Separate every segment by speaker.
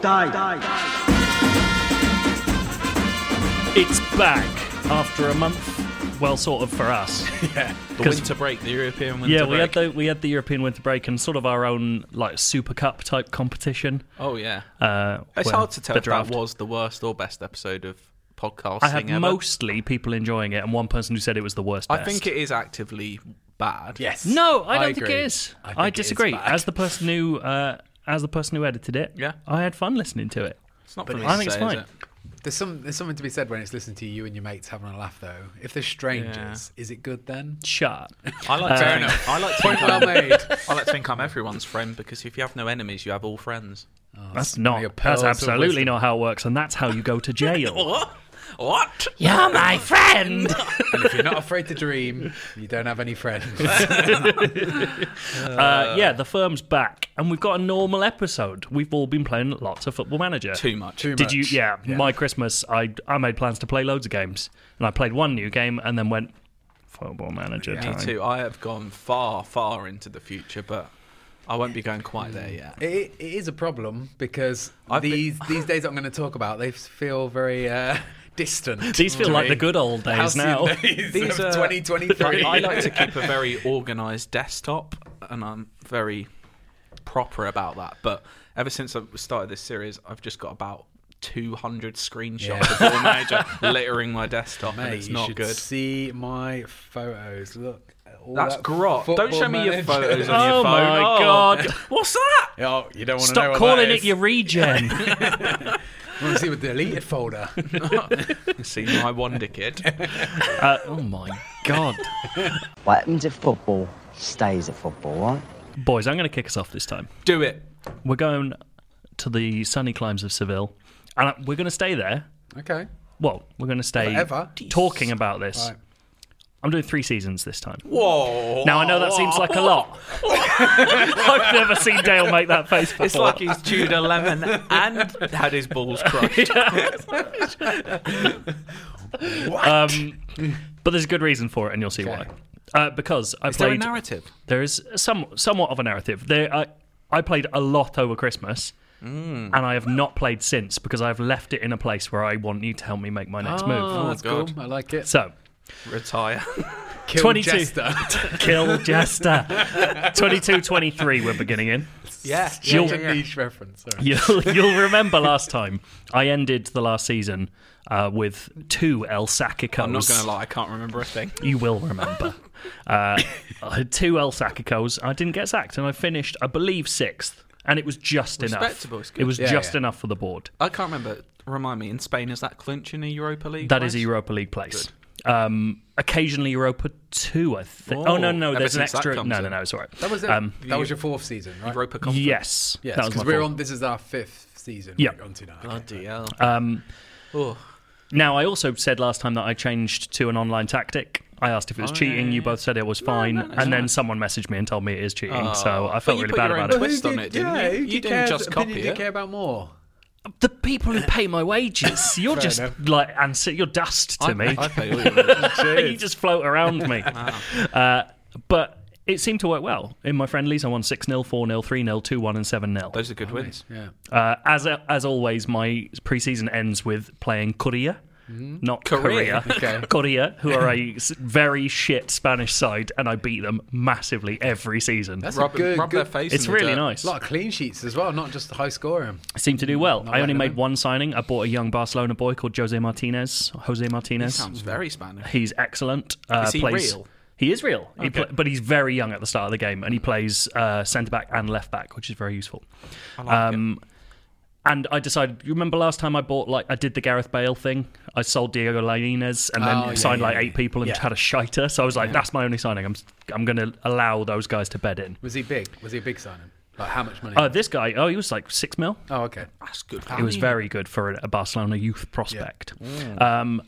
Speaker 1: die.
Speaker 2: It's back after a month. Well, sort of for us.
Speaker 3: Yeah, the
Speaker 2: 'Cause-
Speaker 3: winter break, the European winter
Speaker 2: yeah,
Speaker 3: break.
Speaker 2: we had the we had the European winter break and sort of our own like Super Cup type competition.
Speaker 3: Oh yeah,
Speaker 2: Uh,
Speaker 3: it's
Speaker 2: where
Speaker 3: hard to tell
Speaker 2: the
Speaker 3: if that
Speaker 2: draft-
Speaker 3: was the worst or best episode of podcasting.
Speaker 2: I had
Speaker 3: ever.
Speaker 2: mostly people enjoying it and one person who said it was the worst.
Speaker 3: I
Speaker 2: best.
Speaker 3: think it is actively bad.
Speaker 4: Yes.
Speaker 2: No, I don't think
Speaker 3: agree.
Speaker 2: it is.
Speaker 4: I think
Speaker 2: I,
Speaker 4: it is
Speaker 2: disagree.
Speaker 4: back.
Speaker 2: as the person who uh, as the person who edited it,
Speaker 3: Yeah.
Speaker 2: I had fun listening to it.
Speaker 3: It's not
Speaker 4: But
Speaker 3: for me
Speaker 2: I
Speaker 3: to
Speaker 2: think it's
Speaker 3: say, is
Speaker 2: fine.
Speaker 3: it?
Speaker 4: There's some there's something to be said when it's listening to you and your mates having a laugh though. If they're strangers, is it good then?
Speaker 2: Shut.
Speaker 3: I like to
Speaker 2: Fair
Speaker 3: think, I like to think
Speaker 4: well
Speaker 3: I'm,
Speaker 4: made.
Speaker 3: I like to think I'm everyone's friend because if you have no enemies, you have all friends.
Speaker 2: That's
Speaker 4: your
Speaker 2: not. That's
Speaker 4: pearls of
Speaker 2: absolutely
Speaker 4: wisdom.
Speaker 2: not how it works, and that's how you go to jail.
Speaker 3: What? What?
Speaker 2: You're my friend.
Speaker 4: And if you're not afraid to dream, you don't have any friends.
Speaker 2: Uh, yeah, the firm's back, and we've got a normal episode. We've all been playing lots of Football Manager.
Speaker 3: Too much.
Speaker 4: Too
Speaker 2: Did you?
Speaker 4: much.
Speaker 2: Yeah, my Christmas, I I made plans to play loads of games, and I played one new game, and then went Football Manager
Speaker 3: Me
Speaker 2: time.
Speaker 3: too. I have gone far, far into the future, but I won't be going quite there yet.
Speaker 4: It, it is a problem because
Speaker 3: I've been-
Speaker 4: these these days that I'm going to talk about they feel very uh, distant.
Speaker 2: These feel
Speaker 4: to
Speaker 2: like
Speaker 4: me.
Speaker 2: the good old days
Speaker 4: Halcyon
Speaker 2: now. uh,
Speaker 4: days
Speaker 3: These
Speaker 4: of
Speaker 3: are-
Speaker 4: 2023.
Speaker 3: I like to keep a very organised desktop, and I'm very proper about that. But ever since I started this series, I've just got about 200 screenshots
Speaker 4: Yeah.
Speaker 3: of Football Manager littering my desktop,
Speaker 4: Mate,
Speaker 3: and it's
Speaker 4: you
Speaker 3: not
Speaker 4: should
Speaker 3: good.
Speaker 4: see my photos. Look, all
Speaker 3: That's
Speaker 4: that
Speaker 3: grot. Don't
Speaker 4: football
Speaker 3: show me your
Speaker 4: manager-
Speaker 3: photos on
Speaker 2: Oh
Speaker 3: your phone.
Speaker 2: my
Speaker 3: Oh.
Speaker 2: god! What's that?
Speaker 4: Oh, you don't want to know.
Speaker 2: Stop
Speaker 4: what
Speaker 2: calling
Speaker 4: that
Speaker 2: it
Speaker 4: is.
Speaker 2: your regen.
Speaker 4: I want to see the deleted folder.
Speaker 3: See my wonder kid.
Speaker 2: uh, oh my god,
Speaker 5: What happens at football stays at football, right?
Speaker 2: boys! I'm going to kick us off this time.
Speaker 3: Do it.
Speaker 2: We're going to the sunny climes of Seville, and I- we're going to stay there.
Speaker 4: okay.
Speaker 2: Well, we're going to stay
Speaker 4: Forever.
Speaker 2: talking about this.
Speaker 4: Right.
Speaker 2: I'm doing three seasons this time.
Speaker 3: Whoa.
Speaker 2: Now I know that seems like a lot. I've never seen Dale make that face before.
Speaker 3: It's like he's chewed a lemon and had his balls crushed.
Speaker 2: um, but there's a good reason for it, and you'll see
Speaker 4: Okay.
Speaker 2: why. Uh, because I
Speaker 3: Is there a
Speaker 2: played.
Speaker 3: narrative?
Speaker 2: there is some somewhat of a narrative. There, I, I played a lot over Christmas,
Speaker 3: Hmm.
Speaker 2: and I have not played since because I've left it in a place where I want you to help me make my next
Speaker 4: Oh,
Speaker 2: move.
Speaker 4: that's
Speaker 3: God.
Speaker 4: cool. I like it.
Speaker 2: So,
Speaker 3: Retire.
Speaker 4: Kill
Speaker 2: 22.
Speaker 4: Jester.
Speaker 2: kill Jester. 22-23 we're beginning in.
Speaker 3: yeah.
Speaker 2: You'll-
Speaker 4: Such a niche reference. Sorry.
Speaker 2: You'll, you'll remember last time I ended the last season uh, with two El Sacicos.
Speaker 3: I'm not going to lie, I can't remember a thing.
Speaker 2: You will remember. uh, I had two El Sacicos. I didn't get sacked, and I finished, I believe, sixth. And it was just enough.
Speaker 3: Respectable, it's good.
Speaker 2: It was
Speaker 4: Yeah,
Speaker 2: just
Speaker 4: yeah.
Speaker 2: enough for the board.
Speaker 3: I can't remember. Remind me, in Spain, is that clinch in a Europa League?
Speaker 2: That is a Europa League place. Um, occasionally Europa two, I think. Oh no,
Speaker 3: Oh,
Speaker 2: no,
Speaker 3: ever
Speaker 2: there's an
Speaker 3: since that
Speaker 2: extra.
Speaker 3: comes
Speaker 2: No,
Speaker 3: in.
Speaker 2: no, no, it's all right.
Speaker 4: That was it.
Speaker 2: Um,
Speaker 4: that was your fourth season, right?
Speaker 3: Europa Conference.
Speaker 2: Yes,
Speaker 4: Yes,
Speaker 2: that was my
Speaker 4: because we're
Speaker 2: fault.
Speaker 4: on. This is our fifth season.
Speaker 2: Yeah.
Speaker 4: We're on to now.
Speaker 3: Bloody hell.
Speaker 2: Um,
Speaker 3: Oh.
Speaker 2: now, I also said last time that I changed to an online tactic. I asked if it was cheating. You both said it was fine,
Speaker 3: Oh, no, no,
Speaker 2: and
Speaker 3: no.
Speaker 2: then someone messaged me and told me it is cheating. so I
Speaker 3: But
Speaker 2: felt
Speaker 3: you
Speaker 2: really
Speaker 3: put
Speaker 2: bad
Speaker 3: your own
Speaker 2: about it.
Speaker 3: twist on it, didn't
Speaker 4: yeah,
Speaker 3: you?
Speaker 4: who
Speaker 3: You
Speaker 4: did
Speaker 3: didn't
Speaker 4: care-
Speaker 3: just
Speaker 4: who
Speaker 3: copy
Speaker 4: did you
Speaker 3: it.
Speaker 4: care about more?
Speaker 2: The people who pay my wages, you're just
Speaker 4: enough.
Speaker 2: like and sit, you're dust to
Speaker 3: I,
Speaker 2: me.
Speaker 3: I pay all your
Speaker 2: you just float around me. uh, but it seemed to work well in my friendlies. I won six 0 four 0 three 0 two one, and seven 0
Speaker 3: Those are good wins.
Speaker 4: Yeah.
Speaker 2: Uh, as as always, my preseason ends with playing Korea, not Korea. Korea.
Speaker 3: Korea.
Speaker 4: Mm-hmm. Okay.
Speaker 2: who are a s- very shit Spanish side, and I beat them massively every season.
Speaker 4: That's
Speaker 3: Rub,
Speaker 4: a good.
Speaker 3: rub
Speaker 4: good
Speaker 3: their face.
Speaker 2: it's
Speaker 3: in
Speaker 2: really
Speaker 3: the dirt.
Speaker 2: nice.
Speaker 4: A lot of clean sheets as well, not just high scoring.
Speaker 2: Seem to do
Speaker 3: Mm,
Speaker 2: well. I only
Speaker 4: letting
Speaker 2: made
Speaker 4: them.
Speaker 2: one signing. I bought a young Barcelona boy called Jose Martinez. Jose Martinez.
Speaker 3: Sounds very Spanish.
Speaker 2: He's excellent. Uh,
Speaker 3: Is he
Speaker 2: plays-
Speaker 3: real?
Speaker 2: He is real. He
Speaker 3: Okay.
Speaker 2: pla- but he's very young at the start of the game, and he plays uh, centre back and left back, which is very useful.
Speaker 3: I like
Speaker 2: Um, and I decided. You remember last time I bought like I did the Gareth Bale thing. I sold Diego Lainez and then
Speaker 4: Oh, yeah,
Speaker 2: signed
Speaker 4: yeah,
Speaker 2: like
Speaker 4: yeah.
Speaker 2: eight people and
Speaker 4: Yeah.
Speaker 2: had a shiter. So I was like, that's my only signing. I'm I'm going to allow those guys to bed in.
Speaker 4: Was he big? Was he a big signing? Like how much money?
Speaker 2: Uh, this guy, oh, he was like six mil.
Speaker 4: oh, okay.
Speaker 3: it. That's good.
Speaker 2: It was very good for a- a Barcelona youth prospect.
Speaker 3: Mm.
Speaker 2: Um,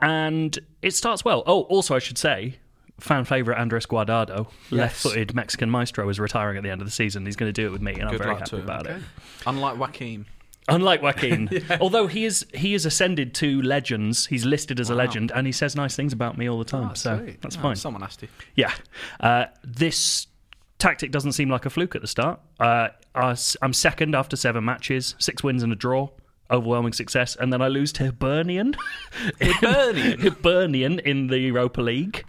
Speaker 2: and it starts well. Oh, also, I should say, fan favourite Andres Guardado, left footed Mexican maestro, is retiring at the end of the season. He's going to do it with me, and I'm
Speaker 3: Good
Speaker 2: very
Speaker 3: luck to
Speaker 2: happy
Speaker 3: him.
Speaker 2: about it.
Speaker 3: Unlike Joaquin.
Speaker 2: Unlike Joaquin, although he is he is ascended to legends, he's listed as a legend, and he
Speaker 3: Ah,
Speaker 2: says nice things about me all the time. so
Speaker 4: sweet.
Speaker 2: that's
Speaker 3: Oh,
Speaker 2: fine.
Speaker 3: Someone has to.
Speaker 2: Yeah. Uh, this tactic doesn't seem like a fluke at the start. Uh, I s- I'm second after seven matches, six wins and a draw, overwhelming success, and then I lose to Hibernian.
Speaker 3: Hibernian?
Speaker 2: Hibernian in the Europa League.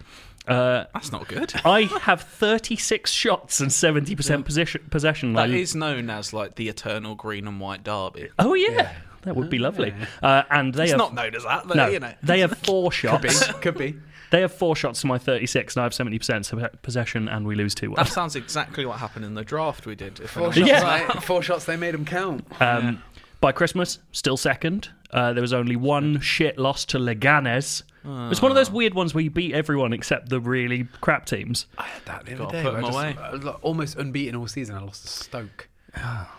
Speaker 2: Uh,
Speaker 3: That's not good.
Speaker 2: I have 36 shots and 70% position, possession.
Speaker 3: That
Speaker 2: Like,
Speaker 3: is known as like the eternal green and white derby.
Speaker 2: oh yeah, that would be lovely. Uh, and they
Speaker 3: It's
Speaker 2: have
Speaker 3: not known as that, but
Speaker 2: no,
Speaker 3: you know.
Speaker 2: they have four
Speaker 4: Could
Speaker 2: shots.
Speaker 4: be. Could be.
Speaker 2: They have four shots to my 36, and I have 70% sub- possession, and we lose 2 1.
Speaker 3: That sounds exactly what happened in the draft we did. If
Speaker 4: Four
Speaker 3: anyone-
Speaker 4: shots,
Speaker 2: Yeah.
Speaker 4: right? Four shots, they made them count.
Speaker 2: Um, By Christmas, still second. Uh, there was only one shit loss to Leganes. It's one of
Speaker 3: Ah.
Speaker 2: those weird ones where you beat everyone except the really crap teams.
Speaker 4: I had that the other
Speaker 3: Gotta
Speaker 4: day.
Speaker 3: put
Speaker 4: where I
Speaker 3: 'em
Speaker 4: just-
Speaker 3: away.
Speaker 4: I was like almost unbeaten all season. I lost to Stoke.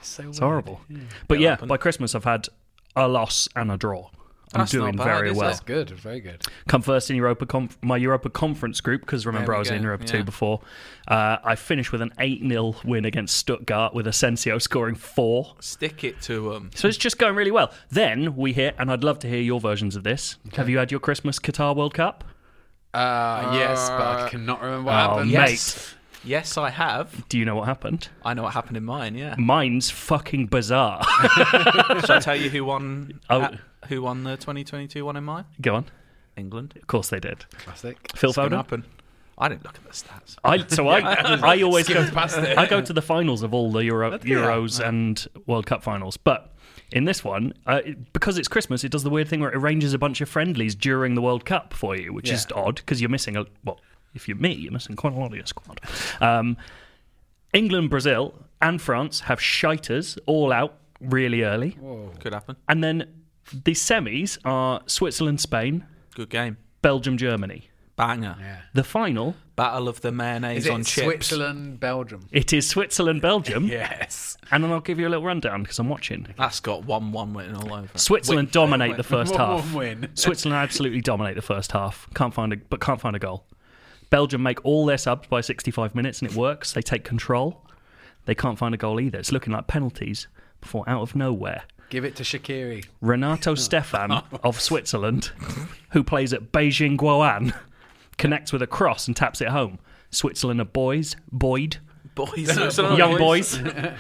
Speaker 4: so
Speaker 2: It's horrible. But yeah, by Christmas, I've had a loss and a draw. I'm
Speaker 3: That's not
Speaker 2: doing
Speaker 3: bad,
Speaker 2: very
Speaker 3: is it?
Speaker 2: well.
Speaker 4: That's good. Very good.
Speaker 2: come first in Europa Conf- my Europa Conference group because remember
Speaker 3: There we
Speaker 2: I was in
Speaker 3: go,
Speaker 2: Europa
Speaker 3: yeah.
Speaker 2: 2 before. Uh, I finished with an 8 0 win against Stuttgart with Asensio scoring four.
Speaker 3: Stick it to um, them.
Speaker 2: So it's just going really well. Then we hear, and I'd love to hear your versions of this. Have you had your Christmas Qatar World Cup?
Speaker 4: Uh, yes, but I cannot remember what
Speaker 2: oh,
Speaker 4: happened.
Speaker 2: mate.
Speaker 4: Yes.
Speaker 3: Yes, I have.
Speaker 2: Do you know what happened?
Speaker 3: I know what happened in mine. Yeah.
Speaker 2: Mine's fucking bizarre.
Speaker 3: Should I tell you who won?
Speaker 2: Oh.
Speaker 3: uh, who won the 2022 one in mine?
Speaker 2: Go on.
Speaker 3: England.
Speaker 2: Of course they did.
Speaker 4: Classic.
Speaker 2: Phil
Speaker 3: It's gonna
Speaker 2: Foden?
Speaker 3: happen. I didn't look at the stats.
Speaker 2: I so I I always go
Speaker 4: past it.
Speaker 2: I go to the finals of all the Euro, Euros and World Cup finals, but in this one, uh, it- because it's Christmas, it does the weird thing where it arranges a bunch of friendlies during the World Cup for you, which is
Speaker 4: Yeah.
Speaker 2: odd because you're missing a well. If you're me, you're missing quite a lot of your squad. Um, England, Brazil, and France have shiters all out really early,
Speaker 3: Could happen.
Speaker 2: and then the semis are Switzerland, Spain,
Speaker 3: Good game.
Speaker 2: Belgium, Germany.
Speaker 3: Banger.
Speaker 4: Yeah.
Speaker 2: The final,
Speaker 3: Battle of the mayonnaise
Speaker 4: Is it
Speaker 3: on chips.
Speaker 4: Switzerland, Belgium?
Speaker 2: it is Switzerland, Belgium.
Speaker 4: Yes.
Speaker 2: And then I'll give you a little rundown because I'm watching.
Speaker 3: That's got one one win all over. it.
Speaker 2: Switzerland dominate the first
Speaker 4: One-
Speaker 2: half.
Speaker 4: one win.
Speaker 2: Switzerland absolutely dominate the first half. Can't find a but can't find a goal. Belgium make all their subs by 65 minutes and it works. They take control. They can't find a goal either. It's looking like penalties before out of nowhere.
Speaker 4: Give it to Shakiri.
Speaker 2: Renato Stefan of Switzerland, who plays at Beijing Guoan, connects with a cross and taps it home. Switzerland are boys, Boyd,
Speaker 3: Boys. Switzerland
Speaker 2: young boys, and
Speaker 3: Oh,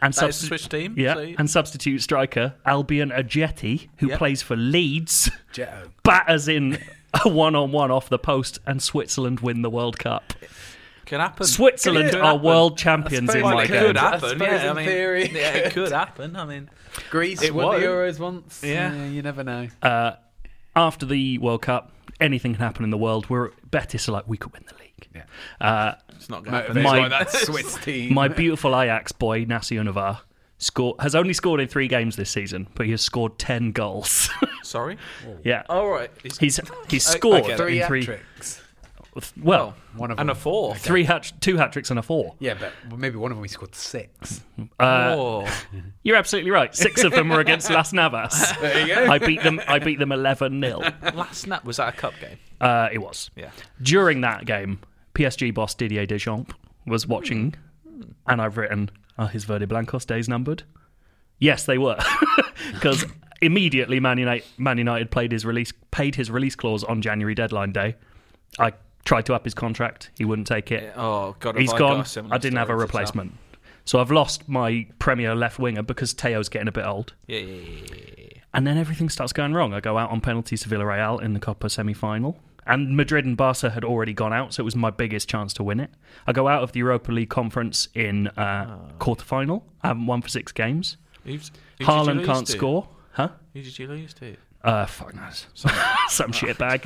Speaker 3: That is
Speaker 2: substitu-
Speaker 3: the Swiss team.
Speaker 2: Yeah,
Speaker 3: so-
Speaker 2: and substitute striker Albion Ajeti, who
Speaker 3: Yep.
Speaker 2: plays for Leeds,
Speaker 4: Jetto.
Speaker 2: batters in a one-on-one off the post, and Switzerland win the World Cup.
Speaker 3: Could happen.
Speaker 2: Switzerland
Speaker 3: Could
Speaker 2: are
Speaker 3: happen.
Speaker 2: world champions in
Speaker 4: suppose
Speaker 2: my
Speaker 4: it
Speaker 3: It could
Speaker 2: game.
Speaker 4: I
Speaker 3: happen.
Speaker 4: suppose
Speaker 3: Yeah, I
Speaker 4: in
Speaker 3: mean,
Speaker 4: theory.
Speaker 3: yeah, it could happen. I mean,
Speaker 4: Greece
Speaker 3: It
Speaker 4: won
Speaker 3: won't.
Speaker 4: the Euros once.
Speaker 3: Yeah.
Speaker 4: you never know.
Speaker 2: After the World Cup, anything can happen in the world. We're Betis are like we could win the league.
Speaker 4: yeah.
Speaker 3: it's not going to happen.
Speaker 4: Motivated
Speaker 2: My-
Speaker 4: by that
Speaker 3: uh,
Speaker 4: Swiss team.
Speaker 2: My beautiful Ajax boy Nasser Univar score has only scored in three games this season, but he has scored ten goals.
Speaker 3: Sorry.
Speaker 2: yeah,
Speaker 3: All right. It's-
Speaker 2: he's he's scored
Speaker 3: okay.
Speaker 4: three
Speaker 2: in three.
Speaker 4: hat-tricks.
Speaker 2: Well,
Speaker 4: One of
Speaker 3: and a
Speaker 4: them.
Speaker 3: four.
Speaker 2: three hat, two hat tricks and a four.
Speaker 4: Yeah, but maybe one of them we scored six.
Speaker 3: Four.
Speaker 2: You're absolutely right. Six of them were against Las Navas.
Speaker 4: There you go.
Speaker 2: I beat them. I beat them eleven 0
Speaker 3: Last night was that a cup game?
Speaker 2: Uh, it was
Speaker 3: Yeah.
Speaker 2: during that game. PSG boss Didier Deschamps was watching,
Speaker 3: Hmm.
Speaker 2: and I've written, "Are his Verde Blancos days numbered?" Yes, they were, because immediately Man United, Man United played his release, paid his release clause on January deadline day. I tried to up his contract. He wouldn't take it.
Speaker 3: Oh God.
Speaker 2: He's
Speaker 3: have I
Speaker 2: gone.
Speaker 3: got a similar
Speaker 2: I didn't have a
Speaker 3: story to tell.
Speaker 2: replacement. So I've lost my premier left winger because Teo's getting a bit old.
Speaker 3: Yeah, yeah, yeah, yeah, yeah.
Speaker 2: And then everything starts going wrong. I go out on penalties to Villarreal in the Copa semi final. And Madrid and Barca had already gone out, so it was my biggest chance to win it. I go out of the Europa League conference in
Speaker 3: Ah.
Speaker 2: uh, quarter final. I haven't won for six games.
Speaker 3: Who's, who did you
Speaker 2: Haaland
Speaker 3: lose
Speaker 2: can't
Speaker 3: to?
Speaker 2: score. Huh?
Speaker 3: Who did you lose to?
Speaker 2: Uh, fuck knows. Some shit bag.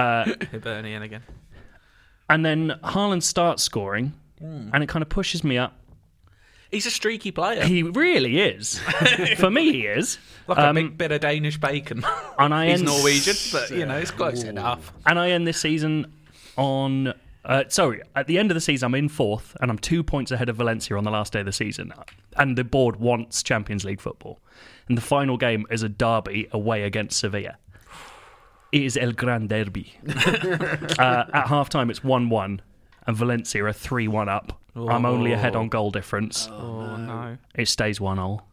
Speaker 3: Hibernian again.
Speaker 2: And then Haaland starts scoring,
Speaker 3: Hmm.
Speaker 2: and it kind of pushes me up.
Speaker 3: He's a streaky player.
Speaker 2: He really is. For me, he is.
Speaker 3: like a
Speaker 2: um,
Speaker 3: big bit of Danish bacon.
Speaker 2: And I
Speaker 3: He's
Speaker 2: end-
Speaker 3: Norwegian, but you know, it's close enough.
Speaker 2: and I end this season on. Uh, sorry, at the end of the season, I'm in fourth, and I'm two points ahead of Valencia on the last day of the season. And the board wants Champions League football, and the final game is a derby away against Sevilla. It is El Gran Derby. uh, at half time, it's one-one, and Valencia are three-one up. I'm only ahead on goal difference.
Speaker 3: Oh no.
Speaker 2: It stays one-all.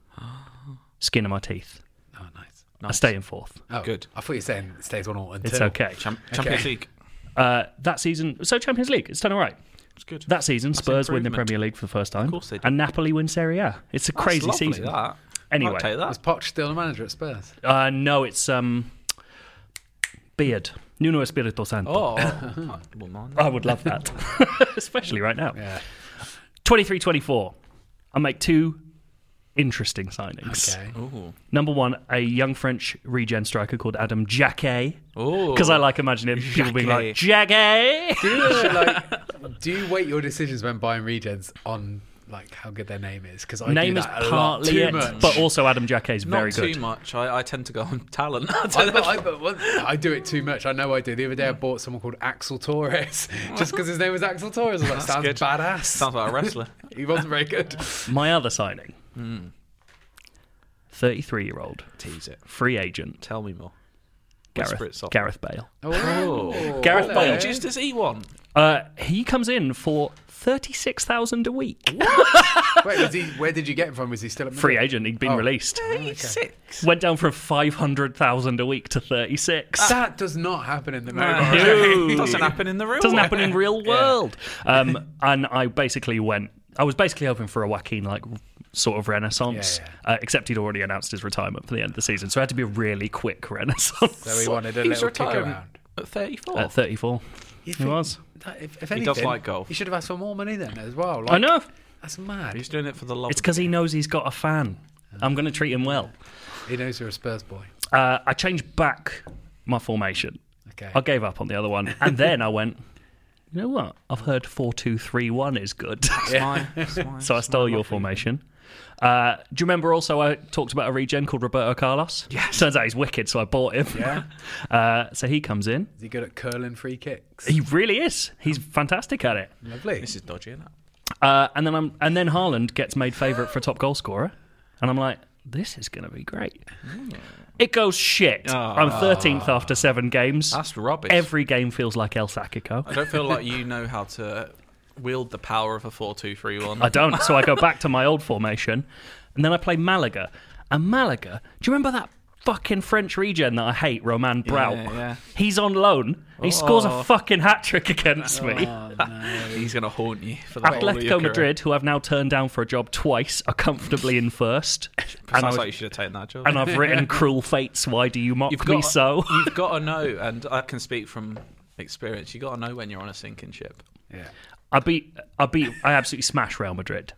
Speaker 2: Skin of my teeth.
Speaker 4: Oh, nice.
Speaker 2: I stay in fourth.
Speaker 4: Oh,
Speaker 3: Good.
Speaker 4: I thought you were saying it stays one all until.
Speaker 2: It's okay.
Speaker 3: Champions League.
Speaker 2: Uh, that season, so Champions League, it's done all right.
Speaker 3: It's good.
Speaker 2: That season, Spurs win the
Speaker 3: improvement.
Speaker 2: Premier League for the first time. Of
Speaker 3: course they did.
Speaker 2: And Napoli win Serie A. It's a
Speaker 3: That's
Speaker 2: crazy
Speaker 3: lovely,
Speaker 2: season.
Speaker 3: That.
Speaker 2: Anyway.
Speaker 3: I'll take
Speaker 4: Was
Speaker 3: that.
Speaker 4: Poch still a manager at Spurs?
Speaker 2: Uh, no, it's um, Beard. Nuno Espirito Santo.
Speaker 3: Oh, I wouldn't mind that.
Speaker 2: I would love that, especially right now.
Speaker 4: Yeah.
Speaker 2: 23 24. I make two interesting signings.
Speaker 4: Okay.
Speaker 3: Ooh.
Speaker 2: Number one, a young French regen striker called Adam Jacquet.
Speaker 3: Ooh.
Speaker 2: Because I like imagining people being like, Jacquet!
Speaker 4: Do you, know, like, do you weight your decisions when buying regens on like how good their name is? Because I
Speaker 2: Name
Speaker 4: do
Speaker 2: is
Speaker 4: that a lot.
Speaker 2: partly
Speaker 4: Too
Speaker 2: it,
Speaker 4: much.
Speaker 2: but also Adam Jacquet's
Speaker 3: Not
Speaker 2: very
Speaker 3: too
Speaker 2: good.
Speaker 3: much. I, I tend to go on talent.
Speaker 4: I, but I, but one- I do it too much. I know I do. The other day I bought someone called Axel Torres just because his name was Axel Torres. I was like, sounds
Speaker 3: good.
Speaker 4: badass.
Speaker 3: Sounds like a wrestler.
Speaker 4: he wasn't very good.
Speaker 2: My other signing 33 year old
Speaker 3: Tease it.
Speaker 2: free agent,
Speaker 3: Tell me more. Whisper it
Speaker 2: Gareth,
Speaker 3: softly.
Speaker 2: Gareth Bale.
Speaker 4: Oh,
Speaker 2: Gareth
Speaker 3: What
Speaker 2: Bale.
Speaker 3: wages does he want?
Speaker 2: Uh, he comes in for 36,000 a week.
Speaker 4: Wait, was he, where did you get him from? Was he still at Madrid?
Speaker 2: Free agent, he'd been
Speaker 4: Oh.
Speaker 2: released.
Speaker 3: Oh, Six.
Speaker 2: Went down from 500,000 a week to 36.
Speaker 4: That does not happen in the moment.
Speaker 2: No.
Speaker 3: Doesn't happen in the real.
Speaker 2: doesn't
Speaker 3: world.
Speaker 2: happen in real world. Um, and I basically went. I was basically hoping for a Joaquin like sort of renaissance,
Speaker 4: Yeah,
Speaker 2: Uh, except he'd already announced his retirement for the end of the season, so it had to be a really quick renaissance.
Speaker 4: So he wanted a
Speaker 3: He's
Speaker 4: little kick
Speaker 3: retiring
Speaker 4: around.
Speaker 3: at thirty-four.
Speaker 2: At 34,
Speaker 4: You
Speaker 2: he
Speaker 4: think
Speaker 2: was.
Speaker 4: that- if, if
Speaker 3: He
Speaker 4: anything,
Speaker 3: does like golf.
Speaker 4: He should have asked for more money then as well. Like,
Speaker 2: I know.
Speaker 4: That's mad.
Speaker 3: He's doing it for the love.
Speaker 2: It's
Speaker 3: of
Speaker 2: because he knows he's got a fan. I'm going to treat him well.
Speaker 4: He knows you're a Spurs boy.
Speaker 2: Uh, I changed back my formation.
Speaker 4: Okay.
Speaker 2: I gave up on the other one, and then I went. You know what? I've heard four two three one is good.
Speaker 3: it. Smile, smile,
Speaker 2: So I
Speaker 3: smile.
Speaker 2: stole your formation. Uh, do you remember also I talked about a regen called Roberto Carlos? Yes. Turns out he's wicked, so I bought him.
Speaker 4: Yeah.
Speaker 2: Uh, so he comes in.
Speaker 4: Is he good at curling free kicks?
Speaker 2: He really is. He's fantastic at it.
Speaker 4: Lovely.
Speaker 3: This is dodgy, isn't it?
Speaker 2: Uh, and then I'm, and then Haaland gets made favourite for top goal scorer, and I'm like, this is going to be great.
Speaker 3: Hmm.
Speaker 2: It goes shit. I'm 13th after seven games.
Speaker 3: Ah. That's rubbish.
Speaker 2: Every game feels like El Sacico.
Speaker 3: I don't feel like you know how to wield the power of a four-two-three-one.
Speaker 2: I don't. So I go back to my old formation, and then I play Malaga. And Malaga, do you remember that fucking French regen that I hate, Roman Brau?
Speaker 3: yeah. Oh.
Speaker 2: He's on loan. He scores a fucking hat trick against me.
Speaker 3: He's going to haunt you for the whole of your
Speaker 2: Atletico
Speaker 3: career.
Speaker 2: Madrid, who I've now turned down for a job twice, are comfortably in first. and, I
Speaker 3: Sounds
Speaker 2: was-
Speaker 3: like you should have taken that job.
Speaker 2: and I've written cruel fates. Why do you mock
Speaker 3: You've
Speaker 2: me
Speaker 3: got-
Speaker 2: so?
Speaker 3: You've got to know, and I can speak from experience. You got to know when you're on a sinking ship.
Speaker 4: yeah.
Speaker 2: I beat, I beat, I absolutely smashed Real Madrid.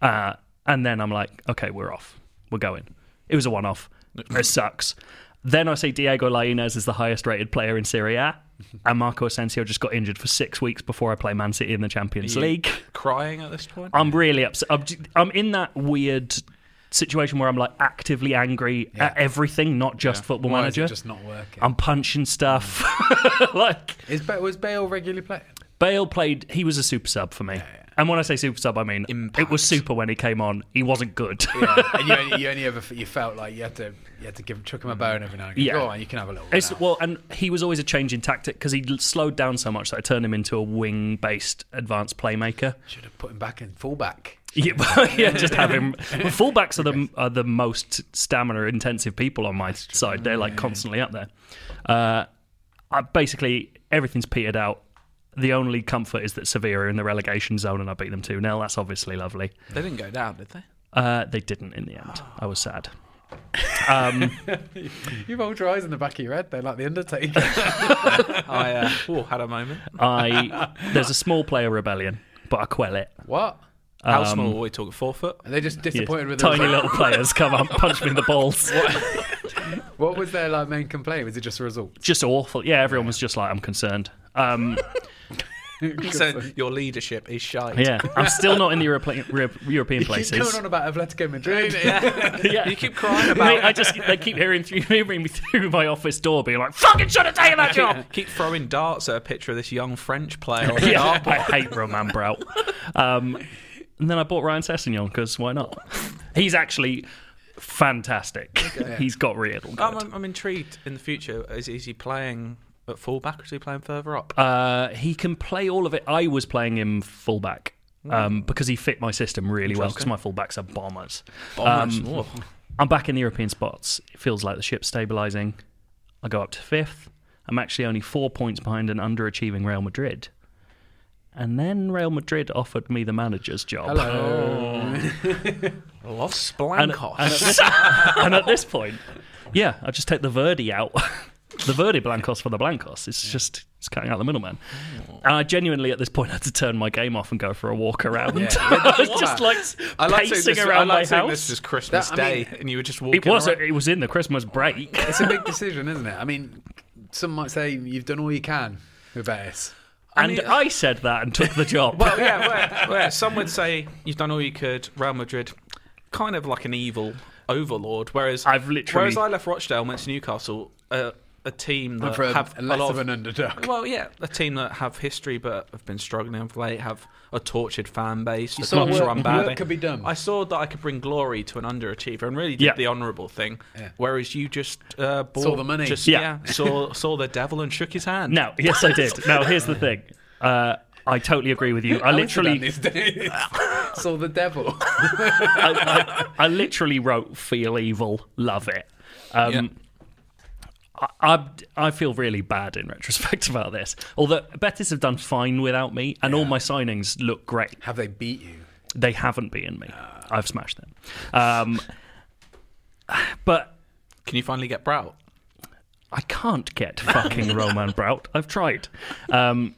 Speaker 2: Uh, and then I'm like, okay, we're off. We're going. It was a one off. It sucks. Then I see Diego Lainez is the highest rated player in Serie A. And Marco Asensio just got injured for six weeks before I play Man City in the Champions
Speaker 3: You
Speaker 2: League.
Speaker 3: Crying at this point.
Speaker 2: I'm really upset. I'm, j- I'm in that weird situation where I'm like actively angry at everything, not just football
Speaker 4: Why is
Speaker 2: manager. Um,
Speaker 4: it just not working?
Speaker 2: I'm punching stuff. like,
Speaker 4: Is ba- was Bale regularly playing?
Speaker 2: Bale played. He was a super sub for me. And when I say super sub, I mean it was super when he came on. He wasn't good.
Speaker 4: Yeah. and you only, you only ever f- you felt like you had to you had to give chuck him a bone every now and again.
Speaker 2: Yeah.
Speaker 4: Go on, you can have a little.
Speaker 2: It's-
Speaker 4: one out.
Speaker 2: well, and he was always a change in tactic because he l- slowed down so much that I turned him into a wing-based advanced playmaker.
Speaker 4: Should have put him back in fullback.
Speaker 2: Yeah, but- yeah, just have him. But fullbacks are the are the most stamina-intensive people on my side. They're like constantly up there. Uh, I, basically, everything's petered out. The only comfort is that Sevilla are in the relegation zone and I beat them 2 0. That's obviously lovely.
Speaker 3: They didn't go down, did they?
Speaker 2: Uh, they didn't in the end. I was sad.
Speaker 4: You rolled your eyes in the back of your head. They're like the Undertaker.
Speaker 3: I uh, ooh, had a moment.
Speaker 2: I there's a small player rebellion, but I quell it.
Speaker 4: what?
Speaker 3: How
Speaker 2: Um,
Speaker 3: small were we talking? Four foot?
Speaker 4: Are they just disappointed with the
Speaker 2: Tiny
Speaker 4: result?
Speaker 2: little players come up, punch me in the balls.
Speaker 4: What was their like main complaint? Was it just a result?
Speaker 2: Just awful. Yeah, everyone was just like, I'm concerned. Um,
Speaker 3: So your leadership is shite.
Speaker 2: yeah, I'm still not in the Europe, Europe, European
Speaker 4: He's going
Speaker 2: places.
Speaker 4: on about Atletico Madrid.
Speaker 2: Yeah.
Speaker 3: You keep crying
Speaker 2: Mate,
Speaker 3: about.
Speaker 2: I just they keep hearing through, hearing me through my office door, being like, "Fucking should have taken that job."
Speaker 3: Keep throwing darts at a picture of this young French player. On the
Speaker 2: yeah,
Speaker 3: dartboard.
Speaker 2: I hate Roman Brout. Um, and then I bought Ryan Sessegnon because why not? He's actually fantastic. He's got real. good.
Speaker 3: I'm, I'm, I'm intrigued. In the future, is, is he playing at fullback or is he playing further up?
Speaker 2: Uh, he can play all of it. I was playing him fullback um, because he fit my system really well. Because my fullbacks are bombers. um,
Speaker 3: Almost. Ooh.
Speaker 2: I'm back in the European spots. It feels like the ship's stabilising. I go up to fifth. I'm actually only four points behind an underachieving Real Madrid. And then Real Madrid offered me the manager's job.
Speaker 4: Hello.
Speaker 3: Los
Speaker 2: And, and at
Speaker 3: Blancos.
Speaker 2: this, and at this point, yeah, I just take the Verdi out. the Verdi Blancos for the Blancos. It's just it's cutting out the middleman. And I genuinely, at this point, had to turn my game off and go for a walk around. I was just like
Speaker 3: I like saying
Speaker 2: pacing
Speaker 3: this, I
Speaker 2: around
Speaker 3: like
Speaker 2: my
Speaker 3: saying
Speaker 2: house.
Speaker 3: this was Christmas
Speaker 4: That- I mean-
Speaker 3: Day, and you were just walking.
Speaker 2: it was
Speaker 3: around.
Speaker 2: it was in the Christmas break.
Speaker 4: it's a big decision, isn't it? I mean, some might say you've done all you can with Betis.
Speaker 2: and I said that and took the job.
Speaker 3: Well, yeah, well, well, some would say you've done all you could. Real Madrid, kind of like an evil overlord. Whereas
Speaker 2: I've literally-
Speaker 3: whereas I left Rochdale, and went to Newcastle, uh, a team
Speaker 2: Uh,
Speaker 3: that
Speaker 4: For a,
Speaker 3: have
Speaker 4: less
Speaker 3: a lot
Speaker 4: of an underdog.
Speaker 3: Well, yeah, a team that have history but have been struggling of late, have a tortured fan base. The
Speaker 4: saw
Speaker 3: clubs
Speaker 4: work-
Speaker 3: run badly.
Speaker 4: work could be done.
Speaker 3: I saw that I could bring glory to an underachiever and really did
Speaker 2: Yeah.
Speaker 3: the honourable thing. Whereas you just uh, bought,
Speaker 4: the money.
Speaker 3: just-
Speaker 2: Yeah.
Speaker 3: yeah. saw saw the devil and shook his hand.
Speaker 2: No, yes, I did. Now, here's the thing. Uh, I totally agree with you. I literally,
Speaker 4: these days. saw the devil.
Speaker 2: I, I, I literally wrote "Feel Evil, Love It." Um, I, I I feel really bad in retrospect about this. Although Betis have done fine without me, and all my signings look great.
Speaker 4: Have they beat you?
Speaker 2: They haven't beaten me. I've smashed them. Um, but
Speaker 3: Can you finally get Brout?
Speaker 2: I can't get fucking Roman Brout. I've tried. Um,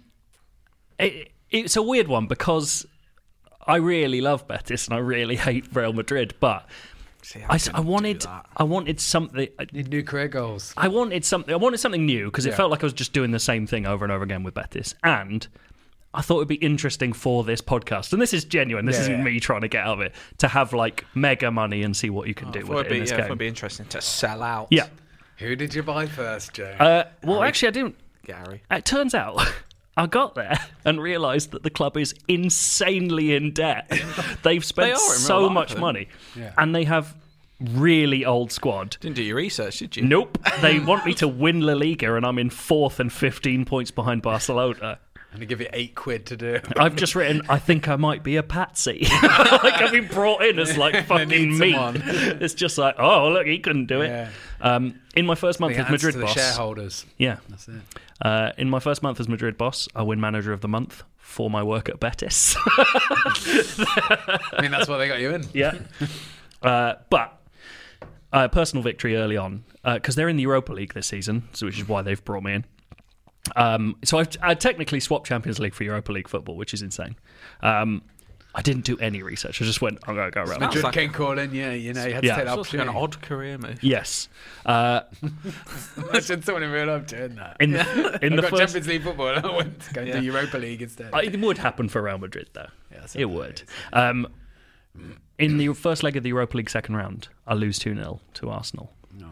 Speaker 2: it, it's a weird one because I really love Betis and I really hate Real Madrid, but I, s- I wanted I wanted something. I-
Speaker 4: Need new career goals.
Speaker 2: I wanted something. I wanted something new because it
Speaker 4: Yeah.
Speaker 2: felt like I was just doing the same thing over and over again with Betis, and I thought it'd be interesting for this podcast. And this is genuine. This
Speaker 4: Yeah,
Speaker 2: isn't
Speaker 4: yeah.
Speaker 2: me trying to get out of it to have like mega money and see what you can do
Speaker 3: It
Speaker 2: with
Speaker 3: would
Speaker 2: it
Speaker 3: be,
Speaker 2: in this
Speaker 3: yeah, it
Speaker 2: game.
Speaker 3: would be interesting to sell out.
Speaker 2: yeah.
Speaker 4: Who did you buy first, Joe?
Speaker 2: Uh, well, actually, I didn't.
Speaker 3: Gary.
Speaker 2: It turns out I got there and realised that the club is insanely in debt. They've
Speaker 3: They
Speaker 2: spent
Speaker 3: are in real
Speaker 2: so
Speaker 3: life,
Speaker 2: much
Speaker 3: then.
Speaker 2: money,
Speaker 4: Yeah.
Speaker 2: and they have really old squad.
Speaker 3: Didn't do your research, did you?
Speaker 2: Nope, they want me to win La Liga, and I'm in fourth and 15 points behind Barcelona.
Speaker 4: I'm gonna give you eight quid to do.
Speaker 2: I've just written, I think I might be a patsy. like I've been brought in as like fucking
Speaker 4: need
Speaker 2: me.
Speaker 4: someone.
Speaker 2: It's just like, oh look, he couldn't do it.
Speaker 4: Yeah.
Speaker 2: Um, in my first month
Speaker 4: The
Speaker 2: as
Speaker 4: answer
Speaker 2: Madrid
Speaker 4: to the
Speaker 2: boss,
Speaker 4: shareholders.
Speaker 2: yeah,
Speaker 4: That's it.
Speaker 2: Uh, in my first month as Madrid boss, I win manager of the month for my work at Betis.
Speaker 4: I mean, that's why they got you in.
Speaker 2: yeah. Uh, but uh, personal victory early on because they're in the Europa League this season, so which is why they've brought me in. Um, so I've, I technically swapped Champions League for Europa League football, which is insane. Um, I didn't do any research. I just went, I'm going to go around.
Speaker 3: Sounds
Speaker 4: Madrid
Speaker 3: like-
Speaker 4: came calling. Yeah, you know, you had
Speaker 2: Yeah.
Speaker 4: to take
Speaker 3: It's
Speaker 4: that
Speaker 3: also an
Speaker 4: opportunity.
Speaker 3: odd career move.
Speaker 2: Yes. Uh,
Speaker 4: Imagine someone in real life doing that.
Speaker 2: in the, in
Speaker 4: I
Speaker 2: the
Speaker 4: got
Speaker 2: first,
Speaker 4: Champions League football and I went to go and do Europa League instead.
Speaker 2: Uh, It would happen for Real Madrid, though.
Speaker 4: so
Speaker 2: it would. Um, in the first leg of the Europa League second round, I lose 2 0 to Arsenal. And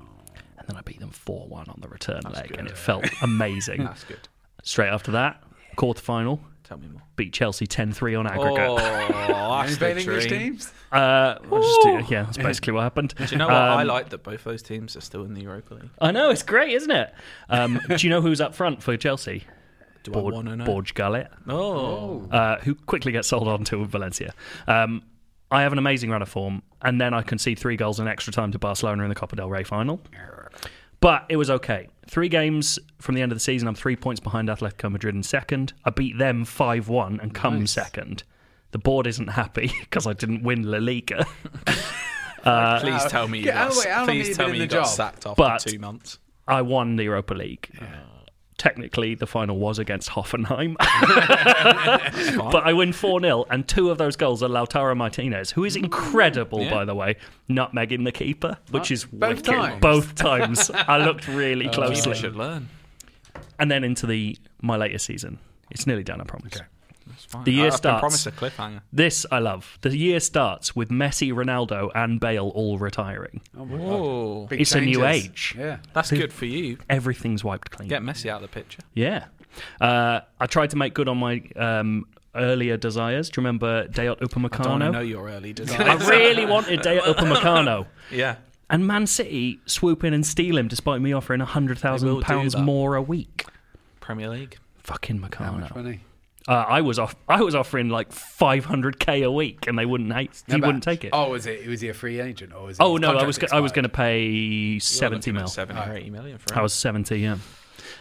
Speaker 2: then I beat them 4 1 on the return leg, and it felt amazing.
Speaker 3: That's good.
Speaker 2: Straight after that, quarter final,
Speaker 3: Tell me more.
Speaker 2: beat Chelsea 10 3 on
Speaker 3: Oh,
Speaker 2: aggregate.
Speaker 3: that's
Speaker 4: Anybody
Speaker 3: the
Speaker 4: in English
Speaker 3: dream.
Speaker 4: teams?
Speaker 2: Uh, I'll just do- yeah, that's basically what happened.
Speaker 3: Do you know what?
Speaker 2: Um,
Speaker 3: I like that both those teams are still in the Europa League.
Speaker 2: I know, it's great, isn't it? Um, do you know who's up front for Chelsea?
Speaker 3: Do
Speaker 2: Bor-
Speaker 3: I want to know?
Speaker 2: Borge Gullet.
Speaker 3: Oh,
Speaker 2: uh, who quickly gets sold on to Valencia. Um, I have an amazing run of form, and then I concede three goals in extra time to Barcelona in the Copa del Rey final. But it was okay. Three games from the end of the season, I'm three points behind Atletico Madrid in second. I beat them 5 1 and come second. The board isn't happy because I didn't win La Liga.
Speaker 3: please tell me you
Speaker 4: Yeah, how-
Speaker 3: got,
Speaker 4: wait, how long have you
Speaker 3: please tell
Speaker 4: been
Speaker 3: me
Speaker 4: in
Speaker 3: you
Speaker 4: the
Speaker 3: got
Speaker 4: job?
Speaker 3: sacked after
Speaker 2: Uh, But-
Speaker 3: two months.
Speaker 2: I won the Europa League. Uh, Technically, the final was against Hoffenheim. but I win 4 0, and two of those goals are Lautaro Martinez, who is incredible, by the way, nutmegging the keeper, which is wicked.
Speaker 4: times.
Speaker 2: Both times. I looked really
Speaker 3: You
Speaker 2: closely.
Speaker 3: should learn.
Speaker 2: and then into the my latest season. It's nearly done, I promise.
Speaker 3: It's fine.
Speaker 2: The year
Speaker 3: I, I've been
Speaker 2: starts.
Speaker 3: promised a cliffhanger.
Speaker 2: This I love. The year starts with Messi, Ronaldo, and Bale all retiring.
Speaker 3: Oh,
Speaker 4: Big
Speaker 2: It's a new
Speaker 4: changes.
Speaker 2: age.
Speaker 4: Yeah.
Speaker 3: that's good for you.
Speaker 2: Everything's wiped clean.
Speaker 3: Get Messi out of the picture.
Speaker 2: Yeah. Uh, I tried to make good on my um, earlier desires. Do you remember Dayot
Speaker 3: I don't know
Speaker 2: Upamecano?
Speaker 3: your early
Speaker 2: I,
Speaker 3: design.
Speaker 2: really wanted Dayot Upamecano.
Speaker 3: yeah,
Speaker 2: And Man City swoop in and steal him despite me offering
Speaker 3: They will do
Speaker 2: £100,000
Speaker 3: that.
Speaker 2: more a week.
Speaker 3: Premier League.
Speaker 2: Fucking Meccano.
Speaker 4: Funny.
Speaker 2: Uh, I was off. I was offering like 500k a week, and they wouldn't hate. He
Speaker 4: But-
Speaker 2: wouldn't take it. Oh,
Speaker 4: Oh, was it? Was he a free agent or was? his
Speaker 2: no, I
Speaker 4: contract
Speaker 2: was go- I was
Speaker 4: expired?
Speaker 2: going to pay
Speaker 3: You're
Speaker 2: 70
Speaker 3: looking at
Speaker 2: mil.
Speaker 3: seventy or eighty million for
Speaker 2: I
Speaker 3: him.
Speaker 2: was 70, yeah.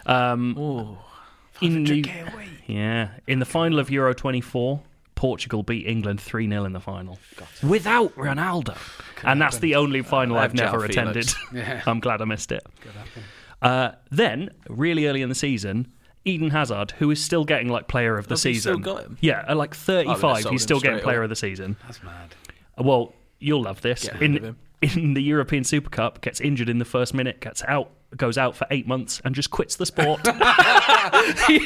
Speaker 2: Um,
Speaker 3: Ooh.
Speaker 2: in the, yeah, in the final of Euro 24, Portugal beat England 3 0 in the final without Ronaldo. and that's the only final I've
Speaker 3: I've
Speaker 2: never
Speaker 3: Jao
Speaker 2: attended.
Speaker 3: Felix.
Speaker 4: Yeah.
Speaker 2: I'm glad I missed it. Uh, then, really early in the season, Eden Hazard, who is still getting like player of the
Speaker 3: Has he still
Speaker 2: season.
Speaker 3: got him? Oh,
Speaker 2: Yeah, at like 35,
Speaker 3: sold
Speaker 2: he's
Speaker 3: him
Speaker 2: still getting
Speaker 3: straight
Speaker 2: player
Speaker 3: away.
Speaker 2: of the season.
Speaker 4: That's mad.
Speaker 2: Well, you'll love this.
Speaker 3: Get rid
Speaker 2: In
Speaker 3: of him.
Speaker 2: in the European Super Cup, gets injured in the first minute, gets out, goes out for eight months, and just quits the sport. he,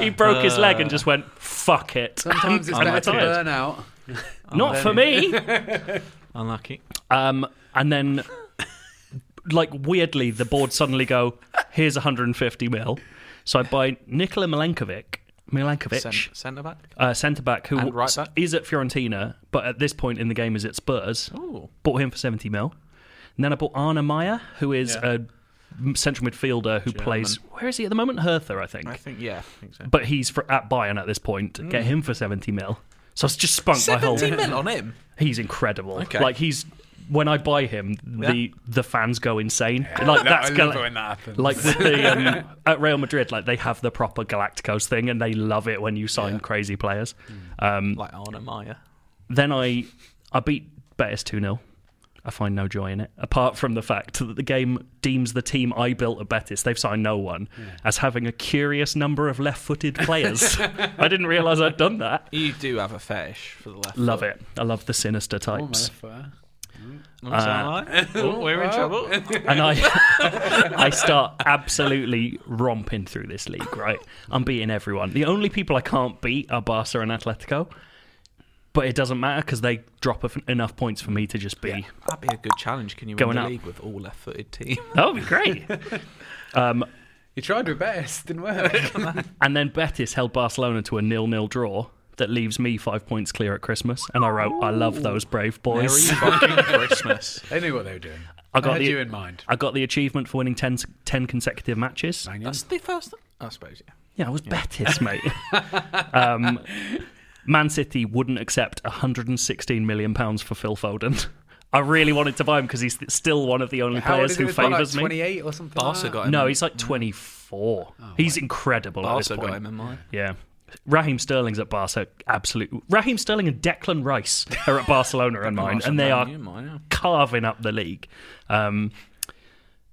Speaker 2: he broke his leg
Speaker 3: Uh.
Speaker 2: and just went fuck it.
Speaker 4: Sometimes it's
Speaker 2: I'm
Speaker 4: better to
Speaker 2: retired.
Speaker 4: burn out.
Speaker 2: Not for me.
Speaker 3: Unlucky.
Speaker 2: Um, and then, like weirdly, the board suddenly go, "Here's 150 mil." So I buy Nikola Milenkovic, Milenkovic,
Speaker 3: Cent- Centre back.
Speaker 2: uh, centre back who
Speaker 3: And right back.
Speaker 2: is at Fiorentina, but at this point in the game is at Spurs.
Speaker 3: Ooh.
Speaker 2: Bought him for 70 mil. And then I bought Arna Meyer, who is a m- central midfielder who plays. Where is he at the moment? Hertha, I think.
Speaker 3: I think yeah. I think so.
Speaker 2: But he's for, at Bayern at this point.
Speaker 4: Mm.
Speaker 2: Get him for 70 mil. So it's just spunk my whole.
Speaker 3: Seventy mil on him.
Speaker 2: He's incredible.
Speaker 3: Okay.
Speaker 2: Like he's. When I buy him, the the fans go insane. Like that's
Speaker 4: I love
Speaker 2: gonna-
Speaker 4: it when that happens.
Speaker 2: like with the um, at Real Madrid, like they have the proper Galacticos thing, and they love it when you sign crazy players.
Speaker 3: Like Arna Meyer.
Speaker 2: Then I I beat Betis two 0 I find no joy in it, apart from the fact that the game deems the team I built at Betis, they've signed no one, as having a curious number of left-footed players. I didn't realise I'd done that.
Speaker 3: You do have a fetish for the left.
Speaker 2: Love
Speaker 3: foot.
Speaker 2: it. I love the sinister types. uh,
Speaker 3: Is that right? Oh, we're in trouble.
Speaker 2: and I I start absolutely romping through this league, right? I'm beating everyone. The only people I can't beat are Barca and Atletico. But it doesn't matter because they drop ef- enough points for me to just be.
Speaker 3: That'd be a good challenge. Can you
Speaker 2: Going
Speaker 3: win the
Speaker 2: up.
Speaker 3: league with all left-footed team?
Speaker 2: That would be great.
Speaker 4: You tried your best, didn't work.
Speaker 2: and then Betis held Barcelona to a nil-nil draw that leaves me five points clear at Christmas. And I wrote, "I love those brave
Speaker 3: Merry
Speaker 2: boys."
Speaker 3: fucking Christmas.
Speaker 4: they knew what they were doing.
Speaker 2: I got
Speaker 4: had
Speaker 2: the-
Speaker 4: you in mind.
Speaker 2: I got the achievement for winning 10, 10 consecutive matches.
Speaker 4: Hang on.
Speaker 3: That's the first. I suppose. Yeah.
Speaker 2: Yeah, I was Betis, mate. um, Man City wouldn't accept 116 million pounds for Phil Foden. I really wanted to buy him because he's still one of the only
Speaker 4: How old
Speaker 2: players
Speaker 4: is he?
Speaker 2: who
Speaker 4: It's like
Speaker 2: favours me.
Speaker 4: 28 or something.
Speaker 3: Barca
Speaker 4: like that?
Speaker 3: got him.
Speaker 2: No,
Speaker 3: in-
Speaker 2: he's like 24.
Speaker 4: Oh,
Speaker 2: he's incredible
Speaker 3: Barca
Speaker 2: at this point.
Speaker 3: got him in mind.
Speaker 2: Yeah. Raheem Sterling's at Barca, absolute. Raheem Sterling and Declan Rice are at Barcelona in mine, and they are
Speaker 3: in mine, yeah.
Speaker 2: carving up the league. Um,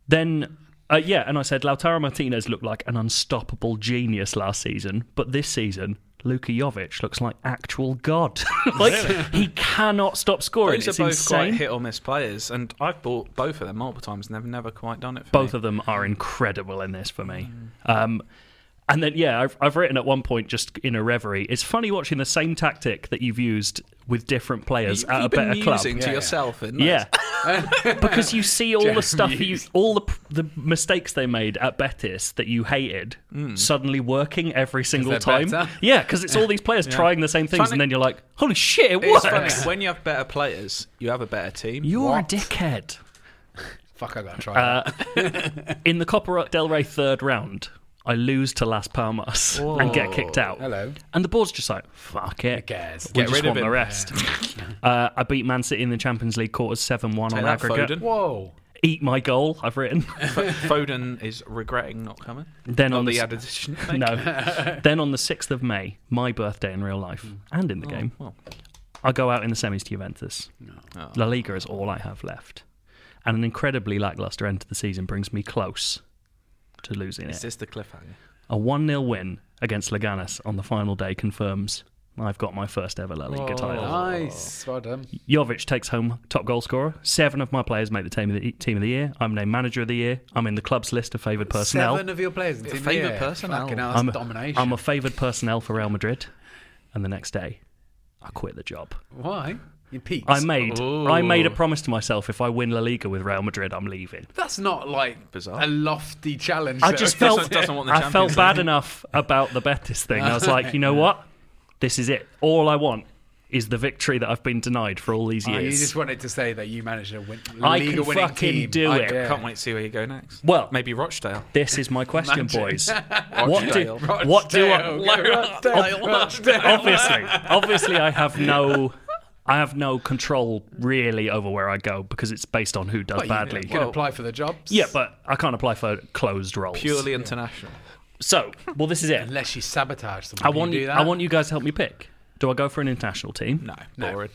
Speaker 2: then, uh, yeah, and I said Lautaro Martinez looked like an unstoppable genius last season, but this season, Luka Jovic looks like actual god. like he cannot stop scoring.
Speaker 3: Those
Speaker 2: it's
Speaker 3: are both quite
Speaker 2: insane.
Speaker 3: hit or miss players, and I've bought both of them multiple times, and they've never quite done it. For
Speaker 2: both
Speaker 3: me.
Speaker 2: of them are incredible in this for me.
Speaker 3: Mm.
Speaker 2: Um, and then, yeah, I've, I've written at one point just in a reverie. It's funny watching the same tactic that you've used with different players
Speaker 3: You've
Speaker 2: at a
Speaker 3: been
Speaker 2: better club.
Speaker 3: musing to
Speaker 4: Yeah, yeah.
Speaker 3: yourself, in those.
Speaker 2: Yeah, because you see all the stuff, you, all the the mistakes they made at Betis that you hated,
Speaker 3: Mm.
Speaker 2: suddenly working every single
Speaker 4: they're
Speaker 2: time.
Speaker 4: better.
Speaker 2: Yeah, because it's all these players trying the same things,
Speaker 3: Funny-
Speaker 2: and then you're like, "Holy shit, it
Speaker 3: It's funny,
Speaker 2: works!"
Speaker 3: when you have better players, you have a better team.
Speaker 2: You're
Speaker 4: What?
Speaker 2: a dickhead.
Speaker 4: Fuck, I got to try.
Speaker 2: Uh,
Speaker 4: that.
Speaker 2: In the Copa del Rey third round, I lose to Las Palmas and get kicked out.
Speaker 4: Hello.
Speaker 2: And the board's just like, "Fuck it,
Speaker 4: cares?
Speaker 2: we
Speaker 4: Get
Speaker 2: just
Speaker 3: rid of
Speaker 2: want the
Speaker 3: him."
Speaker 2: rest." uh, I beat Man City in the Champions League quarters seven one on
Speaker 3: that,
Speaker 2: aggregate.
Speaker 3: Foden.
Speaker 4: Whoa.
Speaker 2: Eat my goal. I've written.
Speaker 3: Foden is regretting not coming.
Speaker 2: Then
Speaker 3: Not
Speaker 2: on
Speaker 3: the
Speaker 2: the
Speaker 3: added addition.
Speaker 2: No. then on the 6th of May, my birthday in real life and in the game,
Speaker 3: Hmm. Oh, well.
Speaker 2: I go out in the semis to Juventus. La Liga is all I have left. And an incredibly lackluster end to the season brings me close to losing
Speaker 3: Is
Speaker 2: it.
Speaker 3: this the cliffhanger?
Speaker 2: A 1 0 win against Leganes on the final day confirms I've got my first ever La Liga title.
Speaker 4: Oh. Nice. Well done.
Speaker 2: Jovic takes home top goal scorer. Seven of my players make the team of the, team of the year. I'm named manager of the year. I'm in the club's list of favoured personnel.
Speaker 4: Seven of your players. in the team,
Speaker 3: Favourite
Speaker 4: yeah.
Speaker 3: personnel.
Speaker 4: Fucking hell, that's
Speaker 2: I'm,
Speaker 4: domination.
Speaker 2: I'm a favoured personnel for Real Madrid, and the next day, I quit the job.
Speaker 4: Why? You peaked.
Speaker 2: I made
Speaker 3: Ooh.
Speaker 2: I made a promise to myself: if I win La Liga with Real Madrid, I'm leaving.
Speaker 4: That's not like
Speaker 3: Bizarre.
Speaker 4: a lofty challenge.
Speaker 2: I
Speaker 4: though.
Speaker 2: just
Speaker 3: doesn't-
Speaker 2: felt
Speaker 3: doesn't want the
Speaker 2: I felt
Speaker 3: Champions
Speaker 2: bad enough about the Betis thing. I was like, you know what? This is it. All I want is the victory that I've been denied for all these
Speaker 4: Oh, you
Speaker 2: years.
Speaker 4: just wanted to say that you managed to win.
Speaker 2: I
Speaker 4: league
Speaker 2: can
Speaker 4: winning
Speaker 2: fucking
Speaker 4: team.
Speaker 2: do
Speaker 4: I
Speaker 2: it.
Speaker 4: Yeah.
Speaker 3: Can't wait to see where you go next.
Speaker 2: Well-
Speaker 3: maybe Rochdale.
Speaker 2: this is my question,
Speaker 4: Imagine.
Speaker 2: boys. what do
Speaker 4: Rochdale.
Speaker 2: what do I?
Speaker 4: Rochdale. Rochdale.
Speaker 2: Obviously, obviously, I have no I have no control really over where I go because it's based on who does badly.
Speaker 4: You can apply for the jobs.
Speaker 2: yeah, but I can't apply for closed roles.
Speaker 3: Purely international.
Speaker 2: So, well, this is it.
Speaker 4: Unless you sabotage someone.
Speaker 2: I
Speaker 4: Can
Speaker 2: want
Speaker 4: you.
Speaker 2: you,
Speaker 4: Do that?
Speaker 2: I want you guys to help me pick. Do I go for an international team?
Speaker 3: No,
Speaker 4: No.
Speaker 3: boring.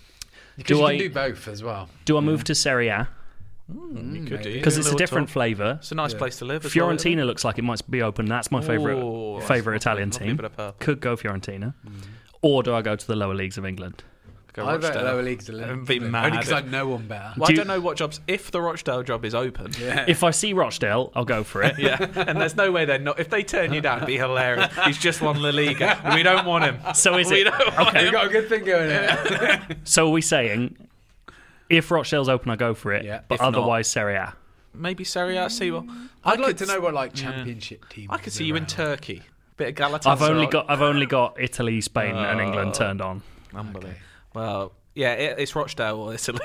Speaker 4: Because
Speaker 2: do
Speaker 4: you
Speaker 2: I-
Speaker 4: can do both as well.
Speaker 2: Do I move to Serie A
Speaker 3: You could do
Speaker 2: because it's a
Speaker 3: little
Speaker 2: different
Speaker 3: tour.
Speaker 2: flavour?
Speaker 3: It's a nice place to live. as well, isn't it?
Speaker 2: Fiorentina looks like it might be open. That's my
Speaker 3: Ooh,
Speaker 2: favourite
Speaker 3: that's
Speaker 2: favourite
Speaker 3: lovely,
Speaker 2: Italian
Speaker 3: lovely
Speaker 2: team.
Speaker 3: bit of purple. Mm.
Speaker 2: Could go Fiorentina, or do I go to the lower leagues of England?
Speaker 3: Go
Speaker 4: I vote
Speaker 3: Rochdale.
Speaker 4: lower leagues. Olympic,
Speaker 3: I'd be mad
Speaker 4: Only because
Speaker 3: if-
Speaker 4: I know one better.
Speaker 3: Well,
Speaker 2: Do
Speaker 3: I
Speaker 2: you-
Speaker 3: don't know what jobs. If the Rochdale job is open, yeah,
Speaker 2: If I see Rochdale, I'll go for it.
Speaker 3: and there's no way they're not. If they turn you down, it'd be hilarious. He's just won La Liga. We don't want him.
Speaker 2: So is
Speaker 3: We
Speaker 2: it
Speaker 3: don't want
Speaker 2: okay?
Speaker 4: You got a good thing going. there.
Speaker 2: So are we saying if Rochdale's open, I go for it,
Speaker 4: Yeah.
Speaker 2: but
Speaker 3: If not-
Speaker 2: otherwise Serie A.
Speaker 3: Maybe Serie A. See what?
Speaker 4: I'd like to know what like championship team.
Speaker 3: I could see you in Turkey. Bit of Galatasaray.
Speaker 2: I've only got I've only got Italy, Spain, and England
Speaker 3: Oh.
Speaker 2: turned on.
Speaker 3: Unbelievable. Well, yeah, it, it's Rochdale or Italy.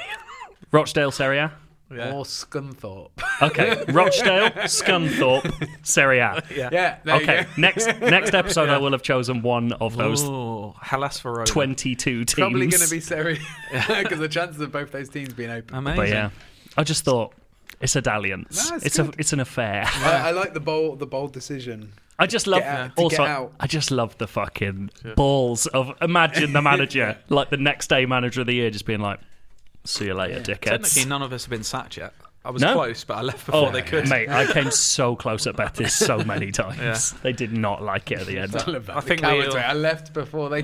Speaker 2: Rochdale, Serie A.
Speaker 3: Yeah.
Speaker 4: or Scunthorpe.
Speaker 2: Okay, Rochdale, Scunthorpe, Serie A.
Speaker 4: yeah. There You
Speaker 2: Okay,
Speaker 4: go.
Speaker 2: next next episode I will have chosen one of those
Speaker 3: Oh, Hellas Verona.
Speaker 2: twenty two teams.
Speaker 4: Probably going to be Serie because the chances of both those teams being open.
Speaker 3: Amazing.
Speaker 2: But yeah, I just thought it's a dalliance.
Speaker 4: No, it's
Speaker 2: it's a
Speaker 4: good.
Speaker 2: it's an affair.
Speaker 4: I, I like the bold, the bold decision.
Speaker 2: I just love
Speaker 4: out, to
Speaker 2: also.
Speaker 4: get out.
Speaker 2: I just love the fucking balls of imagine the manager like the next day manager of the year just being like, "See you later,
Speaker 3: Technically,
Speaker 2: dickheads."
Speaker 3: none of us have been sacked yet. I was
Speaker 2: No.
Speaker 3: close, but I left before
Speaker 2: Oh,
Speaker 3: they could.
Speaker 2: mate, I came so close at Betis so many times. They did not like it at the end.
Speaker 4: I love that.
Speaker 3: I
Speaker 4: The
Speaker 3: think
Speaker 4: cowards
Speaker 3: we'll-
Speaker 4: way. I left before they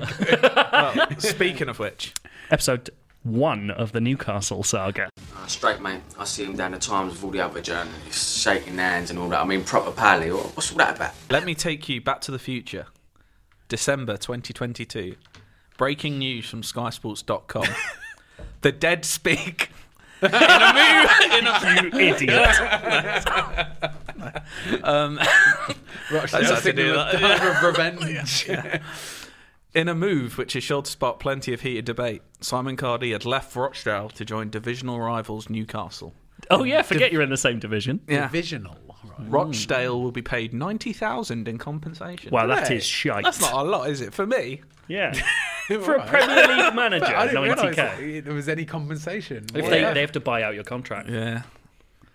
Speaker 4: could.
Speaker 3: Speaking of which,
Speaker 2: Episode one of the Newcastle saga.
Speaker 1: Uh, straight, mate. I see him down the Times with all the other journalists, shaking hands and all that. I mean, proper pally. What- What's all that about?
Speaker 3: let me take you back to the future, December 2022. Breaking news from SkySports.com: The dead speak.
Speaker 2: You idiot.
Speaker 3: how
Speaker 4: Rochdale
Speaker 3: to
Speaker 4: signal
Speaker 3: do
Speaker 4: a
Speaker 3: that.
Speaker 4: time of revenge.
Speaker 3: In a move which is sure to spark plenty of heated debate, Simon Cardi had left Rochdale to join divisional rivals Newcastle.
Speaker 2: Oh yeah, forget you're in the same division.
Speaker 3: Yeah.
Speaker 4: Divisional. Right.
Speaker 3: Rochdale will be paid ninety thousand in compensation.
Speaker 2: Wow, that
Speaker 4: Right.
Speaker 2: is shite.
Speaker 3: That's not a lot, is it? For me,
Speaker 2: Yeah. For a Premier League manager,
Speaker 4: I didn't realise
Speaker 2: 90k.
Speaker 4: that there was any compensation.
Speaker 2: If they, they have to buy out your contract.
Speaker 3: yeah,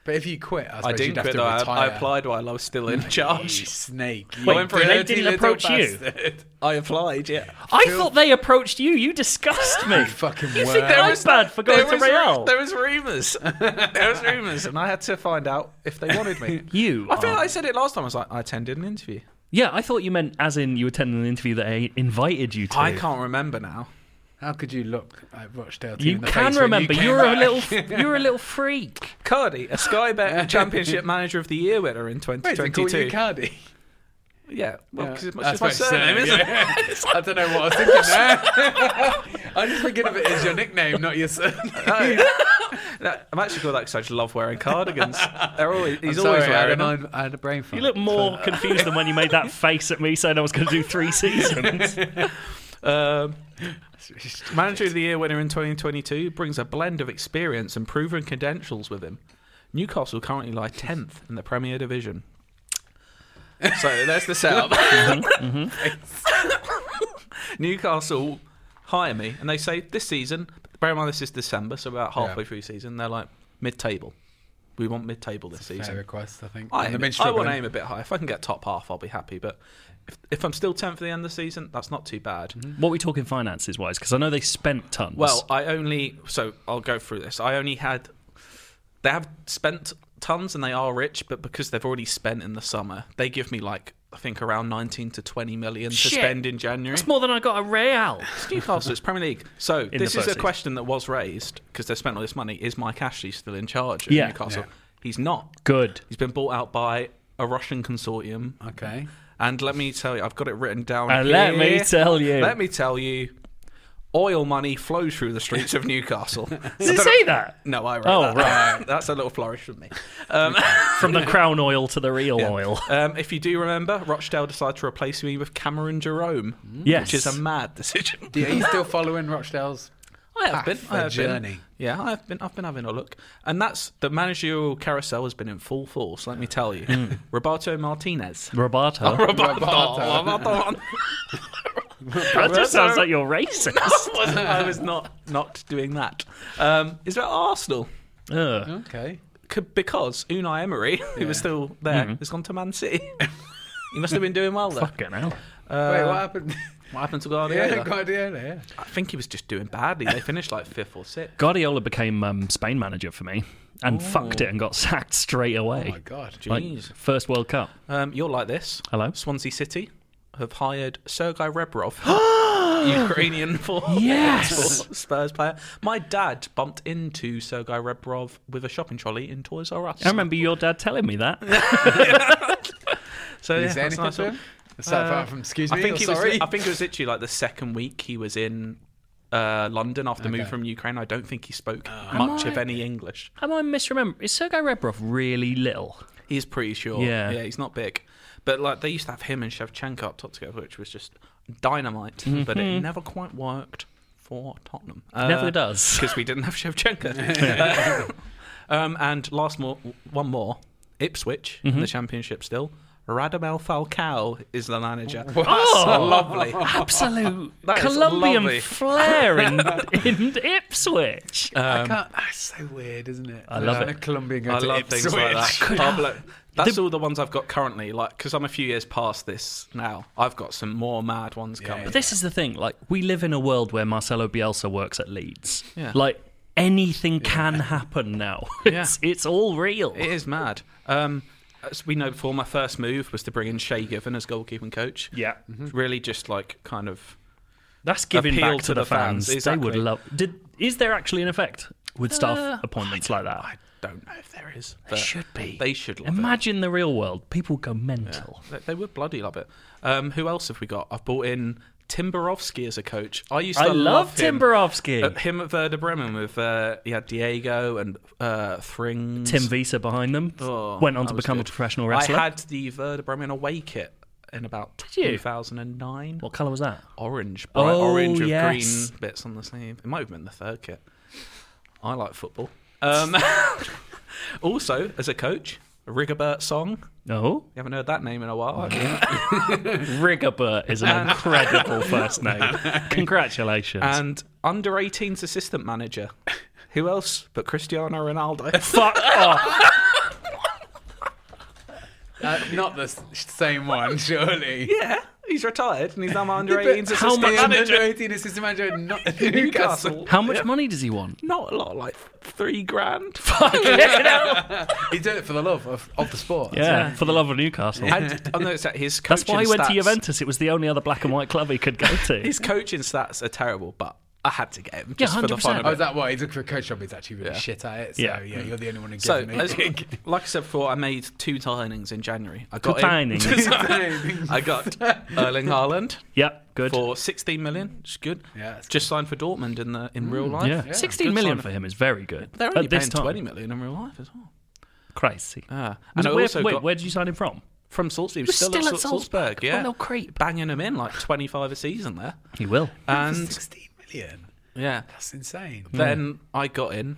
Speaker 4: but if you quit, I,
Speaker 3: I
Speaker 4: suppose
Speaker 3: didn't
Speaker 4: you'd have
Speaker 3: quit.
Speaker 4: to
Speaker 3: Though. I, I
Speaker 4: retire.
Speaker 3: applied while I was still in
Speaker 4: You
Speaker 3: charge.
Speaker 4: snake. You
Speaker 2: Wait, they
Speaker 4: dirty
Speaker 2: didn't
Speaker 4: little
Speaker 2: approach you?
Speaker 4: bastard.
Speaker 3: I applied. Yeah,
Speaker 2: I thought they approached you. You disgust me.
Speaker 4: You fucking
Speaker 2: You think
Speaker 4: worm.
Speaker 2: I'm bad for going to
Speaker 3: was, ru-
Speaker 2: Real?
Speaker 3: there was rumours. there was rumours, and I had to find out if they wanted me.
Speaker 2: You.
Speaker 3: I feel
Speaker 2: are-
Speaker 3: like I said it last time. I was like, I attended an interview.
Speaker 2: yeah, I thought you meant as in you attended an interview that I invited you to.
Speaker 3: I can't remember now.
Speaker 4: How could you look at Rochdale team
Speaker 2: You
Speaker 4: in the
Speaker 2: can
Speaker 4: face when
Speaker 2: remember.
Speaker 4: You came
Speaker 2: You are a
Speaker 4: back?
Speaker 2: little. You're a little freak.
Speaker 3: Cardi, a Sky Bet Championship Manager of the Year winner in
Speaker 4: Wait, they call you
Speaker 3: 2022.
Speaker 4: Cardi?
Speaker 2: Oh,
Speaker 3: yeah, well,
Speaker 4: Yeah.
Speaker 3: because it's my-
Speaker 4: That's
Speaker 3: it's my
Speaker 4: my
Speaker 3: surname,
Speaker 4: surname,
Speaker 3: isn't it?
Speaker 4: I don't know what I was thinking there. I'm just thinking of it as your nickname, not your surname.
Speaker 3: Oh, No, I'm actually called that because I just love wearing cardigans. They're always, he's
Speaker 4: Sorry,
Speaker 3: always
Speaker 4: I, had a
Speaker 3: wearing them.
Speaker 4: mind- I had a brain fart.
Speaker 2: You look more confused than when you made that face at me saying I was going to do three seasons.
Speaker 3: Um, Manager of the Year winner in 2022 brings a blend of experience and proven credentials with him. Newcastle currently lie 10th in the Premier Division. So there's the setup.
Speaker 4: Mm-hmm,
Speaker 3: Newcastle hire me and they say this season, bear in mind this is December, so about halfway
Speaker 4: Yeah.
Speaker 3: through season, they're like mid table. We want mid table this
Speaker 4: Fair
Speaker 3: season.
Speaker 4: request, I think.
Speaker 3: I,
Speaker 4: And
Speaker 3: aim,
Speaker 4: they've
Speaker 3: it-
Speaker 4: been
Speaker 3: I want to
Speaker 4: struggling.
Speaker 3: aim a bit high. If I can get top half, I'll be happy. But if, if I'm still 10th at the end of the season, that's not too bad.
Speaker 2: what are we talking finances wise? Because I know they spent tons.
Speaker 3: Well, I only. So I'll go through this. I only had. They have spent tons and they are rich, but because they've already spent in the summer, they give me like. I think around 19 to 20 million to
Speaker 2: Shit.
Speaker 3: spend in January.
Speaker 2: it's more than I got a Real.
Speaker 3: It's Newcastle, it's Premier League. So
Speaker 2: the
Speaker 3: this is
Speaker 2: first
Speaker 3: a
Speaker 2: season.
Speaker 3: question that was raised because they've spent all this money. Is Mike Ashley still in charge at
Speaker 2: Yeah.
Speaker 3: Newcastle? He's not.
Speaker 2: Good.
Speaker 3: He's been bought out by a Russian consortium.
Speaker 4: Okay.
Speaker 3: And let me tell you, I've got it written down.
Speaker 2: And let me
Speaker 3: here.
Speaker 2: tell you.
Speaker 3: Let me tell you. Oil money flows through the streets of Newcastle.
Speaker 2: Does it say that?
Speaker 3: No, I wrote
Speaker 2: Oh,
Speaker 3: that. right. That's a little flourish from me. Um,
Speaker 2: From the crown oil to the real oil.
Speaker 3: um, if you do remember, Rochdale decided to replace me with Cameron Jerome,
Speaker 2: Yes.
Speaker 3: which is a mad decision. Ah,
Speaker 4: Do you, are you still following Rochdale's?
Speaker 3: I have been.
Speaker 4: Path
Speaker 3: I
Speaker 4: and
Speaker 3: have Been.
Speaker 4: journey.
Speaker 3: Yeah, I have been. I've been having a look, and that's the managerial carousel has been in full force. Let me tell you, Roberto Martinez.
Speaker 2: Roberto.
Speaker 3: Roberto. Roberto.
Speaker 2: That just sounds
Speaker 3: Roberto-
Speaker 2: like you're racist.
Speaker 3: wasn't- I was not not doing that. Um, is about Arsenal
Speaker 2: Ugh.
Speaker 4: Okay.
Speaker 3: C- because Unai Emery, who was still there, has gone to Man City. he must have been doing well there.
Speaker 2: Fucking hell.
Speaker 4: Wait,
Speaker 3: Uh,
Speaker 4: what happened?
Speaker 3: What happened to
Speaker 4: yeah,
Speaker 3: Guardiola?
Speaker 4: Guardiola, yeah.
Speaker 3: I think he was just doing badly. They finished like fifth or sixth.
Speaker 2: Guardiola became um, Spain manager for me
Speaker 3: Oh.
Speaker 2: and fucked it and got sacked straight
Speaker 4: Oh
Speaker 2: away.
Speaker 4: my god.
Speaker 2: like,
Speaker 3: Jeez.
Speaker 2: first World Cup.
Speaker 3: Um, you're like this.
Speaker 2: Hello?
Speaker 3: Swansea City have hired Sergei Rebrov, Ukrainian forward
Speaker 2: Yes!
Speaker 3: Spurs player. My dad bumped into Sergei Rebrov with a shopping trolley in Toys R Us.
Speaker 2: I remember your dad telling me that.
Speaker 3: So yeah,
Speaker 4: Is there
Speaker 3: that's
Speaker 4: anything
Speaker 3: nice Uh,
Speaker 4: to him? Aside far from excuse me,
Speaker 3: I think
Speaker 4: or
Speaker 3: he
Speaker 4: sorry.
Speaker 3: was. I think it was literally like the second week he was in uh, London after move from Ukraine. I don't think he spoke much of any English.
Speaker 2: Am I misremembering? Is Sergei Rebrov really little?
Speaker 3: He's pretty sure.
Speaker 2: Yeah.
Speaker 3: yeah, he's not big, but like they used to have him and Shevchenko up top together, which was just dynamite.
Speaker 2: Mm-hmm.
Speaker 3: But it never quite worked for Tottenham.
Speaker 2: Never does.
Speaker 3: because we didn't have Shevchenko. um, and last more, one more, Ipswich in
Speaker 2: Mm-hmm.
Speaker 3: the Championship still. Radamel Falcao is the manager.
Speaker 2: Oh,
Speaker 3: Lovely.
Speaker 2: absolute
Speaker 3: That is lovely.
Speaker 2: Colombian flair in, in Ipswich.
Speaker 3: Uh, um,
Speaker 4: I can't. That's so weird, isn't it? I
Speaker 2: love it.
Speaker 4: Colombian go
Speaker 3: I
Speaker 4: to
Speaker 3: love things like
Speaker 4: Ipswich.
Speaker 3: that. Pablo- that's all the ones I've got currently. Like, because I'm a few years past this now, I've got some more mad ones coming.
Speaker 2: This is the thing. Like, we live in a world where Marcelo Bielsa works at Leeds.
Speaker 3: Yeah.
Speaker 2: Like, anything can happen now. It's, it's all real.
Speaker 3: It is mad. Um, as we know before, my first move was to bring in Shea Given as goalkeeping coach.
Speaker 2: yeah.
Speaker 3: Really, just like kind of
Speaker 2: That's giving
Speaker 3: Appeal
Speaker 2: back to, the fans. Uh, They would
Speaker 3: exactly.
Speaker 2: love. Did is there actually an effect with staff appointments like that?
Speaker 3: don't know if there is.
Speaker 2: There
Speaker 3: but
Speaker 2: should be.
Speaker 3: They should love it.
Speaker 2: Imagine the real world. People go mental.
Speaker 3: They, they would bloody love it. Um, who else have we got? I've brought in Timberovsky as a coach. I used to
Speaker 2: I love
Speaker 3: him.
Speaker 2: Timberovsky.
Speaker 3: Uh, him at Werder Bremen with uh, he had Diego and uh, Frings.
Speaker 2: Tim Visa behind them
Speaker 3: Oh,
Speaker 2: went on
Speaker 3: that
Speaker 2: to
Speaker 3: was
Speaker 2: become
Speaker 3: good.
Speaker 2: a professional wrestler.
Speaker 3: I had the Werder Bremen away kit in about
Speaker 2: you?
Speaker 3: 2009.
Speaker 2: What colour was that?
Speaker 3: Orange, bright
Speaker 2: Oh,
Speaker 3: orange with
Speaker 2: yes.
Speaker 3: green bits on the sleeve. It might have been the third kit. I like football. Um, also, as a coach, Rigobert Song.
Speaker 2: No,
Speaker 3: You haven't heard that name in a while. have you?
Speaker 2: Rigobert is an incredible first name. Congratulations.
Speaker 3: and under 18s assistant manager. Who else but Cristiano Ronaldo?
Speaker 2: Fuck off.
Speaker 4: Uh, not the s- same one, surely.
Speaker 3: yeah, he's retired and he's now my under 18s assistant
Speaker 2: how much-
Speaker 3: manager.
Speaker 4: Under 18 assistant manager at Not-
Speaker 3: Newcastle.
Speaker 4: Newcastle.
Speaker 2: How much money does he want?
Speaker 3: Not a lot, like three grand.
Speaker 4: He's doing it for the love of, of the sport.
Speaker 2: Yeah, for the love of Newcastle.
Speaker 3: And I know it's that his
Speaker 2: That's
Speaker 3: coaching
Speaker 2: why he went to
Speaker 3: stats-
Speaker 2: Juventus. It was the only other black and white club he could go to.
Speaker 3: His coaching stats are terrible, but I had to get him just for the
Speaker 2: 100%.
Speaker 3: fun
Speaker 4: Oh,
Speaker 3: of
Speaker 4: is
Speaker 3: it.
Speaker 4: that why he's looking for a coach job? He's actually really
Speaker 3: Yeah.
Speaker 4: shit at it. So
Speaker 2: Yeah.
Speaker 4: yeah, you're the only one who gives
Speaker 3: So,
Speaker 4: me.
Speaker 3: as- like I said before, I made two signings in January. I got in-
Speaker 2: Dining.
Speaker 3: I got Erling Haaland
Speaker 2: yep, good.
Speaker 3: for 16 million, which is good.
Speaker 4: Yeah, that's Mm.
Speaker 3: just signed for Dortmund in the in real life.
Speaker 2: Yeah. sixteen
Speaker 3: Good
Speaker 2: million
Speaker 3: signing.
Speaker 2: for him is very good.
Speaker 3: They're only
Speaker 2: At this
Speaker 3: paying
Speaker 2: time, Uh,
Speaker 3: 20 million in real life as well.
Speaker 2: crazy.
Speaker 3: Ah,
Speaker 2: Was
Speaker 3: and I
Speaker 2: it- where,
Speaker 3: also
Speaker 2: wait,
Speaker 3: got
Speaker 2: where did you sign him from?
Speaker 3: from Salzburg.
Speaker 2: was
Speaker 3: Still,
Speaker 2: still
Speaker 3: at
Speaker 2: at
Speaker 3: Sal-
Speaker 2: Salzburg.
Speaker 3: Salzburg, yeah.
Speaker 2: What no creep.
Speaker 3: Banging them in like 25 a season there.
Speaker 2: He will.
Speaker 3: And
Speaker 4: 16 million.
Speaker 3: yeah,
Speaker 4: That's insane.
Speaker 3: then I got in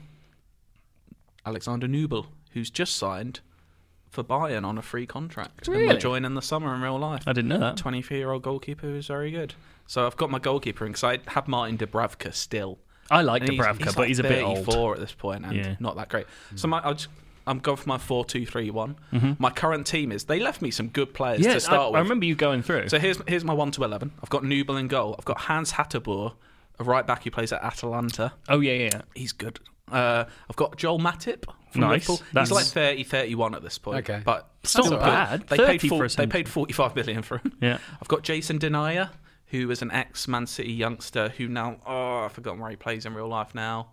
Speaker 3: Alexander Nubel, who's just signed for Bayern on a free contract. And
Speaker 2: Really?
Speaker 3: will join in the summer in real life.
Speaker 2: I didn't know that.
Speaker 3: 23 year old goalkeeper who's very good. So I've got my goalkeeper in because I had Martin Dubravka still.
Speaker 2: I like
Speaker 3: And
Speaker 2: Dubravka,
Speaker 3: he's
Speaker 2: but
Speaker 3: like
Speaker 2: he's a bit old.
Speaker 3: 34 at this point and
Speaker 2: Yeah. Mm.
Speaker 3: not that great. So my, I just, I'm going for my 4 2 3 1. My current team is they left me some good players
Speaker 2: Mm-hmm. Yeah,
Speaker 3: to
Speaker 2: I,
Speaker 3: start
Speaker 2: I
Speaker 3: with.
Speaker 2: remember you going through.
Speaker 3: So here's here's my 1 to 11. I've got Nubel in goal. I've got Hans Hatterboer, a right back who plays at Atalanta.
Speaker 2: oh yeah, yeah, yeah.
Speaker 3: He's good. Uh, I've got Joel Matip from
Speaker 2: Nice.
Speaker 3: Liverpool.
Speaker 2: That's-
Speaker 3: He's like 30, 31 at this point.
Speaker 4: Okay.
Speaker 3: But
Speaker 2: It's not
Speaker 3: still good.
Speaker 2: bad.
Speaker 3: They
Speaker 2: 30
Speaker 3: paid,
Speaker 2: for a
Speaker 3: they
Speaker 2: centre.
Speaker 3: paid 45 million for him.
Speaker 2: Yeah.
Speaker 3: I've got Jason Denier, who is an ex Man City youngster who now, oh, I've forgotten where he plays in real life now.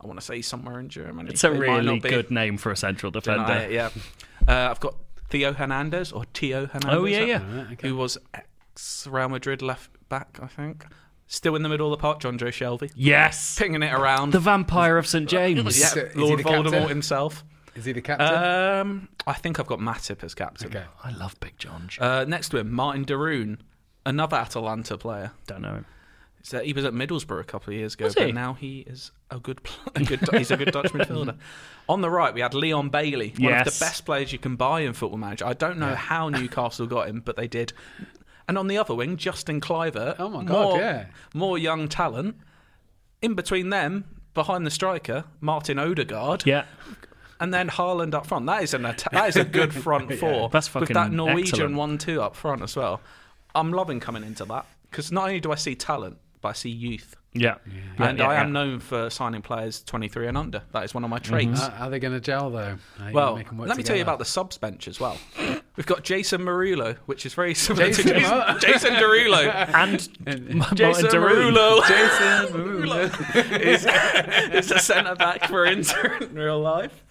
Speaker 3: I want to say somewhere in Germany.
Speaker 2: It's a
Speaker 3: It might
Speaker 2: really
Speaker 3: not be
Speaker 2: good name for a central defender.
Speaker 3: Denier, yeah. Uh, I've got Theo Hernandez or Tio Hernandez.
Speaker 2: Oh, yeah, yeah.
Speaker 3: Who was ex Real Madrid left back, I think. Still in the middle of the park, John Joe Shelby.
Speaker 2: Yes,
Speaker 3: Pinging it around.
Speaker 2: the vampire of St James.
Speaker 3: yeah,
Speaker 4: So, is he
Speaker 3: Lord
Speaker 4: the
Speaker 3: Voldemort
Speaker 4: captain?
Speaker 3: himself.
Speaker 4: Is he the captain?
Speaker 3: Um, I think I've got Matip as captain.
Speaker 4: okay.
Speaker 2: I love Big John.
Speaker 3: Uh, next to him, Martin Deroon, another Atalanta player.
Speaker 2: Don't know him.
Speaker 3: So he was at Middlesbrough a couple of years ago,
Speaker 2: Was
Speaker 3: but
Speaker 2: he?
Speaker 3: now he is a good, pl- a good he's a good Dutch midfielder. On the right, we had Leon Bailey, one of
Speaker 2: Yes.
Speaker 3: the best players you can buy in Football Manager. I don't know how Newcastle got him, but they did. And on the other wing, Justin Cliver.
Speaker 4: Oh my God,
Speaker 3: more,
Speaker 4: yeah.
Speaker 3: More young talent. In between them, behind the striker, Martin Odegaard.
Speaker 2: Yeah.
Speaker 3: And then Haaland up front. That is an atta- that is a good front four.
Speaker 2: that's
Speaker 3: with
Speaker 2: fucking
Speaker 3: that Norwegian
Speaker 2: excellent.
Speaker 3: one-two up front as well. I'm loving coming into that because not only do I see talent, but I see youth.
Speaker 2: Yeah. Yeah,
Speaker 3: and
Speaker 2: yeah,
Speaker 3: I am
Speaker 2: yeah.
Speaker 3: known for signing players 23 and under. That is one of my traits.
Speaker 2: Mm-hmm.
Speaker 4: Uh, are they going to gel though? Are
Speaker 3: Well,
Speaker 4: you gonna
Speaker 3: let
Speaker 4: make 'em work
Speaker 3: me tell you
Speaker 4: together?
Speaker 3: about the subs bench as well. We've got Jason Marulo, which is very similar
Speaker 4: Jason
Speaker 3: to Jason,
Speaker 4: what?
Speaker 3: Jason Derulo.
Speaker 2: And Martin
Speaker 3: Jason
Speaker 2: Derulo.
Speaker 3: Derulo
Speaker 4: Jason Derulo.
Speaker 3: is, is a centre back for Inter in real life.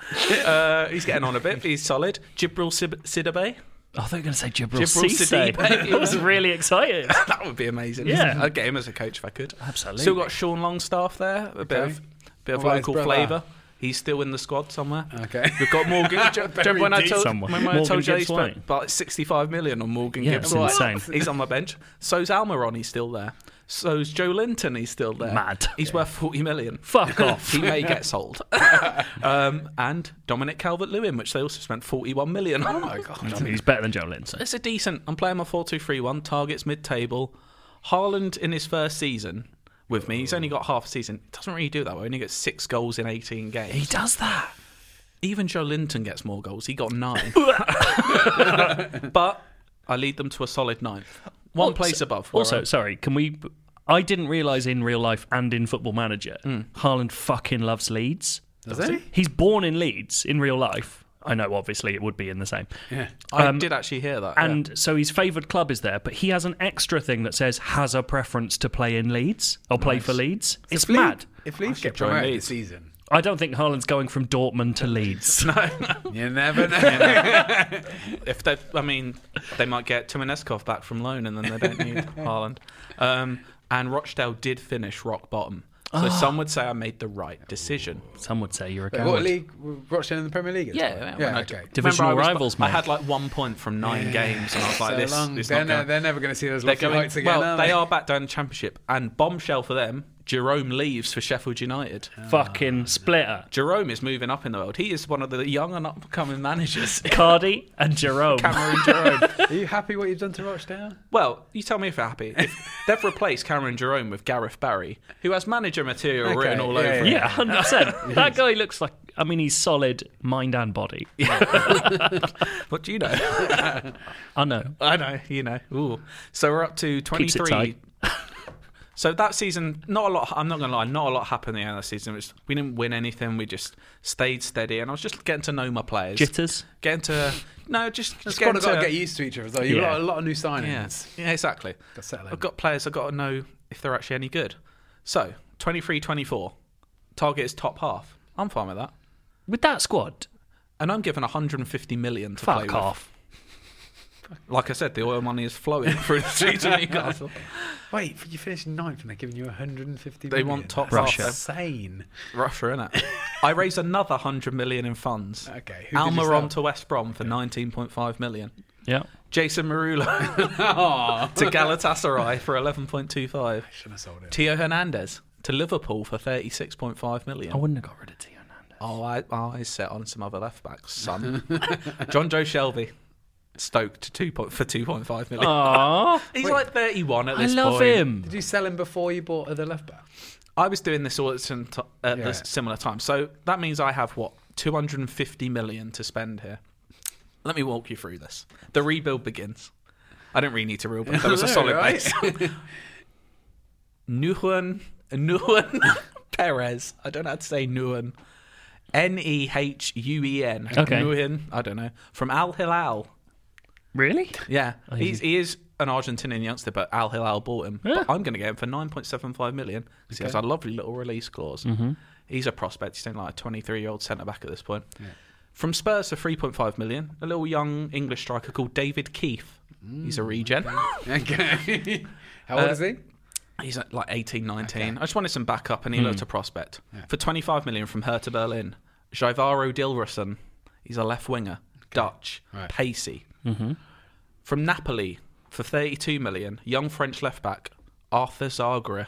Speaker 3: Uh, he's getting on a bit, but he's solid. Jibril Sib- Sidibe.
Speaker 2: Oh, I thought you were going to say Jibril,
Speaker 3: Jibril
Speaker 2: Cisse.
Speaker 3: Cisse.
Speaker 2: I was really excited.
Speaker 3: That would be amazing.
Speaker 2: Yeah.
Speaker 3: I'd get him as a coach if I could.
Speaker 2: Absolutely.
Speaker 3: Still got Sean Longstaff there, a bit
Speaker 4: Okay.
Speaker 3: of bit of
Speaker 4: What about his
Speaker 3: local
Speaker 4: brother?
Speaker 3: flavour. He's still in the squad somewhere.
Speaker 4: Okay.
Speaker 3: We've got Morgan. do you remember when I
Speaker 2: deep
Speaker 3: told,
Speaker 2: somewhere.
Speaker 3: when I
Speaker 2: Morgan
Speaker 3: told you they
Speaker 2: Gibbs
Speaker 3: spent
Speaker 2: White.
Speaker 3: about 65 million on Morgan
Speaker 2: Yeah,
Speaker 3: Gibbs?
Speaker 2: it's
Speaker 3: White?
Speaker 2: insane.
Speaker 3: He's on my bench. So's Almiron. He's still there. So's Joe Linton. He's still there.
Speaker 2: Mad.
Speaker 3: He's worth 40 million.
Speaker 2: Fuck off.
Speaker 3: He may get sold. um, and Dominic Calvert Lewin, which they also spent 41 million on. Oh my God.
Speaker 2: He's better than Joe Linton.
Speaker 3: It's a decent. I'm playing my 4 2 3 1, targets mid table. Haaland in his first season with me, he's only got half a season. Doesn't really do that well. He only gets six goals in 18
Speaker 2: He
Speaker 3: games.
Speaker 2: does that.
Speaker 3: Even Joe Linton gets more goals. He got nine. but I lead them to a solid ninth. One place
Speaker 2: Also-
Speaker 3: above. where
Speaker 2: Also,
Speaker 3: I'm-
Speaker 2: sorry, can we? I didn't realise in real life and in Football Manager,
Speaker 3: Hmm.
Speaker 2: Haaland fucking loves Leeds.
Speaker 4: Does he?
Speaker 2: He's born in Leeds in real life. I know, obviously, it would be in the same.
Speaker 4: Yeah.
Speaker 3: I did actually hear that. yeah.
Speaker 2: And so his favoured club is there, but he has an extra thing that says has a preference to play in Leeds or play for Leeds. It's
Speaker 4: If Leeds-
Speaker 2: mad.
Speaker 4: If Leeds get
Speaker 3: join
Speaker 4: promoted
Speaker 3: Leeds.
Speaker 4: this season,
Speaker 2: I don't think Haaland's going from Dortmund to Leeds.
Speaker 4: you never know.
Speaker 3: if they, I mean, they might get Timoneskov back from loan, and then they don't need Haaland. Um, and Rochdale did finish rock bottom, so some would say I made the right decision.
Speaker 2: Some would say you're a
Speaker 4: what
Speaker 2: coward.
Speaker 4: league? Rochdale in the Premier League? at the
Speaker 3: Yeah,
Speaker 4: moment?
Speaker 3: when
Speaker 4: yeah,
Speaker 3: I d-
Speaker 4: okay.
Speaker 2: Divisional
Speaker 3: Remember I was-
Speaker 2: rivals,
Speaker 3: I
Speaker 2: mate.
Speaker 3: had like one point from nine games, and I was like,
Speaker 4: So
Speaker 3: "This,
Speaker 4: long.
Speaker 3: this
Speaker 4: they're,
Speaker 3: not
Speaker 4: ne-
Speaker 3: going."
Speaker 4: they're never going to see those
Speaker 3: They're
Speaker 4: lucky
Speaker 3: going-
Speaker 4: lights again.
Speaker 3: well,
Speaker 4: are
Speaker 3: they
Speaker 4: they
Speaker 3: are back down in Championship, and bombshell for them, Jerome leaves for Sheffield United.
Speaker 2: Fucking splitter.
Speaker 3: Jerome is moving up in the world. He is one of the young and upcoming managers.
Speaker 2: Cardi and Jerome.
Speaker 3: Cameron Jerome.
Speaker 4: Are you happy what you've done to Rochdale?
Speaker 3: Well, you tell me if you're happy. If they've replaced Cameron Jerome with Gareth Barry, who has manager material
Speaker 4: Okay,
Speaker 3: written all
Speaker 4: yeah,
Speaker 3: over him.
Speaker 2: Yeah, hundred percent. That guy looks like. I mean, he's solid, mind and body.
Speaker 3: What do you know?
Speaker 2: I know.
Speaker 3: I know, you know. Ooh. So we're up to
Speaker 2: Keeps it
Speaker 3: 23. so that season, not a lot, I'm not going to lie, not a lot happened the end of the season. It was- we didn't win anything. We just stayed steady. And I was just getting to know my players.
Speaker 2: Jitters.
Speaker 3: Getting to, no, just, just
Speaker 4: It's got
Speaker 3: getting
Speaker 4: to
Speaker 3: to
Speaker 4: get used to each other. Though. You've
Speaker 2: Yeah.
Speaker 4: got a lot of new
Speaker 3: Yeah,
Speaker 4: signings.
Speaker 3: yeah exactly.
Speaker 4: Gotta settle in.
Speaker 3: I've got players, I've got to know if they're actually any good. So, 23 24. Target is top half. I'm fine with that.
Speaker 2: With that squad,
Speaker 3: And I'm given 150 million to play
Speaker 2: fuck
Speaker 3: with.
Speaker 2: off.
Speaker 3: Like I said, the oil money is flowing through the streets of Newcastle.
Speaker 4: Wait, you finished ninth and they're giving you 150
Speaker 3: They want top
Speaker 2: Russia.
Speaker 3: half.
Speaker 4: Insane.
Speaker 3: Russia, innit? I raised another 100 million in funds.
Speaker 4: Okay, who did you sell?
Speaker 3: Almiron to West Brom for 19.5 million.
Speaker 2: Yeah.
Speaker 3: Jason Marula to Galatasaray for 11.25.
Speaker 4: Should have sold it.
Speaker 3: Tio Hernandez to Liverpool for 36.5 million.
Speaker 2: I
Speaker 4: Oh,
Speaker 2: wouldn't have got rid of Tio Hernandez.
Speaker 3: Oh, I, I set on some other left backs, son. John Joe Shelby, Stoke to two point, for two point five million.
Speaker 4: Oh,
Speaker 2: Aww,
Speaker 3: He's like thirty one at
Speaker 2: I
Speaker 3: this
Speaker 2: love
Speaker 3: point.
Speaker 2: him.
Speaker 4: Did you sell him before you bought the left back?
Speaker 3: I was doing this all at, some t- at
Speaker 4: Yeah.
Speaker 3: this similar time, so that means I have what two hundred and fifty million to spend here. Let me walk you through this. The rebuild begins. I don't really need to rebuild, but that was a
Speaker 4: No,
Speaker 3: solid
Speaker 4: right?
Speaker 3: base. Nuhan, Nuhan Perez. I don't know how to say Nuhan. N E H U E N.
Speaker 2: Okay.
Speaker 3: Nuhan. I don't know. From Al Hilal.
Speaker 2: Really?
Speaker 3: Yeah. He's, he is an Argentinian youngster, but Al Hilal bought him.
Speaker 2: Yeah.
Speaker 3: But I'm going to get him for 9.75 million because he has a lovely little release clause. He's a prospect. He's something like a 23 year old centre back at this point. From Spurs for 3.5 million, a little young English striker called David Keith. He's a regen.
Speaker 4: Okay. How old is
Speaker 3: Uh,
Speaker 4: he?
Speaker 3: He's at, like 18, 19. I just wanted some backup, and he looked a prospect. For 25 million from Hertha Berlin, Jivaro Dilrason. He's a left winger, Dutch,
Speaker 4: Right.
Speaker 3: pacey. From Napoli, for 32 million, young French left back, Arthur Zagra.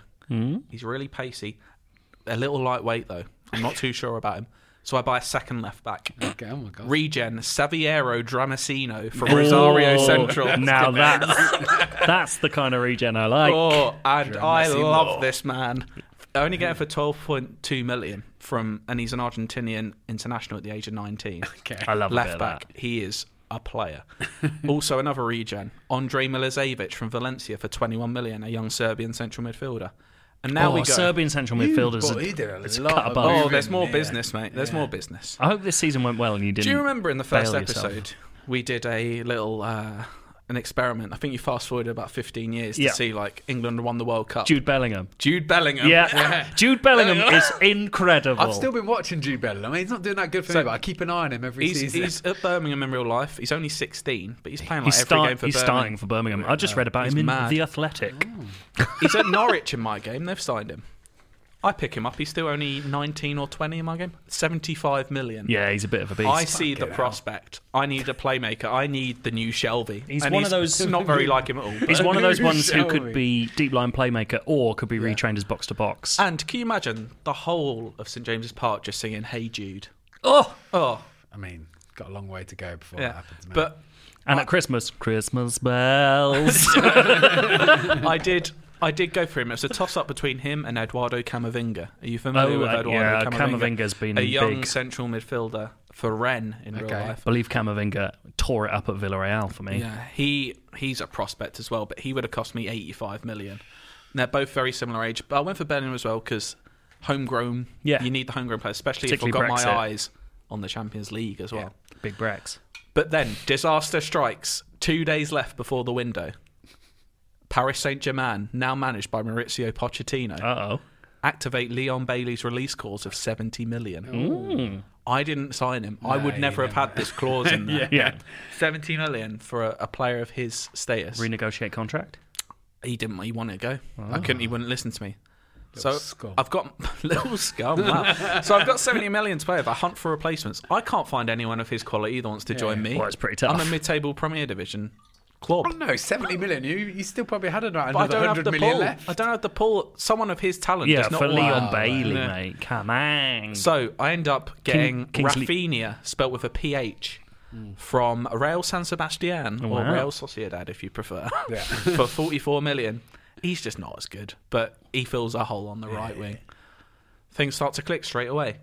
Speaker 3: He's really pacey. A little lightweight, though. I'm not too sure about him. So I buy a second left back.
Speaker 4: Okay, oh my god.
Speaker 3: Regen Saviero Dramasino from Rosario
Speaker 2: Oh,
Speaker 3: Central.
Speaker 2: Now that's that's the kind of regen I like.
Speaker 3: Oh, and I love this man. I only get it for 12.2 million from, and he's an Argentinian international at the age of 19. Okay.
Speaker 2: I love a bit
Speaker 3: Left
Speaker 2: of
Speaker 3: back, he is a player. also, another regen, Andre Milisevic from Valencia for 21 million, a young Serbian central midfielder. And now
Speaker 2: oh,
Speaker 3: we go.
Speaker 2: Serbian central midfielders.
Speaker 4: boy,
Speaker 2: are-
Speaker 4: he did a
Speaker 2: it's
Speaker 4: lot
Speaker 2: cut
Speaker 4: of
Speaker 2: above.
Speaker 3: oh, there's more
Speaker 4: Yeah.
Speaker 3: business, mate. There's more business.
Speaker 2: I hope this season went well and you didn't.
Speaker 3: Do you remember in the first
Speaker 2: bail yourself.
Speaker 3: episode we did a little uh, an experiment? I think you fast forward about 15 years to
Speaker 2: Yeah.
Speaker 3: see like England won the World Cup.
Speaker 2: Jude Bellingham?
Speaker 3: Jude Bellingham.
Speaker 2: Yeah, Jude Bellingham is incredible.
Speaker 4: I've still been watching Jude Bellingham. I mean, he's not doing that good for me, but I keep an eye on him every
Speaker 3: He's,
Speaker 4: season.
Speaker 3: he's at Birmingham in real life. He's only 16, but he's playing like
Speaker 2: he's
Speaker 3: every
Speaker 2: start-
Speaker 3: game for
Speaker 2: he's
Speaker 3: Birmingham.
Speaker 2: starting for Birmingham. I just read about
Speaker 3: He's
Speaker 2: him in
Speaker 3: mad.
Speaker 2: the Athletic.
Speaker 3: He's at Norwich in my game. They've signed him. I pick him up. He's still only 19 or 20 in my game. 75 million.
Speaker 2: Yeah, he's a bit of a beast.
Speaker 3: I see the prospect. I need a playmaker. I need the new Shelby.
Speaker 2: He's
Speaker 3: And
Speaker 2: one of those-
Speaker 3: Not very like him at all.
Speaker 2: He's one of those
Speaker 4: Who
Speaker 2: ones who
Speaker 4: shall
Speaker 2: could
Speaker 4: we?
Speaker 2: be deep line playmaker or could be retrained as box to box.
Speaker 3: And can you imagine the whole of St James's Park just singing "Hey Jude"?
Speaker 2: Oh,
Speaker 3: Oh,
Speaker 4: I mean, got a long way to go before
Speaker 3: yeah.
Speaker 4: that happens. mate.
Speaker 3: But
Speaker 2: and
Speaker 3: ah.
Speaker 2: at Christmas, Christmas bells.
Speaker 3: I did, I did go for him. It's a toss-up between him and Eduardo Camavinga. Are you familiar
Speaker 2: Oh,
Speaker 3: with
Speaker 2: uh,
Speaker 3: Eduardo
Speaker 2: yeah,
Speaker 3: Camavinga?
Speaker 2: Camavinga's been
Speaker 3: a young
Speaker 2: big.
Speaker 3: central midfielder for Rennes in real
Speaker 4: Okay.
Speaker 2: I
Speaker 3: life.
Speaker 2: believe Camavinga tore it up at Villarreal for me.
Speaker 3: Yeah, he he's a prospect as well, but he would have cost me 85 million. And they're both very similar age, but I went for Bellingham as well because homegrown.
Speaker 2: Yeah.
Speaker 3: you need the homegrown players, especially if I've got
Speaker 2: Particularly
Speaker 3: my
Speaker 2: Brexit.
Speaker 3: eyes on the Champions League as well.
Speaker 2: Big Brex.
Speaker 3: But then disaster strikes. Two days left before the window. Paris Saint Germain, now managed by Maurizio Pochettino,
Speaker 2: Uh oh.
Speaker 3: activate Leon Bailey's release clause of seventy million. I didn't sign him. I would
Speaker 4: you
Speaker 3: never have had this clause in there.
Speaker 2: Yeah.
Speaker 3: Seventy million for a, a player of his status.
Speaker 2: Renegotiate contract.
Speaker 3: he didn't. He wanted to go. I couldn't.
Speaker 2: Ah.
Speaker 3: He wouldn't listen to me. so
Speaker 4: scum.
Speaker 3: I've got little scum. Wow. so I've got seventy million to play with. I hunt for replacements. I can't find anyone of his quality that wants to join me.
Speaker 2: Well, it's pretty tough. Oh,
Speaker 3: I'm a mid-table Premier Division club.
Speaker 4: I don't know, 70 Oh, million. You you still probably had about
Speaker 3: But I
Speaker 4: another
Speaker 3: don't have
Speaker 4: 100
Speaker 3: the
Speaker 4: million
Speaker 3: pull.
Speaker 4: left.
Speaker 3: I don't have the pull. Someone of his talent.
Speaker 2: Yeah,
Speaker 3: does not
Speaker 2: for
Speaker 3: want-
Speaker 2: Leon Bailey,
Speaker 3: Yeah.
Speaker 2: mate. Come on.
Speaker 3: So I end up getting
Speaker 2: Kingsley-
Speaker 3: Rafinha, spelt with a PH, from Real San Sebastian or
Speaker 2: wow.
Speaker 3: Real Sociedad, if you prefer, for 44 million. He's just not as good, but he fills a hole on the right wing. Things start to click straight away.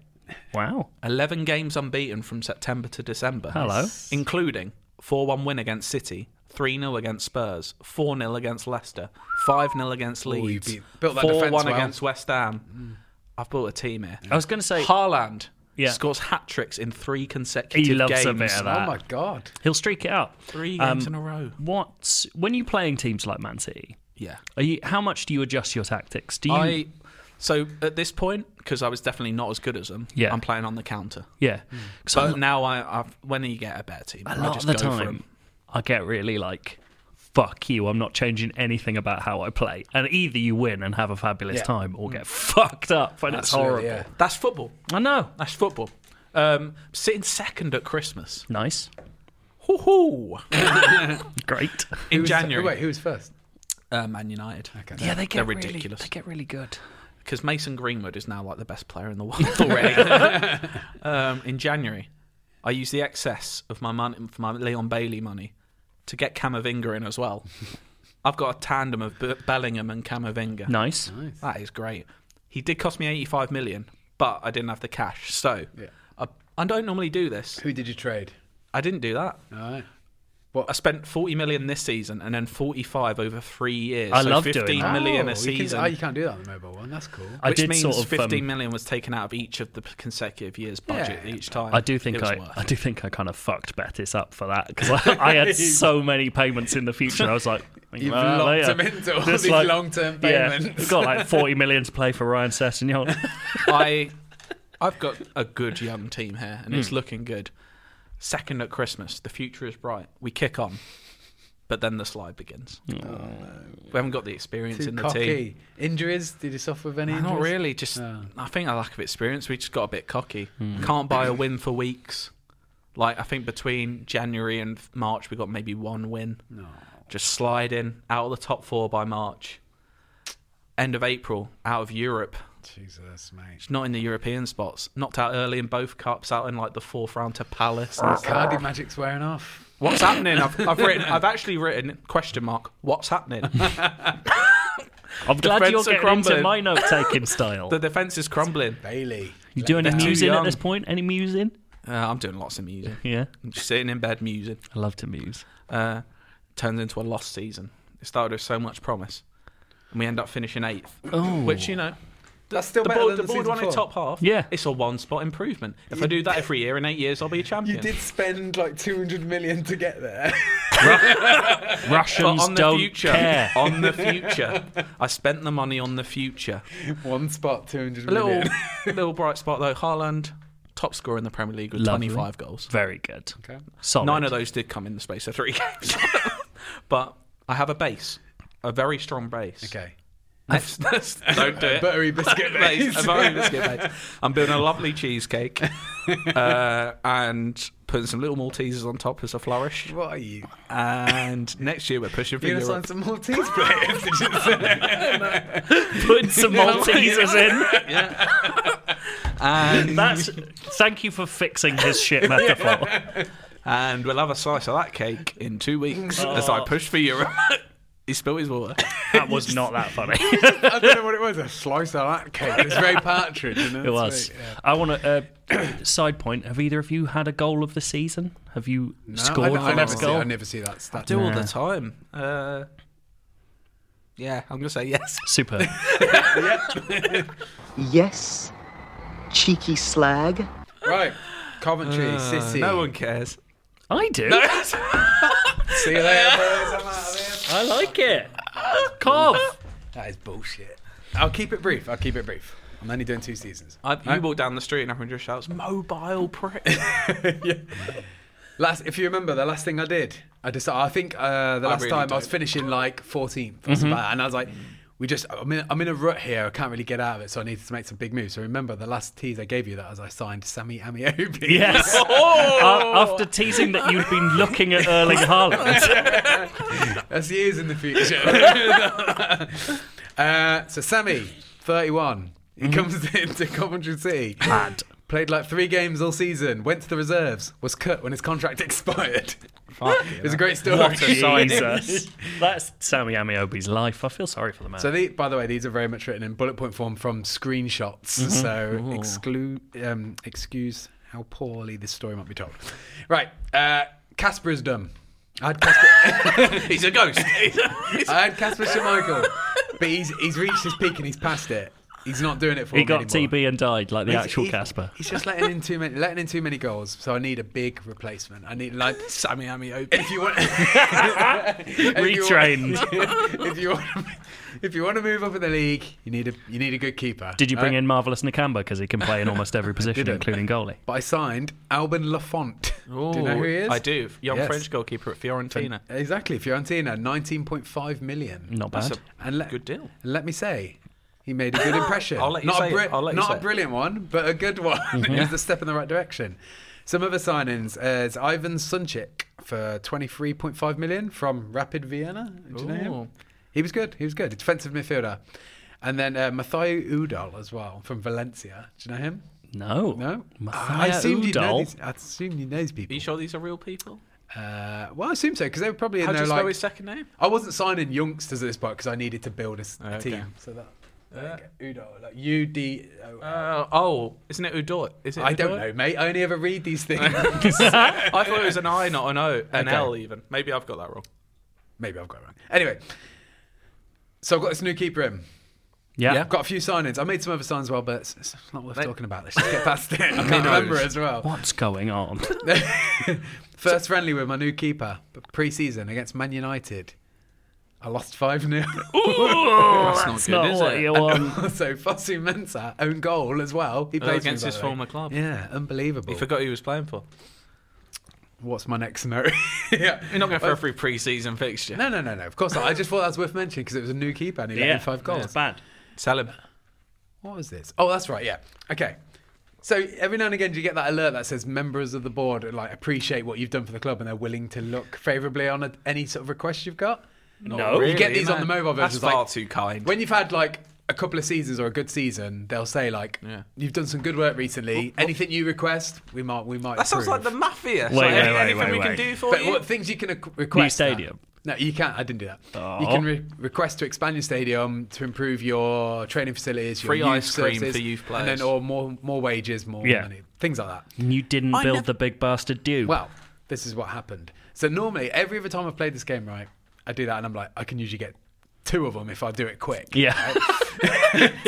Speaker 2: wow.
Speaker 3: 11 games unbeaten from September to December.
Speaker 2: Hello.
Speaker 3: Including 4 1 win against City, 3 0 against Spurs, 4 0 against Leicester, 5 0 against
Speaker 4: you
Speaker 3: Leeds,
Speaker 4: beat- built that
Speaker 3: 4 1
Speaker 4: defence well.
Speaker 3: against West Ham. I've built a team here.
Speaker 2: I was going to say
Speaker 3: Haaland
Speaker 2: Yeah.
Speaker 3: scores hat tricks in three consecutive
Speaker 2: he loves Um,
Speaker 3: games.
Speaker 2: a bit of that.
Speaker 4: Oh my god.
Speaker 2: He'll streak it up.
Speaker 3: Three games in a row.
Speaker 2: What when you playing teams like Man City?
Speaker 3: Yeah.
Speaker 2: Are you, how much do you adjust your tactics? Do you?
Speaker 3: I so at this point because I was definitely not as good as them.
Speaker 2: Yeah.
Speaker 3: I'm playing on the counter.
Speaker 2: yeah, because
Speaker 3: But now I I've, when you get a better team,
Speaker 2: a
Speaker 3: I
Speaker 2: lot
Speaker 3: just
Speaker 2: of the
Speaker 3: go for 'em.
Speaker 2: time I get really like, "Fuck you! I'm not changing anything about how I play." And either you win and have a fabulous
Speaker 4: Yeah.
Speaker 2: time,
Speaker 3: Mm.
Speaker 2: or get fucked up and it's horrible.
Speaker 4: Yeah.
Speaker 3: That's football.
Speaker 2: I know.
Speaker 3: That's football. Um, sitting second at Christmas.
Speaker 2: Nice,
Speaker 3: Hoo hoo!
Speaker 2: great.
Speaker 3: In
Speaker 4: Who was-
Speaker 3: January,
Speaker 4: Wait, who was first?
Speaker 3: uh, Man United.
Speaker 2: yeah, they get
Speaker 3: they're
Speaker 2: really-
Speaker 3: ridiculous.
Speaker 2: they get really good.
Speaker 3: Because Mason Greenwood is now like the best player in the world already. um, in January, I used the excess of my money, for my Leon Bailey money, to get Camavinga in as well. I've got a tandem of B- Bellingham and Camavinga.
Speaker 2: Nice.
Speaker 3: That is great. He did cost me 85 million, but I didn't have the cash. So I, I don't normally do this.
Speaker 4: Who did you trade?
Speaker 3: I didn't do that.
Speaker 4: Alright.
Speaker 3: I spent 40 million this season and then 45 over three years.
Speaker 2: I
Speaker 3: so
Speaker 2: love doing
Speaker 3: 15
Speaker 2: that.
Speaker 3: million
Speaker 4: Oh,
Speaker 3: a
Speaker 4: You can,
Speaker 3: season.
Speaker 4: oh, you can't do that on the mobile one. That's cool.
Speaker 2: I
Speaker 3: which
Speaker 2: did
Speaker 3: means
Speaker 2: sort of. um,
Speaker 3: 15 million was taken out of each of the p- consecutive years' budget each time.
Speaker 2: I do think
Speaker 3: It was
Speaker 2: I,
Speaker 3: worth
Speaker 2: I
Speaker 3: it.
Speaker 2: do think I kind of fucked Betis up for that because I, I had so many payments in the future. I was like,
Speaker 4: You've
Speaker 2: "Well,
Speaker 4: locked
Speaker 2: later."
Speaker 4: him into all
Speaker 2: Just
Speaker 4: these
Speaker 2: like-
Speaker 4: long-term
Speaker 2: yeah,
Speaker 4: payments.
Speaker 2: we've got like forty million to play for Ryan Sessegnon.
Speaker 3: I, I've got a good young team here, and
Speaker 2: Hmm.
Speaker 3: it's looking good. Second at Christmas, the future is bright. We kick on, but then the slide begins.
Speaker 2: Oh.
Speaker 3: We haven't got the experience
Speaker 4: Too
Speaker 3: in the team.
Speaker 4: cocky. Injuries? Did you suffer with any
Speaker 3: Not
Speaker 4: injuries?
Speaker 3: really. Just I think a lack of experience. We just got a bit cocky. Can't buy a win for weeks. Like I think between January and March, we got maybe one win. No. Just sliding out of the top four by March. End of April, out of Europe.
Speaker 4: Jesus, mate.
Speaker 3: Not in the European spots. Knocked out early in both cups, out in like the fourth round to Palace. And it's like,
Speaker 4: Cardi magic's wearing off.
Speaker 3: what's happening? I've, I've written. I've actually written question mark. What's happening?
Speaker 2: I'm glad you're
Speaker 3: fence are
Speaker 2: getting into
Speaker 3: crumbling.
Speaker 2: my note taking style.
Speaker 3: the defense is crumbling.
Speaker 4: Bailey.
Speaker 2: you do any
Speaker 3: too
Speaker 2: musing at
Speaker 3: young.
Speaker 2: this point? Any musing?
Speaker 3: Uh, I'm doing lots of music.
Speaker 2: Yeah,
Speaker 3: Just sitting in bed musing.
Speaker 2: I love to muse.
Speaker 3: Uh, turns into a lost season. It started with so much promise, and we end up finishing eighth.
Speaker 2: Oh.
Speaker 3: Which you know,
Speaker 4: That's still
Speaker 3: the
Speaker 4: better
Speaker 3: board,
Speaker 4: than
Speaker 3: the
Speaker 4: the,
Speaker 3: board
Speaker 4: season
Speaker 3: won in
Speaker 4: before.
Speaker 3: top half.
Speaker 2: Yeah.
Speaker 3: it's a one spot improvement. If I do that every year, in eight years, I'll be a champion.
Speaker 4: You did spend like 200 million to get there.
Speaker 3: But
Speaker 2: Russians
Speaker 3: on the
Speaker 2: don't
Speaker 3: future, Oh.
Speaker 2: care.
Speaker 3: on the future, I spent the money on the future.
Speaker 4: One spot, 200
Speaker 3: A little,
Speaker 4: million.
Speaker 3: little bright spot though. Haaland, top scorer in the Premier League with
Speaker 2: Lovely.
Speaker 3: 25 goals.
Speaker 2: Very good.
Speaker 4: Okay.
Speaker 2: Solid.
Speaker 3: Nine of those did come in the space of three games. but I have a base, a very strong base.
Speaker 4: Okay.
Speaker 3: That's- that's- don't do it.
Speaker 4: Buttery biscuit
Speaker 3: Base,
Speaker 4: base.
Speaker 3: a very biscuit base. I'm building a lovely cheesecake uh, and putting some little Maltesers on top as a flourish.
Speaker 4: What are you?
Speaker 3: And next year we're pushing for
Speaker 4: You're going to sign
Speaker 3: Europe.
Speaker 4: some Maltese players, did you
Speaker 2: Put some Maltesers in.
Speaker 3: And
Speaker 2: That's. Thank you for fixing his shit metaphor.
Speaker 3: and we'll have a slice of that cake in two weeks
Speaker 4: Oh.
Speaker 3: as I push for Europe. he spilled his water.
Speaker 2: That was not that funny.
Speaker 4: I don't know what it was. A slice of that cake. It was very partridge. You know?
Speaker 2: It was. I want to uh, side point. Have either of you had a goal of the season? Have you
Speaker 4: I,
Speaker 2: scored
Speaker 4: I
Speaker 2: the
Speaker 4: never
Speaker 2: last
Speaker 4: see,
Speaker 2: goal?
Speaker 4: I never see that stat.
Speaker 3: Do all the time. Uh, yeah, I'm gonna say yes.
Speaker 2: Superb.
Speaker 5: Yes, cheeky slag.
Speaker 4: Right. Coventry, City.
Speaker 3: No one cares.
Speaker 2: I do.
Speaker 4: See you later, boys. I'm out of here.
Speaker 2: I like it. Cobb.
Speaker 4: That is bullshit. I'll keep it brief. I'll keep it brief. I'm only doing two seasons.
Speaker 3: I, you walk down the street and everyone just shouts, "Mobile prick!"
Speaker 4: Last, if you remember, the last thing I did, I just, I think uh, the last
Speaker 3: really
Speaker 4: time I
Speaker 3: don't. Mm-hmm.
Speaker 4: was finishing like 14th, or something like that, and I was like, we just, I'm in, I'm in a rut here. I can't really get out of it, so I needed to make some big moves. So remember, the last tease I gave you that as I signed Sammy Amiobi.
Speaker 2: Yes. A- after teasing that you'd been looking at Erling Haaland.
Speaker 4: That's years in the future. uh, so Sammy, 31. He
Speaker 3: Mm-hmm.
Speaker 4: comes into Coventry City.
Speaker 2: Mad.
Speaker 4: Played like three games all season. Went to the reserves. Was cut when his contract expired. it's a great story.
Speaker 2: Jesus. That's Sammy Amiobi's life. I feel sorry for the man.
Speaker 4: So, the, by the way, these are very much written in bullet point form from screenshots. So, exclude, um, excuse how poorly this story might be told. Right, uh, Casper is dumb. I had Casper.
Speaker 3: He's a ghost.
Speaker 4: I had Casper Schmeichel, but he's he's reached his peak and he's past it. He's not doing it for
Speaker 2: he
Speaker 4: me
Speaker 2: got
Speaker 4: anymore.
Speaker 2: TB and died, like the
Speaker 4: He's-
Speaker 2: actual
Speaker 4: he's-
Speaker 2: Casper.
Speaker 4: He's just letting in too many letting in too many goals. So I need a big replacement. I need like
Speaker 3: Sammy Amiobi.
Speaker 4: if you want if you
Speaker 2: Retrained.
Speaker 4: want- if you want if you want to move up in the league, you need a you need a good keeper.
Speaker 2: Did you bring in Marvelous Nakamba because he can play in almost every position,
Speaker 4: didn't.
Speaker 2: including goalie?
Speaker 4: But I signed Alban Lafont. do you know who he is?
Speaker 3: I do. Young
Speaker 4: Yes.
Speaker 3: French goalkeeper at Fiorentina.
Speaker 4: Exactly, Fiorentina, nineteen point five million.
Speaker 2: Not
Speaker 3: That's
Speaker 2: bad.
Speaker 3: a
Speaker 4: And let,
Speaker 3: good deal.
Speaker 4: And let me say, he made a good impression.
Speaker 3: I'll let you
Speaker 4: not
Speaker 3: say
Speaker 4: a bri-
Speaker 3: it. I'll let you
Speaker 4: not
Speaker 3: say
Speaker 4: a
Speaker 3: it.
Speaker 4: brilliant one, but a good one. it was a step in the right direction. Some other signings is Ivan Sunchik for 23.5 million from Rapid Vienna. Do you know him?
Speaker 3: Ooh.
Speaker 4: He was good. He was good. Defensive midfielder. And then uh, Mathieu Udal as well from Valencia. Do you know him?
Speaker 2: No.
Speaker 4: No. I
Speaker 2: Matthias
Speaker 4: assumed you know
Speaker 2: Udall.
Speaker 4: these. I assumed you know these
Speaker 3: Are
Speaker 4: people.
Speaker 3: you sure these are real people?
Speaker 4: Uh, well, I assume so because they were probably in
Speaker 3: How do
Speaker 4: their
Speaker 3: you spell
Speaker 4: like.
Speaker 3: his second name?
Speaker 4: I wasn't signing youngsters at this point because I needed to build a, s- a
Speaker 3: Okay.
Speaker 4: team. So that there you go. Udo, like U D O. L.
Speaker 3: Uh, oh, isn't it Udort? Is it?
Speaker 4: I don't
Speaker 3: Udort?
Speaker 4: know, mate. I only ever read these things.
Speaker 3: I thought it was an I, not an O, an
Speaker 4: Okay.
Speaker 3: L even. Maybe I've got that wrong.
Speaker 4: Maybe I've got it wrong. Anyway, so I've got this new keeper in.
Speaker 2: Yeah.
Speaker 4: I've got a few signings. I made some other signs as well, but it's, it's not worth talking about. Let's just get past it. I can't remember as well.
Speaker 2: What's going on?
Speaker 4: First friendly with my new keeper, but pre-season against Man United. I lost 5-0.
Speaker 3: That's not
Speaker 2: It's
Speaker 3: good,
Speaker 2: not
Speaker 3: is
Speaker 2: what
Speaker 3: it?
Speaker 2: you want.
Speaker 4: so Fosu Mensah, own goal as well. He
Speaker 3: Uh,
Speaker 4: plays
Speaker 3: against
Speaker 4: me, by
Speaker 3: his
Speaker 4: the way.
Speaker 3: former club.
Speaker 4: Yeah, unbelievable.
Speaker 3: He forgot who he was playing for.
Speaker 4: What's my next note? yeah.
Speaker 3: You're not going for every pre-season fixture.
Speaker 4: No, no, no, no. Of course not. I just thought that was worth mentioning because it was a new keeper and he let
Speaker 2: Yeah.
Speaker 4: in five
Speaker 2: It's
Speaker 4: goals.
Speaker 2: bad.
Speaker 3: Tell him.
Speaker 4: What was this? Oh, that's right. Yeah. Okay. So every now and again, do you get that alert that says members of the board like appreciate what you've done for the club and they're willing to look favourably on a, any sort of request you've got?
Speaker 2: No.
Speaker 4: You get these on
Speaker 3: man.
Speaker 4: the mobile
Speaker 3: That's
Speaker 4: versions.
Speaker 3: far
Speaker 4: like,
Speaker 3: too kind.
Speaker 4: When you've had like a couple of seasons or a good season, they'll say like,
Speaker 3: Yeah.
Speaker 4: "You've done some good work recently. Anything you request, we might we might."
Speaker 3: That sounds like
Speaker 4: approve."
Speaker 3: the mafia. It's
Speaker 2: Wait,
Speaker 3: like,
Speaker 2: wait,
Speaker 3: any-
Speaker 2: wait,
Speaker 3: anything
Speaker 2: wait,
Speaker 3: we can
Speaker 2: wait.
Speaker 3: do for
Speaker 4: But
Speaker 3: you.
Speaker 4: what things you can ac- request? now.
Speaker 2: stadium.
Speaker 4: No, you can't. I didn't do that. You
Speaker 2: Oh.
Speaker 4: can re- request to expand your stadium to improve your training facilities, your
Speaker 3: Free
Speaker 4: youth
Speaker 3: ice cream
Speaker 4: services,
Speaker 3: for youth
Speaker 4: and then
Speaker 3: players.
Speaker 4: or more more wages, more
Speaker 2: Yeah.
Speaker 4: money, things like that.
Speaker 2: And you didn't
Speaker 3: I
Speaker 2: build
Speaker 3: nev-
Speaker 2: the big bastard do.
Speaker 4: Well, this is what happened. So normally, every other time I've played this game, right, I do that, and I'm like, I can usually get two of them if I do it quick.
Speaker 2: yeah.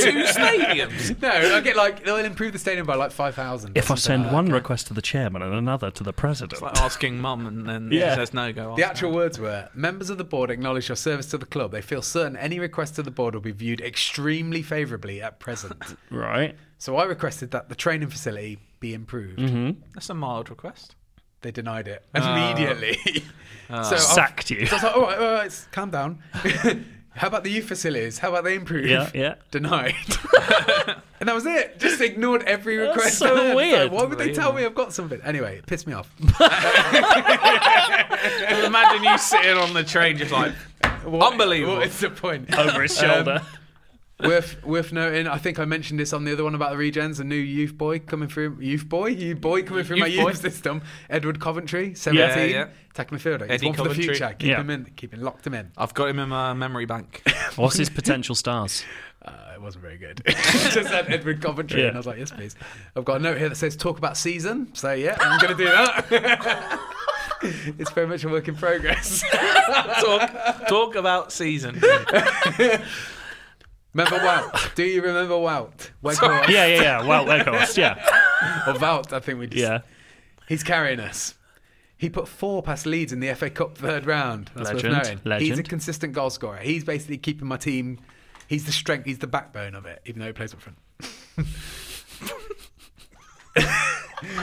Speaker 3: Two stadiums.
Speaker 4: No, I get like they'll improve the stadium by like five thousand.
Speaker 2: if I send one request to the chairman and another to the president.
Speaker 3: It's like asking mum, and then
Speaker 2: Yeah.
Speaker 3: she says no. Go.
Speaker 4: The
Speaker 3: ask
Speaker 4: actual
Speaker 3: mum.
Speaker 4: words were members of the board acknowledge your service to the club. They feel certain any request to the board will be viewed extremely favourably at present.
Speaker 2: right.
Speaker 4: so I requested that the training facility be improved.
Speaker 2: Mm-hmm.
Speaker 3: That's a mild request.
Speaker 4: They denied it
Speaker 2: Ah.
Speaker 4: immediately. so I-
Speaker 2: Sacked you.
Speaker 4: So I was like, all right, all right, s- calm down. How about the youth facilities? How about they improve?
Speaker 2: Yeah, yeah.
Speaker 4: Denied. and that was it. Just ignored every request.
Speaker 2: so
Speaker 4: I had. It's like,
Speaker 2: weird.
Speaker 4: why would they
Speaker 3: Weird.
Speaker 4: tell me I've got something? Anyway, it pissed me off.
Speaker 3: Imagine you sitting on the train, just like
Speaker 4: What-
Speaker 3: Unbelievable.
Speaker 4: What is the point?
Speaker 2: Over his shoulder.
Speaker 4: worth worth noting. I think I mentioned this on the other one about the regens. A new youth boy coming through. Youth boy, you boy coming through my
Speaker 3: Youth boy.
Speaker 4: youth system. Edward Coventry, seventeen,
Speaker 3: yeah.
Speaker 4: attacking midfielder. He's
Speaker 3: Eddie
Speaker 4: one for the
Speaker 3: Coventry.
Speaker 4: future. Keep
Speaker 2: Yeah.
Speaker 4: him in. Keep him locked him in.
Speaker 3: I've got him in my memory bank.
Speaker 2: What's his potential stars?
Speaker 4: Uh, it wasn't very good. Just said Edward Coventry,
Speaker 2: Yeah.
Speaker 4: and I was like, yes, please. I've got a note here that says talk about season. So yeah, I'm going to do that. it's very much a work in progress.
Speaker 3: talk, talk about season.
Speaker 4: remember Wout? Do you remember Wout? Wake up.
Speaker 2: Yeah, yeah, yeah. Well, there goes. Yeah.
Speaker 4: Or Wout? I think we just
Speaker 2: Yeah.
Speaker 4: He's carrying us. He put four past Leeds in the FA Cup third round. That's
Speaker 2: Legend,
Speaker 4: worth knowing. He's a
Speaker 2: legend.
Speaker 4: consistent goal scorer. He's basically keeping my team. He's the strength. He's the backbone of it, even though he plays up front.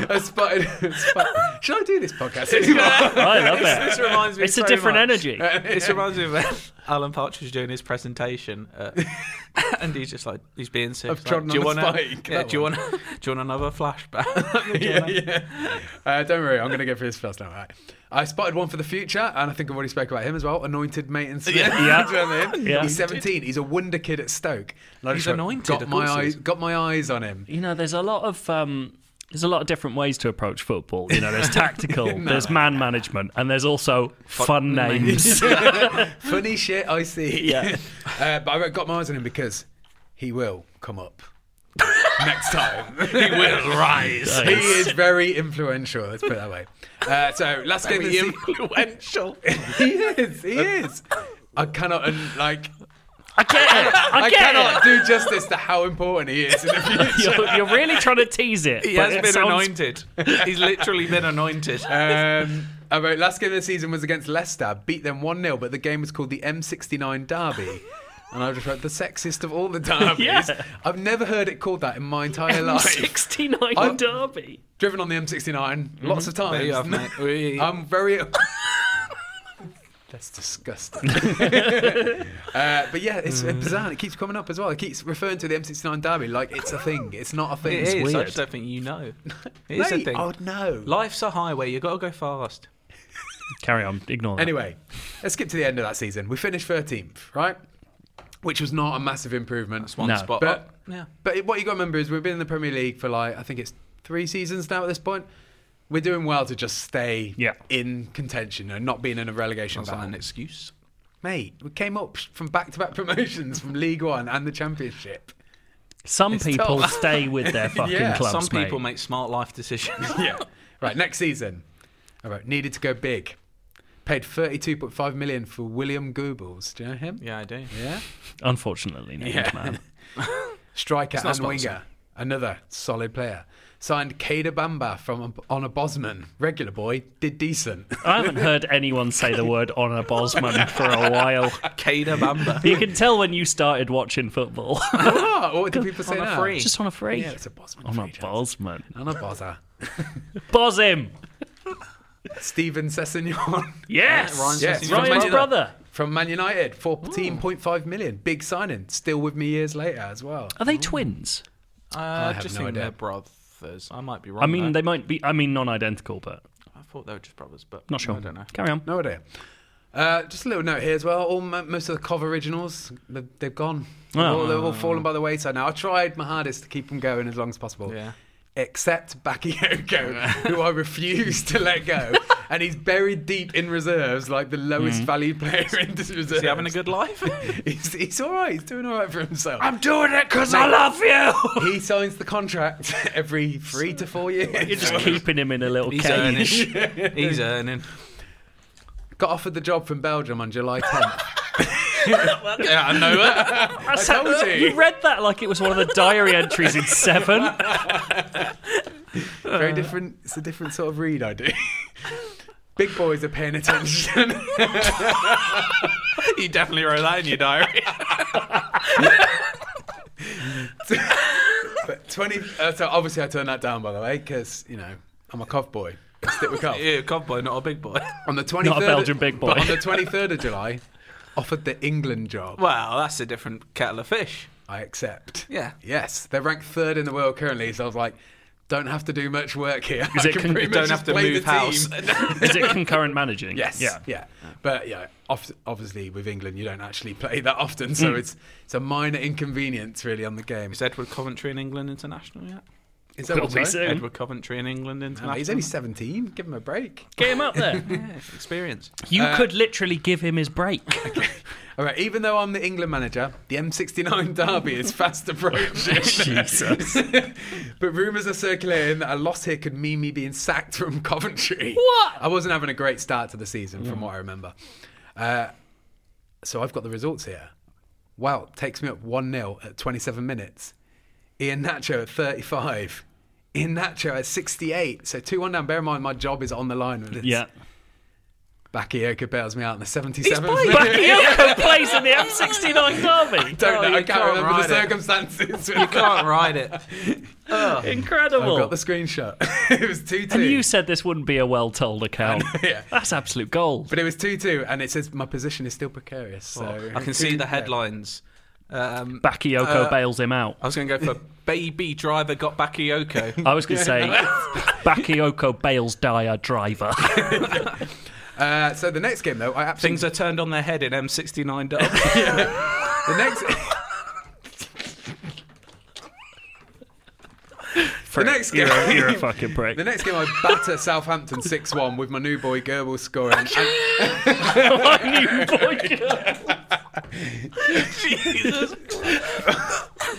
Speaker 4: I spotted, spotted- Should I do this podcast anymore?
Speaker 2: I love
Speaker 3: this
Speaker 2: it.
Speaker 3: reminds me.
Speaker 2: It's
Speaker 3: so
Speaker 2: a different
Speaker 3: much.
Speaker 2: energy.
Speaker 3: This reminds me of Alan Partridge doing his presentation, uh, and he's just like he's being sick.
Speaker 4: I've
Speaker 3: He's
Speaker 4: trodden
Speaker 3: like, do you
Speaker 4: on a
Speaker 3: wanna-
Speaker 4: spike,
Speaker 3: Yeah,
Speaker 4: that
Speaker 3: do you
Speaker 4: one."
Speaker 3: want? Do you want another flashback? Do you
Speaker 4: yeah,
Speaker 3: wanna-
Speaker 4: yeah. Uh, don't worry, I'm going to get through this first now. Right. I spotted one for the future, and I think I've already spoke about him as well. Anointed Maiden Smith.
Speaker 2: Yeah.
Speaker 4: Do you know what I mean?
Speaker 2: Yeah.
Speaker 4: He's 17. He's a wonder kid at Stoke. And I
Speaker 3: He's
Speaker 4: just went,
Speaker 3: anointed,
Speaker 4: Got
Speaker 3: of
Speaker 4: my
Speaker 3: course he
Speaker 4: eyes.
Speaker 3: is.
Speaker 4: Got my eyes on him.
Speaker 2: You know, there's a lot of um, there's a lot of different ways to approach football. You know, there's tactical, there's man management, and there's also fun names.
Speaker 4: Funny shit, I see.
Speaker 2: Yeah.
Speaker 4: uh, but I wrote got my eyes on him because he will come up next time.
Speaker 3: He will rise.
Speaker 4: he is very influential. Let's put it that way. Uh, so last game of the influential. he is. He is. I cannot un- like.
Speaker 2: I get it. I,
Speaker 4: I,
Speaker 2: get
Speaker 4: cannot
Speaker 2: it.
Speaker 4: do justice to how important he is in the future.
Speaker 2: You're, you're really trying to tease it.
Speaker 3: He
Speaker 2: but
Speaker 3: has
Speaker 2: it
Speaker 3: been
Speaker 2: sounds-
Speaker 3: anointed. He's literally been anointed.
Speaker 4: Um, I wrote last game of the season was against Leicester, beat them 1 0, but the game was called the M69 Derby. And I just wrote the sexiest of all the derbies.
Speaker 2: Yeah.
Speaker 4: I've never heard it called that in my entire life.
Speaker 2: 69
Speaker 4: I'm-
Speaker 2: Derby.
Speaker 4: Driven on the M69 lots of
Speaker 3: Mm-hmm. There you
Speaker 4: times.
Speaker 3: have, mate. We-
Speaker 4: I'm very. That's disgusting. uh, but yeah, it's
Speaker 3: Mm.
Speaker 4: uh, bizarre. It keeps coming up as well. It keeps referring to the M69 Derby like it's a thing. It's not a thing.
Speaker 3: it is. I
Speaker 2: weird.
Speaker 3: just don't think you know. It is a
Speaker 4: Mate,
Speaker 3: thing.
Speaker 4: Oh no.
Speaker 3: Life's a highway. You got to go fast.
Speaker 2: Carry on. Ignore that.
Speaker 4: Anyway, let's skip to the end of that season. We finished 13th, right? Which was not a massive improvement.
Speaker 3: It's one
Speaker 2: No.
Speaker 3: spot.
Speaker 4: But-
Speaker 3: up. yeah.
Speaker 4: But what you got to remember is we've been in the Premier League for like I think it's three seasons now at this point. We're doing well to just stay
Speaker 2: Yeah.
Speaker 4: in contention and not being in a relegation
Speaker 3: That's not an
Speaker 4: battle.
Speaker 3: excuse.
Speaker 4: Mate, we came up from back-to-back promotions from League One and the Championship.
Speaker 2: Some
Speaker 4: It's
Speaker 2: people
Speaker 4: tough.
Speaker 2: stay with their fucking
Speaker 4: Yeah,
Speaker 2: clubs,
Speaker 3: Some people
Speaker 2: mate.
Speaker 3: make smart life decisions.
Speaker 4: yeah. Right, next season. All right, needed to go big. Paid 32.5 million for William Goebbels. Do you know him?
Speaker 3: yeah, I do.
Speaker 4: Yeah.
Speaker 2: Unfortunately, named
Speaker 4: Yeah.
Speaker 2: man.
Speaker 4: striker
Speaker 3: not
Speaker 4: and
Speaker 3: sponsored.
Speaker 4: winger. Another solid player. Signed Kader Bamba from on a Bosman. Regular boy, did decent.
Speaker 2: I haven't heard anyone say the word honor Bosman for a while.
Speaker 3: Kada Bamba.
Speaker 2: You can tell when you started watching football.
Speaker 4: what? What do people say
Speaker 3: Oh, On a
Speaker 4: now?
Speaker 3: free.
Speaker 2: Just on a free.
Speaker 4: Yeah, it's a Bosman.
Speaker 2: on a
Speaker 4: free, James.
Speaker 2: Bosman.
Speaker 4: On a Bozza.
Speaker 2: Boz him.
Speaker 4: Stephen Sessignon
Speaker 2: Yes.
Speaker 3: Ryan's
Speaker 4: Yes.
Speaker 3: listening.
Speaker 4: Ryan's
Speaker 2: Ryan's
Speaker 4: Ryan-
Speaker 2: brother.
Speaker 4: from Man United,
Speaker 3: Hmm.
Speaker 4: 14.5 million. Big signing. Still with me years later as well.
Speaker 2: Are they twins?
Speaker 3: Uh,
Speaker 4: I have
Speaker 3: just
Speaker 4: no
Speaker 3: think
Speaker 4: idea.
Speaker 3: they're brothers. I might be wrong.
Speaker 2: I mean, they
Speaker 3: there.
Speaker 2: might be. I mean, non-identical, but
Speaker 3: I thought they were just brothers, but
Speaker 2: not sure.
Speaker 3: I don't know.
Speaker 2: Carry on.
Speaker 4: No idea. Uh, just a little note here as well. All mo- most of the cover originals, they've, they've gone. They've
Speaker 2: Oh.
Speaker 4: all- they've
Speaker 3: Ah.
Speaker 4: all fallen by the wayside now. I tried my hardest to keep them going as long as possible.
Speaker 3: Yeah.
Speaker 4: Except Bakayoko, who I refuse to let go, and he's buried deep in reserves, like the lowest valued player in this reserve.
Speaker 3: Mm-hmm. Is he having a good life?
Speaker 4: He's, he's all right. He's doing all right for himself.
Speaker 2: doing it because I love you.
Speaker 4: he signs the contract every three to four
Speaker 2: You're
Speaker 4: years.
Speaker 2: just keeping him in a little
Speaker 3: He's
Speaker 2: cage.
Speaker 3: earning. He's earning.
Speaker 4: Got offered the job from Belgium on July 10th.
Speaker 3: Yeah, I know it.
Speaker 2: That's how-
Speaker 4: told you.
Speaker 2: you read that like it was one of the diary entries in Seven.
Speaker 4: Very different. It's a different sort of read I do. Big boys are paying attention.
Speaker 3: You definitely wrote that in your diary.
Speaker 4: But 20. Uh, so obviously I turned that down, by the way, because, you know, I'm a cough boy. I stick with cough.
Speaker 3: yeah, cop boy, not a big boy.
Speaker 4: On the 23rd.
Speaker 2: Belgian big boy.
Speaker 4: But on the 23rd of July, offered the England job.
Speaker 3: Well, that's a different kettle of fish.
Speaker 4: I accept.
Speaker 3: Yeah.
Speaker 4: Yes. They're ranked third in the world currently, so I was like, don't have to do much work here. I
Speaker 2: it con-
Speaker 4: pretty much
Speaker 3: Don't
Speaker 4: just
Speaker 3: have to
Speaker 4: play the
Speaker 3: move house.
Speaker 4: team.
Speaker 2: Is it concurrent managing?
Speaker 4: Yes.
Speaker 2: Yeah.
Speaker 4: Yeah. But yeah, obv- obviously with England you don't actually play that often, so it's it's a minor inconvenience really on the game.
Speaker 3: Is Edward Coventry in England international yet?
Speaker 4: Is
Speaker 2: Will be
Speaker 4: sorry?
Speaker 2: soon.
Speaker 3: Edward Coventry in England
Speaker 4: No,
Speaker 3: international.
Speaker 4: he's only 17. Give him a break.
Speaker 2: Get him up there.
Speaker 3: Yeah, experience.
Speaker 2: You
Speaker 4: Uh,
Speaker 2: could literally give him his break.
Speaker 4: All right. Even though I'm the England manager, the M69 derby is fast approaching.
Speaker 2: Jesus.
Speaker 4: but rumours are circulating that a loss here could mean me being sacked from Coventry.
Speaker 2: What?
Speaker 4: I wasn't having a great start to the season, from what I remember. Uh, so I've got the results here. Wow, takes me up 1 0 at 27 minutes. Ian Nacho at 35. Ian Nacho at 68. So 2 1 down. Bear in mind, my job is on the line with this.
Speaker 2: Yeah.
Speaker 4: Bakayoko bails me out in the 77th minute.
Speaker 2: Bakayoko plays in the M69 derby.
Speaker 4: Don't
Speaker 3: Oh,
Speaker 4: know.
Speaker 3: you
Speaker 4: I can't
Speaker 3: can't
Speaker 4: remember the
Speaker 3: write it.
Speaker 4: circumstances.
Speaker 3: You can't ride it.
Speaker 2: Incredible.
Speaker 4: I've got the screenshot. it was 2 2.
Speaker 2: Oh. and you said this wouldn't be a well told account.
Speaker 4: yeah.
Speaker 2: That's absolute gold.
Speaker 4: But it was 2 2, and it says my position is still precarious. So
Speaker 3: Oh, I can see the headlines. Um,
Speaker 2: Bakayoko
Speaker 4: uh,
Speaker 2: bails him out.
Speaker 3: I was going to go for baby driver got Bakayoko.
Speaker 2: I was going to say Bakayoko bails Dyer driver.
Speaker 4: Uh, so the next game, though, I absolutely.
Speaker 3: Things are turned on their head in M69 dub.
Speaker 4: the next.
Speaker 2: Prick.
Speaker 4: next
Speaker 2: you're, a,
Speaker 4: game.
Speaker 2: you're a fucking prick.
Speaker 4: The next game, I batter Southampton 6 1 with my new boy Goebbels scoring. And
Speaker 2: My new boy.
Speaker 3: Jesus.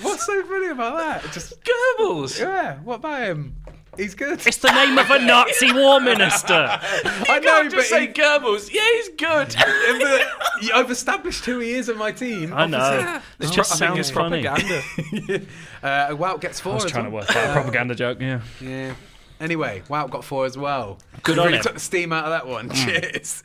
Speaker 4: what's so funny about that? Just
Speaker 3: Goebbels.
Speaker 4: Yeah, what about him? He's good.
Speaker 2: It's the name of a Nazi war minister.
Speaker 4: I know,
Speaker 3: Just
Speaker 4: but
Speaker 3: say
Speaker 4: he-
Speaker 3: Goebbels. Yeah, he's good.
Speaker 4: Yeah, I've established who he is on my team.
Speaker 2: I know. It
Speaker 3: It's
Speaker 2: just
Speaker 3: pro- I think
Speaker 2: sounds
Speaker 3: it's
Speaker 2: funny. I
Speaker 3: propaganda.
Speaker 4: Uh, Wout gets four.
Speaker 2: was
Speaker 4: as
Speaker 2: trying to
Speaker 4: well.
Speaker 2: work out a propaganda joke. Yeah.
Speaker 4: Yeah. Anyway, Wout got four as well.
Speaker 2: Good on
Speaker 4: really
Speaker 2: him. Mm.
Speaker 4: took the steam out of that one. Cheers.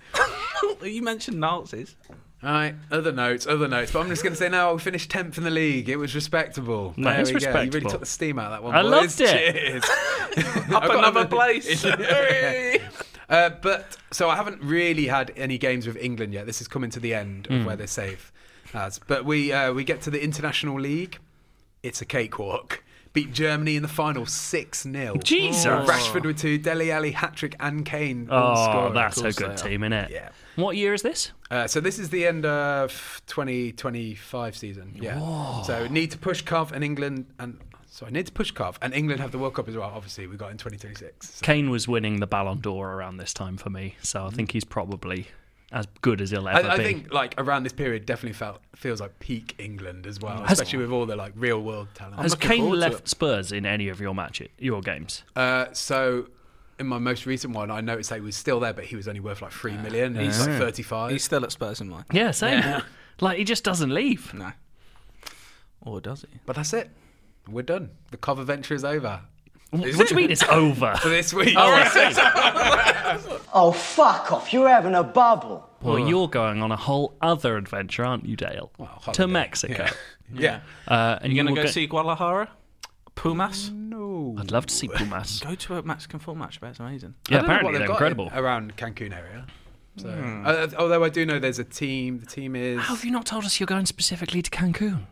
Speaker 3: you mentioned Nazis.
Speaker 4: All right, other notes, other notes. But I'm just going to say now we finished 10th in the league. It was respectable.
Speaker 2: No,
Speaker 4: there
Speaker 2: it's
Speaker 4: we Go. You really
Speaker 2: respectable.
Speaker 4: took the steam out of that one.
Speaker 2: I
Speaker 4: boys.
Speaker 2: loved it.
Speaker 4: Cheers.
Speaker 3: Up
Speaker 4: got
Speaker 3: another
Speaker 4: another-
Speaker 3: place. Hooray.
Speaker 4: Uh, but so I haven't really had any games with England yet. This is coming to the end
Speaker 2: Hmm.
Speaker 4: of where they're safe. As but we uh, we get to the international league. It's a cakewalk. Beat Germany in the final six 0
Speaker 2: Jesus.
Speaker 4: Rashford with two, Deli Ali hat trick, and Kane. all
Speaker 2: Oh,
Speaker 4: scoring.
Speaker 2: that's a
Speaker 3: course
Speaker 2: good
Speaker 3: they
Speaker 2: team, isn't it?
Speaker 4: Yeah.
Speaker 2: What year is this?
Speaker 4: Uh, so this is the end of 2025 season. Yeah. So need to push Cov and England and sorry, need to push Cov and England have the World Cup as well. Obviously, we got in 2026. So-
Speaker 2: Kane was winning the Ballon d'Or around this time for me, so I think he's probably as good as he'll ever
Speaker 4: I, I
Speaker 2: be.
Speaker 4: think like around this period definitely felt feels like peak England as well,
Speaker 2: Has-
Speaker 4: especially with all the like real world talent.
Speaker 2: Has
Speaker 3: looking
Speaker 2: Kane
Speaker 3: forward to
Speaker 2: left Spurs in any of your match your games?
Speaker 4: Uh, so in my most recent one, I noticed that he was still there, but he was only worth like three million. and He's like 35.
Speaker 3: He's still at Spurs in mine.
Speaker 2: Yeah, same. Like he just doesn't leave.
Speaker 3: No. Or does he?
Speaker 4: but that's it. We're done. The cover venture is over
Speaker 2: What do you mean it's over?
Speaker 4: for this week.
Speaker 5: Oh, fuck off. You're having a bubble.
Speaker 2: Well, you're going on a whole other adventure, aren't you, Dale? to
Speaker 4: holiday.
Speaker 2: Mexico.
Speaker 4: yeah.
Speaker 2: Uh, and
Speaker 3: You going
Speaker 2: will
Speaker 3: to go see Guadalajara? Pumas?
Speaker 2: I'd love to see Pumas.
Speaker 3: Mm. Go to a Mexican full match. That's amazing.
Speaker 2: yeah,
Speaker 4: I don't know
Speaker 2: apparently
Speaker 4: what
Speaker 2: they're
Speaker 4: they've got in-
Speaker 2: incredible.
Speaker 4: around Cancun area. So, uh, although I do know there's a team. The team is
Speaker 2: How have you not told us you're going specifically to Cancun?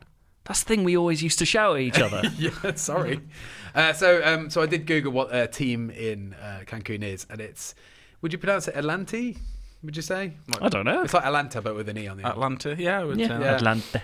Speaker 2: That's the thing we always used to shout at each other.
Speaker 4: yeah. Sorry. Uh, so um, so I did Google what a team in uh, Cancun is, and it's would you pronounce it Atlante? Would you say?
Speaker 2: I don't know.
Speaker 4: It's like Atlanta, but with an e on the end.
Speaker 3: Atlanta, yeah, I would
Speaker 2: Yeah.
Speaker 3: say.
Speaker 4: Yeah.
Speaker 2: Atlanta.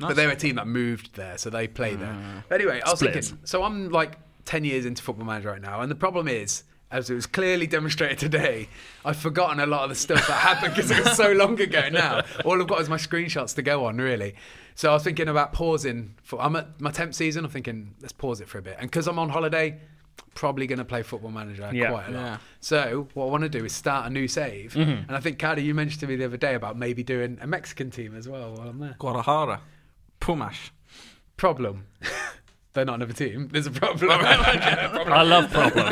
Speaker 4: But they were a team that moved there, so they play there. But anyway, I was
Speaker 2: Splitters.
Speaker 4: thinking. So I'm like ten years into Football Manager right now, and the problem is, as it was clearly demonstrated today, I've forgotten a lot of the stuff that happened because it was so long ago. Now all I've got is my screenshots to go on, really. So I was thinking about pausing. For I'm at my temp season. I'm thinking let's pause it for a bit, and because I'm on holiday. Probably going to play Football Manager
Speaker 2: Yeah.
Speaker 4: quite a lot.
Speaker 3: Yeah.
Speaker 4: So what I want to do is start a new save, and I think Cardi, you mentioned to me the other day about maybe doing a Mexican team as well while I'm there
Speaker 3: Guadalajara. Pumash.
Speaker 4: problem. They're not another team. There's a problem.
Speaker 2: I love problem.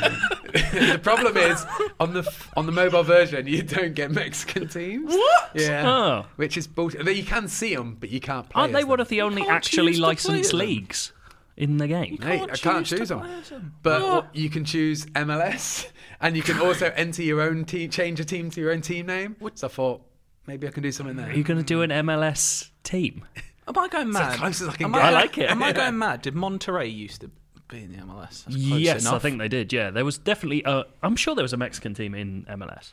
Speaker 4: the problem is on the f- on the mobile version, you don't get Mexican teams. What? Yeah.
Speaker 2: Oh.
Speaker 4: Which is bullshit. They- You can see them, but you can't play.
Speaker 2: Aren't they
Speaker 4: as
Speaker 2: one
Speaker 4: them.
Speaker 2: of the only
Speaker 3: can't
Speaker 2: actually
Speaker 3: choose to play
Speaker 2: licensed
Speaker 3: them.
Speaker 2: leagues in the game?
Speaker 4: Hey,
Speaker 3: can't
Speaker 4: I can't
Speaker 3: choose to
Speaker 4: choose them.
Speaker 3: play as Ah. them?
Speaker 4: But what- you can choose MLS, and you can also enter your own team, change a team to your own team name. So I thought maybe I can do something there.
Speaker 2: Are you going to do an MLS team?
Speaker 3: Am I going mad?
Speaker 4: close as I can
Speaker 3: Am
Speaker 4: get.
Speaker 2: I like it.
Speaker 3: Am I going mad? Did Monterrey used to be in the MLS? That's close
Speaker 2: yes, I
Speaker 3: enough.
Speaker 2: think they did. Yeah, there was definitely. A, I'm sure there was a Mexican team in MLS.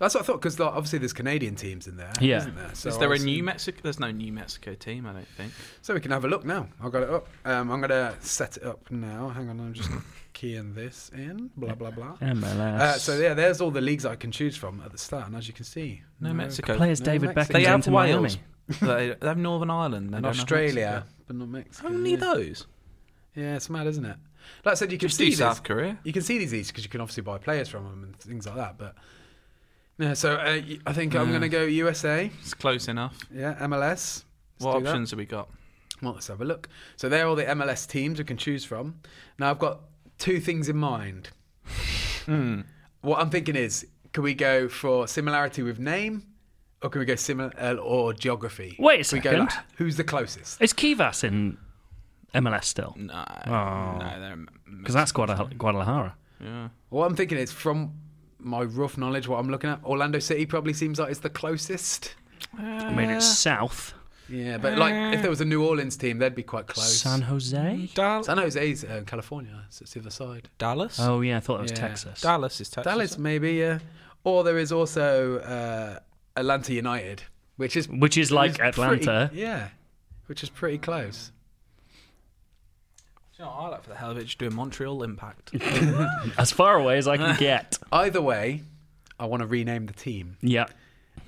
Speaker 4: That's what I thought because obviously there's Canadian teams in there,
Speaker 2: Yeah.
Speaker 4: not there? So
Speaker 3: Is there a
Speaker 4: I was-
Speaker 3: New Mexico? There's no New Mexico team, I don't think.
Speaker 4: So we can have a look now. I've got it up. Um, I'm going to set it up now. Hang on, I'm just keying this in. Blah, blah, blah.
Speaker 2: MLS.
Speaker 4: Uh, so, yeah, there's all the leagues I can choose from at the start. And as you can see,
Speaker 3: No, Mexico.
Speaker 2: Players David
Speaker 4: Mexico.
Speaker 2: Beckham
Speaker 3: they have
Speaker 2: into
Speaker 3: Wales.
Speaker 2: Miami.
Speaker 3: they, they have Northern Ireland. They
Speaker 4: in
Speaker 3: don't have
Speaker 4: Australia,
Speaker 3: Mexico.
Speaker 4: but not Mexico.
Speaker 3: Only
Speaker 4: yeah.
Speaker 3: those.
Speaker 4: Yeah, it's mad, isn't it? Like I said, you can
Speaker 3: Just
Speaker 4: see
Speaker 3: do
Speaker 4: these.
Speaker 3: South Korea.
Speaker 4: You can see these because you can obviously buy players from them and things like that. But no, so uh, y- I think I'm
Speaker 3: Yeah.
Speaker 4: going to go USA.
Speaker 3: It's close enough.
Speaker 4: Yeah, MLS. Let's
Speaker 3: what
Speaker 4: do that.
Speaker 3: options have we got?
Speaker 4: Well, let's have a look. So they're all the MLS teams we can choose from. Now I've got two things in mind.
Speaker 2: Hmm.
Speaker 4: What I'm thinking is, can we go for similarity with name, or can we go similar uh, or geography?
Speaker 2: Wait a
Speaker 4: Can we go like,
Speaker 2: second.
Speaker 4: who's the closest?
Speaker 2: Is Kivas in MLS still?
Speaker 3: No,
Speaker 4: Oh.
Speaker 3: no, they're
Speaker 2: Because that's Guadal- Guadalajara.
Speaker 3: yeah.
Speaker 4: What I'm thinking is, from my rough knowledge, what I'm looking at, Orlando City probably seems like it's the closest.
Speaker 2: I mean, it's south.
Speaker 4: Yeah, but like if there was a New Orleans team, they'd be quite close.
Speaker 2: Hmm. San Jose?
Speaker 3: Dal-
Speaker 4: San Jose's uh, California, so it's the other side.
Speaker 3: Dallas.
Speaker 2: Oh, yeah, I thought that was
Speaker 4: Yeah.
Speaker 2: Texas.
Speaker 3: Dallas is Texas.
Speaker 4: Dallas, maybe, yeah. Or there is also uh, Atlanta United, which is
Speaker 2: Which is like
Speaker 4: pretty-
Speaker 2: Atlanta.
Speaker 4: yeah, which is pretty close.
Speaker 3: You know, I like for the hell of it, just doing Montreal Impact.
Speaker 2: As far away as I can get.
Speaker 4: Either way, I want to rename the team.
Speaker 2: yeah.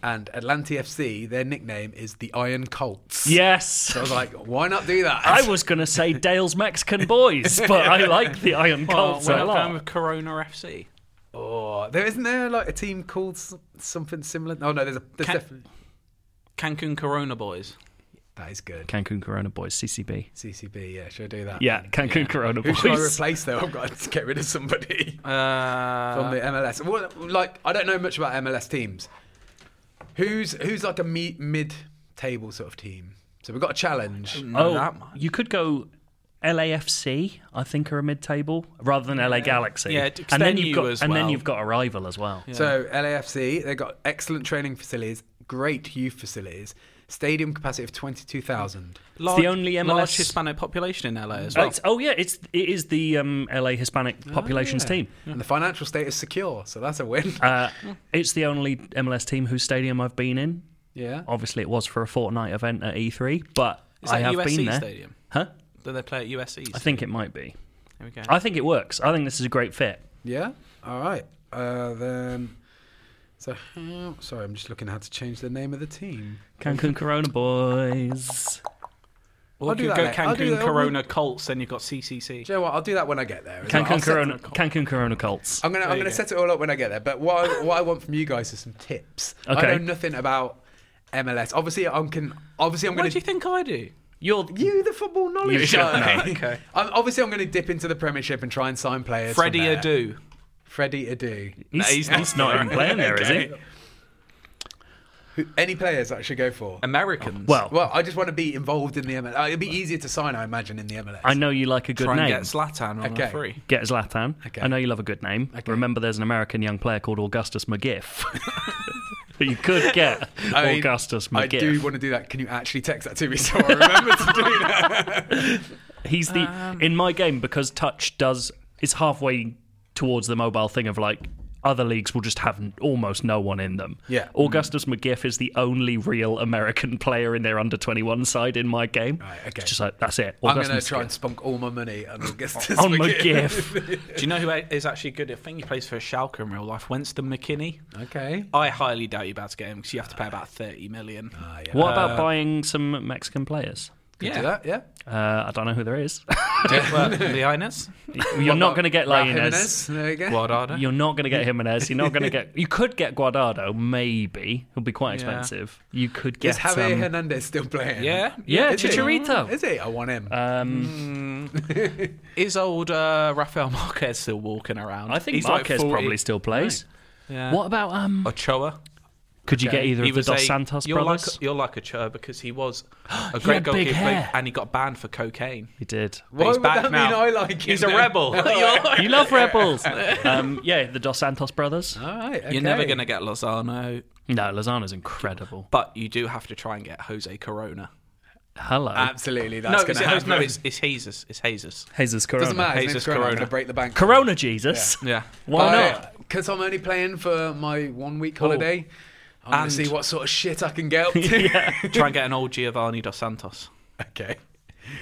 Speaker 4: And Atlanta FC, their nickname is the Iron Colts.
Speaker 2: Yes.
Speaker 4: I was like, why not do that?
Speaker 2: I was going to say Dale's Mexican Boys, but I like the Iron Colts
Speaker 3: we're
Speaker 2: Oh, a
Speaker 3: not going
Speaker 2: lot.
Speaker 3: with Corona FC.
Speaker 4: Oh, there isn't there like a team called s- something similar? Oh no, there's a there's
Speaker 3: Can-
Speaker 4: definitely
Speaker 3: Cancun Corona Boys.
Speaker 4: that is good.
Speaker 2: Cancun Corona Boys, CCB.
Speaker 4: CCB, yeah, should I do that?
Speaker 2: Yeah, Cancun Corona
Speaker 4: Who should I
Speaker 2: Boys.
Speaker 4: replace though? I've got to get rid of somebody.
Speaker 3: Uh,
Speaker 4: from the MLS. What, like I don't know much about MLS teams. Who's who's like a me, mid table sort of team? So we've got a challenge.
Speaker 3: no,
Speaker 2: Oh,
Speaker 3: that much.
Speaker 2: you could go LAFC. I think are a mid-table rather than LA Galaxy.
Speaker 3: Yeah, to
Speaker 2: and then
Speaker 3: extend
Speaker 2: you've
Speaker 3: you
Speaker 2: got
Speaker 3: as
Speaker 2: and then
Speaker 3: well.
Speaker 2: you've got a rival as well.
Speaker 4: So LAFC, they've got excellent training facilities, great youth facilities, stadium capacity of twenty two thousand.
Speaker 3: large,
Speaker 2: the only MLS
Speaker 3: large Hispanic population in LA as well.
Speaker 2: It's- oh yeah, it's it is the um, LA Hispanic
Speaker 3: Oh,
Speaker 2: populations team.
Speaker 4: And the financial state is secure, so that's a win.
Speaker 2: Uh, it's the only MLS team whose stadium I've been in.
Speaker 4: yeah.
Speaker 2: Obviously, it was for a fortnight event at E3, but
Speaker 3: Is
Speaker 2: I
Speaker 3: that
Speaker 2: have
Speaker 3: USC
Speaker 2: been there.
Speaker 3: Stadium?
Speaker 2: Huh?
Speaker 3: Do they play at USC?
Speaker 2: I think it might be.
Speaker 3: There we go.
Speaker 2: I think it works. I think this is a great fit.
Speaker 4: Yeah. All right. Uh, then. So how? Sorry, I'm just looking how to change the name of the team.
Speaker 2: Cancun Corona boys.
Speaker 3: Or
Speaker 4: I'll do
Speaker 3: you
Speaker 4: that,
Speaker 3: go
Speaker 4: mate. I'll do
Speaker 3: Cancun
Speaker 4: that.
Speaker 3: Corona Colts, then you've got CCC.
Speaker 4: Do you know what? I'll do that when I get there. as well. I'll
Speaker 2: Cancun
Speaker 4: set- Oh,
Speaker 2: Corona. Cancun Corona Colts.
Speaker 4: I'm gonna I'm
Speaker 3: you
Speaker 4: gonna
Speaker 3: go.
Speaker 4: set it all up when I get there. But what I, what I want from you guys is some tips.
Speaker 2: Okay.
Speaker 4: I know nothing about MLS. Obviously, I'm can. Obviously, I'm
Speaker 3: What
Speaker 4: gonna.
Speaker 3: do you think I do?
Speaker 2: You're
Speaker 4: You, the football knowledge
Speaker 2: You should
Speaker 4: guy.
Speaker 2: know.
Speaker 3: Okay.
Speaker 4: I'm, obviously, I'm going to dip into the Premiership and try and sign players. from
Speaker 3: Freddie
Speaker 4: there.
Speaker 3: Adu.
Speaker 4: Freddie Adu.
Speaker 2: he's,
Speaker 3: he's
Speaker 2: he's not even playing there, is he?
Speaker 4: Who, any players that I should go for?
Speaker 3: Americans.
Speaker 2: Oh, Well,
Speaker 4: well, I just want to be involved in the MLS. Uh, It'd be easier to sign, I imagine, in the MLS.
Speaker 2: I know you like a good
Speaker 3: try and
Speaker 2: name.
Speaker 3: get Zlatan on
Speaker 4: Okay.
Speaker 3: a free.
Speaker 2: Get Zlatan.
Speaker 4: Okay.
Speaker 2: I know you love a good name. Remember, there's an American young player called Augustus McGiff. that you could get
Speaker 4: I mean,
Speaker 2: Augustus
Speaker 4: I
Speaker 2: McGiff.
Speaker 4: do want to do that. Can you actually text that to me so I remember to do that?
Speaker 2: He's the in my game because touch does it's halfway towards the mobile thing of like other leagues will just have n- almost no one in them.
Speaker 4: Yeah. Mm.
Speaker 2: Augustus McGiff is the only real American player in their under 21 side in my game.
Speaker 4: Right, okay.
Speaker 2: It's just like, that's it.
Speaker 4: I'm going to
Speaker 2: Augustus
Speaker 4: try
Speaker 2: McGiff.
Speaker 4: and spunk all my money on Augustus
Speaker 2: on
Speaker 4: McGill.
Speaker 2: McGiff.
Speaker 3: Do you know who is actually good? I think he plays for Schalke in real life. Winston McKinney.
Speaker 4: Okay.
Speaker 3: I highly doubt you're about to get him because you have to pay about thirty million.
Speaker 2: what
Speaker 4: Uh,
Speaker 2: about buying some Mexican players?
Speaker 4: Yeah. Do that, yeah.
Speaker 2: Uh, I don't know who there is.
Speaker 3: well, the Inez,
Speaker 2: You're not going to get
Speaker 4: Raul
Speaker 2: Lainez.
Speaker 4: Jimenez, There you go.
Speaker 3: Guardado.
Speaker 2: You're not going to get Jimenez. You're not going to get. You could get Guardado, maybe. It'll be quite
Speaker 3: Yeah.
Speaker 2: expensive. You could
Speaker 4: Is
Speaker 2: get.
Speaker 4: Javier
Speaker 2: um,
Speaker 4: Hernandez still playing?
Speaker 3: yeah, Mm. Uh,
Speaker 2: yeah,
Speaker 4: Is he?
Speaker 2: Chicharito.
Speaker 4: Is he? I want him.
Speaker 2: um,
Speaker 3: Is old uh, Rafael Marquez still walking around?
Speaker 2: I think
Speaker 3: He's like
Speaker 2: Marquez
Speaker 3: 40.
Speaker 2: probably still plays.
Speaker 3: Yeah.
Speaker 2: What about um?
Speaker 3: Ochoa.
Speaker 2: Could you get either
Speaker 3: He
Speaker 2: of the
Speaker 3: was
Speaker 2: Dos
Speaker 3: a-
Speaker 2: Santos
Speaker 3: you're
Speaker 2: brothers?
Speaker 3: Like, you're like Ochoa because he was a
Speaker 2: had
Speaker 3: great
Speaker 2: big
Speaker 3: goalkeeper
Speaker 2: hair.
Speaker 3: and he got banned for cocaine.
Speaker 2: he did.
Speaker 3: But he's
Speaker 4: would
Speaker 3: back
Speaker 4: that
Speaker 3: now.
Speaker 4: mean I like him
Speaker 3: He's a
Speaker 4: then?
Speaker 3: rebel. you're like-
Speaker 2: You love rebels. um, yeah, the Dos Santos brothers.
Speaker 4: all right.
Speaker 3: you're never going to get Lozano,
Speaker 2: No, Lozano's incredible.
Speaker 3: but you do have to try and get Jose Corona.
Speaker 2: Hello,
Speaker 3: Uh,
Speaker 4: Absolutely. That's
Speaker 3: No,
Speaker 4: going
Speaker 3: is
Speaker 4: to
Speaker 3: it Jose?
Speaker 4: happen.
Speaker 3: no, it's, it's Jesus. It's Jesus.
Speaker 2: Jesus Corona.
Speaker 4: Doesn't matter.
Speaker 3: Jesus
Speaker 4: His name's Corona. I'm
Speaker 3: Corona.
Speaker 4: going to break the bank.
Speaker 2: Corona Jesus.
Speaker 3: Yeah.
Speaker 2: Why not?
Speaker 4: Because I'm only playing for my one week holiday. I'm going
Speaker 3: Oh. And-
Speaker 4: to see what sort of shit I can get up to.
Speaker 3: Try and get an old Giovanni Dos Santos.
Speaker 4: Okay.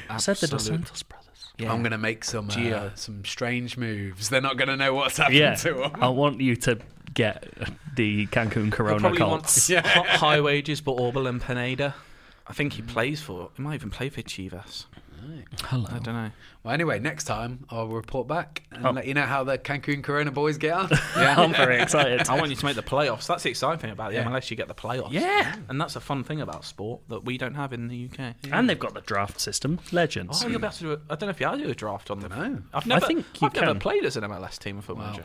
Speaker 2: I said the Dos
Speaker 3: Absolute.
Speaker 2: Santos brothers.
Speaker 4: I'm going to make some uh,
Speaker 3: Gio.
Speaker 4: some strange moves. They're not going to know what's happened
Speaker 2: Yeah,
Speaker 4: to them.
Speaker 3: Oh.
Speaker 2: I want you to get the Cancun Corona
Speaker 3: Probably
Speaker 2: cults.
Speaker 3: wants hot, high wages, but Orbel and Pineda. I think he plays for. He might even play for Chivas.
Speaker 2: Hello.
Speaker 3: I don't know.
Speaker 4: Well, anyway, next time I'll report back and
Speaker 3: Oh.
Speaker 4: let you know how the Cancun Corona boys get on.
Speaker 2: I'm very excited.
Speaker 3: I want you to make the playoffs. That's the exciting thing about the MLS. You get the playoffs.
Speaker 2: Yeah.
Speaker 3: And that's a fun thing about sport that we don't have in the UK.
Speaker 2: And they've got the draft system. Legends.
Speaker 3: Oh, you'll be able to do. A, I don't know if you will do a draft on them. I've
Speaker 2: I
Speaker 3: never.
Speaker 2: think you
Speaker 3: I've never
Speaker 2: can.
Speaker 3: played as an MLS team for manager.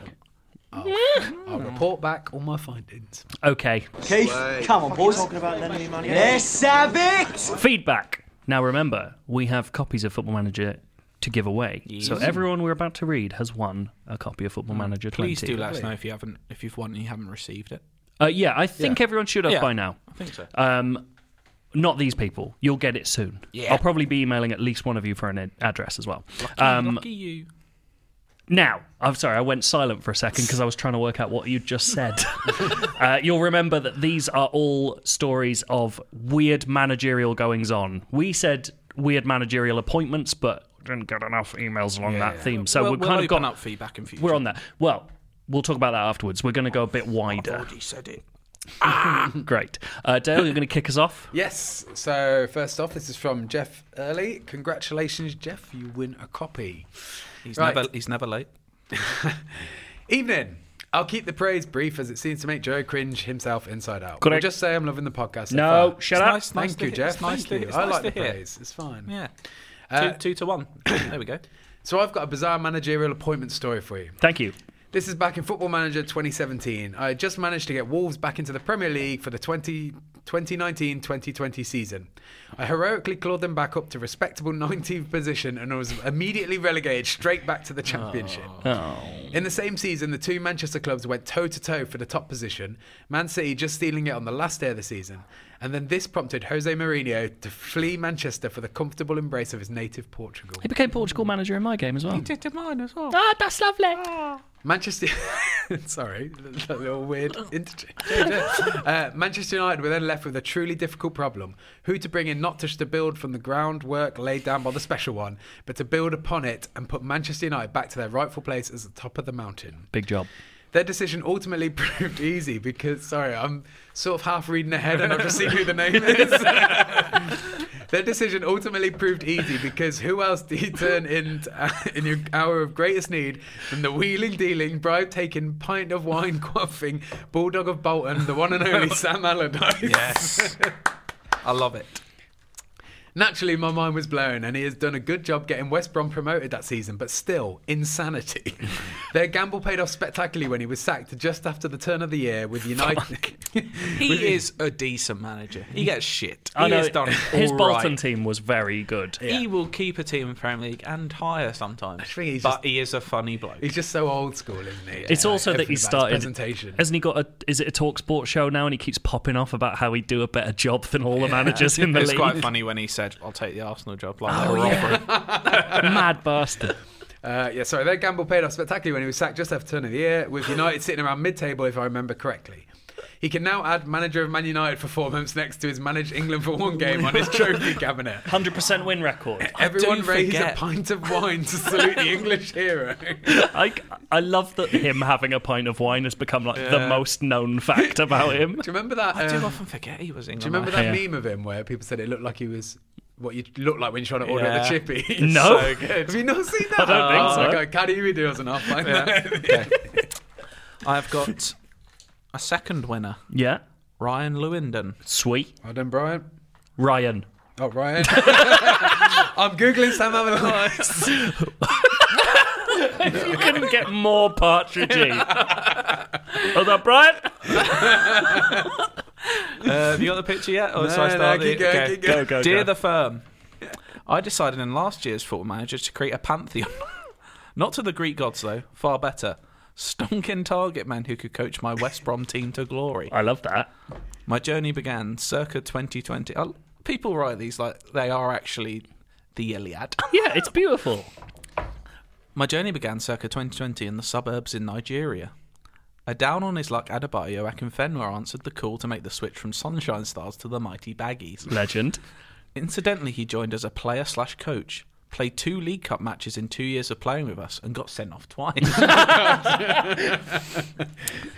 Speaker 4: I'll report back all my findings.
Speaker 2: Okay.
Speaker 6: Keith, come on, boys. Talking about lending money. Let's have it.
Speaker 2: Feedback. Now remember, we have copies of Football Manager to give away. So everyone we're about to read has won a copy of Football Manager 20.
Speaker 3: Mm. Please do let us know if you haven't. If you've won and you haven't received it.
Speaker 2: Uh, yeah, I think everyone should have
Speaker 3: Yeah.
Speaker 2: by now.
Speaker 3: I think so.
Speaker 2: Um, not these people. You'll get it soon.
Speaker 3: Yeah.
Speaker 2: I'll probably be emailing at least one of you for an ad- address as well. Um,
Speaker 3: Lucky you.
Speaker 2: Now, I'm sorry, I went silent for a second because I was trying to work out what you just said. uh, you'll remember that these are all stories of weird managerial goings on. We said weird managerial appointments, but didn't get enough emails along that theme. So
Speaker 3: we'll,
Speaker 2: we've
Speaker 3: we'll
Speaker 2: kind of
Speaker 3: open
Speaker 2: gone
Speaker 3: up feedback in future.
Speaker 2: We're on that. Well, we'll talk about that afterwards. We're going to go a bit wider.
Speaker 3: Already said it.
Speaker 2: Great. Uh, Dale, you're going to kick us off?
Speaker 4: Yes. So first off, this is from Jeff Early. Congratulations, Jeff. You win a copy.
Speaker 3: He's
Speaker 4: Right.
Speaker 3: never. He's never late.
Speaker 4: Evening. I'll keep the praise brief as it seems to make Joe cringe himself inside out.
Speaker 2: Correct.
Speaker 4: We'll just say I'm loving the podcast. so far.
Speaker 2: shut
Speaker 3: It's
Speaker 2: up.
Speaker 3: nice-
Speaker 4: Thank
Speaker 3: to
Speaker 4: you,
Speaker 3: hear-
Speaker 4: Jeff.
Speaker 3: it's nice
Speaker 4: Thank
Speaker 3: to-
Speaker 4: you.
Speaker 3: it's
Speaker 4: I
Speaker 3: nice
Speaker 4: like
Speaker 3: to
Speaker 4: the
Speaker 3: hear.
Speaker 4: praise. It's fine.
Speaker 3: Yeah.
Speaker 4: Uh,
Speaker 3: two, two to one. there we go.
Speaker 4: So I've got a bizarre managerial appointment story for you.
Speaker 2: Thank you.
Speaker 4: This is back in Football Manager 2017. I had just managed to get Wolves back into the Premier League for the 20, 2019-2020 season. I heroically clawed them back up to respectable 19th position and was immediately relegated straight back to the Championship. In the same season, the two Manchester clubs went toe to toe for the top position, Man City just stealing it on the last day of the season. And then this prompted Jose Mourinho to flee Manchester for the comfortable embrace of his native Portugal.
Speaker 2: He became Portugal manager in my game as well.
Speaker 3: Two to mine as well.
Speaker 2: Ah, that's lovely.
Speaker 4: Manchester. Sorry, that little weird
Speaker 2: Oh.
Speaker 4: interchange. Uh, Manchester United were then left with a truly difficult problem: who to bring in, not just to build from the groundwork laid down by the special one, but to build upon it and put Manchester United back to their rightful place as the top of the mountain.
Speaker 2: Big job.
Speaker 4: Their decision ultimately proved easy because, sorry, I'm sort of half reading ahead and I've just seen who the name is. Their decision ultimately proved easy because who else do you turn in uh, in your hour of greatest need than the wheeling, dealing, bribe taking, pint of wine quaffing, bulldog of Bolton, the one and only Sam Allardyce?
Speaker 3: Yes. I love it.
Speaker 4: Naturally, my mind was blown, and he has done a good job getting West Brom promoted that season, but still, insanity. Their gamble paid off spectacularly when he was sacked just after the turn of the year with United.
Speaker 3: He is a decent manager. He gets shit.
Speaker 2: I
Speaker 3: He
Speaker 2: know
Speaker 3: has done
Speaker 2: his
Speaker 3: all
Speaker 2: Bolton
Speaker 3: right.
Speaker 2: team was very good.
Speaker 3: He will keep a team in Premier League and higher sometimes.
Speaker 4: think he's
Speaker 3: but
Speaker 4: just-
Speaker 3: he is a funny bloke.
Speaker 4: He's just so old school, isn't he?
Speaker 2: It's
Speaker 4: Yeah,
Speaker 2: also that
Speaker 4: everything
Speaker 2: he
Speaker 4: about
Speaker 2: started.
Speaker 4: his presentation.
Speaker 2: Hasn't he got a? Is it a talk sport show now? And he keeps popping off about how he'd do a better job than all the managers in the
Speaker 3: it's
Speaker 2: league.
Speaker 3: quite funny when he said, "I'll take the Arsenal job." Like, oh,
Speaker 2: Mad bastard.
Speaker 4: Uh, yeah, sorry, their gamble paid off spectacularly when he was sacked just after turn of the year, with United sitting around mid-table, if I remember correctly. He can now add manager of Man United for four months next to his managed England for one game on his trophy cabinet.
Speaker 2: 100% win record.
Speaker 4: Everyone
Speaker 3: do
Speaker 4: raise a
Speaker 3: forget.
Speaker 4: pint of wine to salute the English hero.
Speaker 2: I, I love that him having a pint of wine has become like the most known fact about him.
Speaker 4: Do you remember that?
Speaker 3: I do
Speaker 4: um,
Speaker 3: often forget he was
Speaker 4: Do you
Speaker 3: England.
Speaker 4: remember that
Speaker 2: Yeah.
Speaker 4: meme of him where people said it looked like he was what you looked like when you tried to order
Speaker 3: Yeah.
Speaker 4: the chippy?
Speaker 2: No.
Speaker 3: So good.
Speaker 4: Have you not seen that? Oh, I
Speaker 2: don't think so.
Speaker 4: Okay, Caddy Uwe doesn't half like that.
Speaker 3: I've got a second winner,
Speaker 2: Yeah.
Speaker 3: Ryan Lewandon.
Speaker 2: Sweet.
Speaker 4: Well done, Brian.
Speaker 2: Ryan.
Speaker 4: Oh, Ryan. I'm Googling Sam Allardyce.
Speaker 2: You couldn't get more partridgey. Was that Brian?
Speaker 3: Uh, have you got the picture yet? Or
Speaker 4: No,
Speaker 3: shall I
Speaker 4: no,
Speaker 3: start
Speaker 4: keep
Speaker 3: it?
Speaker 4: going,
Speaker 3: Okay.
Speaker 4: keep going. Go,
Speaker 3: Dear the firm, I decided in last year's football manager to create a pantheon. Not to the Greek gods, though, far better. Stonking target man who could coach my West Brom team to glory.
Speaker 2: I love that.
Speaker 3: My journey began circa 2020. Oh, people write these like they are actually the Iliad.
Speaker 2: Yeah, it's beautiful.
Speaker 3: My journey began circa 2020 in the suburbs in Nigeria. A down on his luck Adebayo Akinfenwa answered the call to make the switch from Sunshine Stars to the Mighty Baggies.
Speaker 2: Legend.
Speaker 3: Incidentally, he joined as a player slash coach, played two League Cup matches in two years of playing with us, and got sent off twice.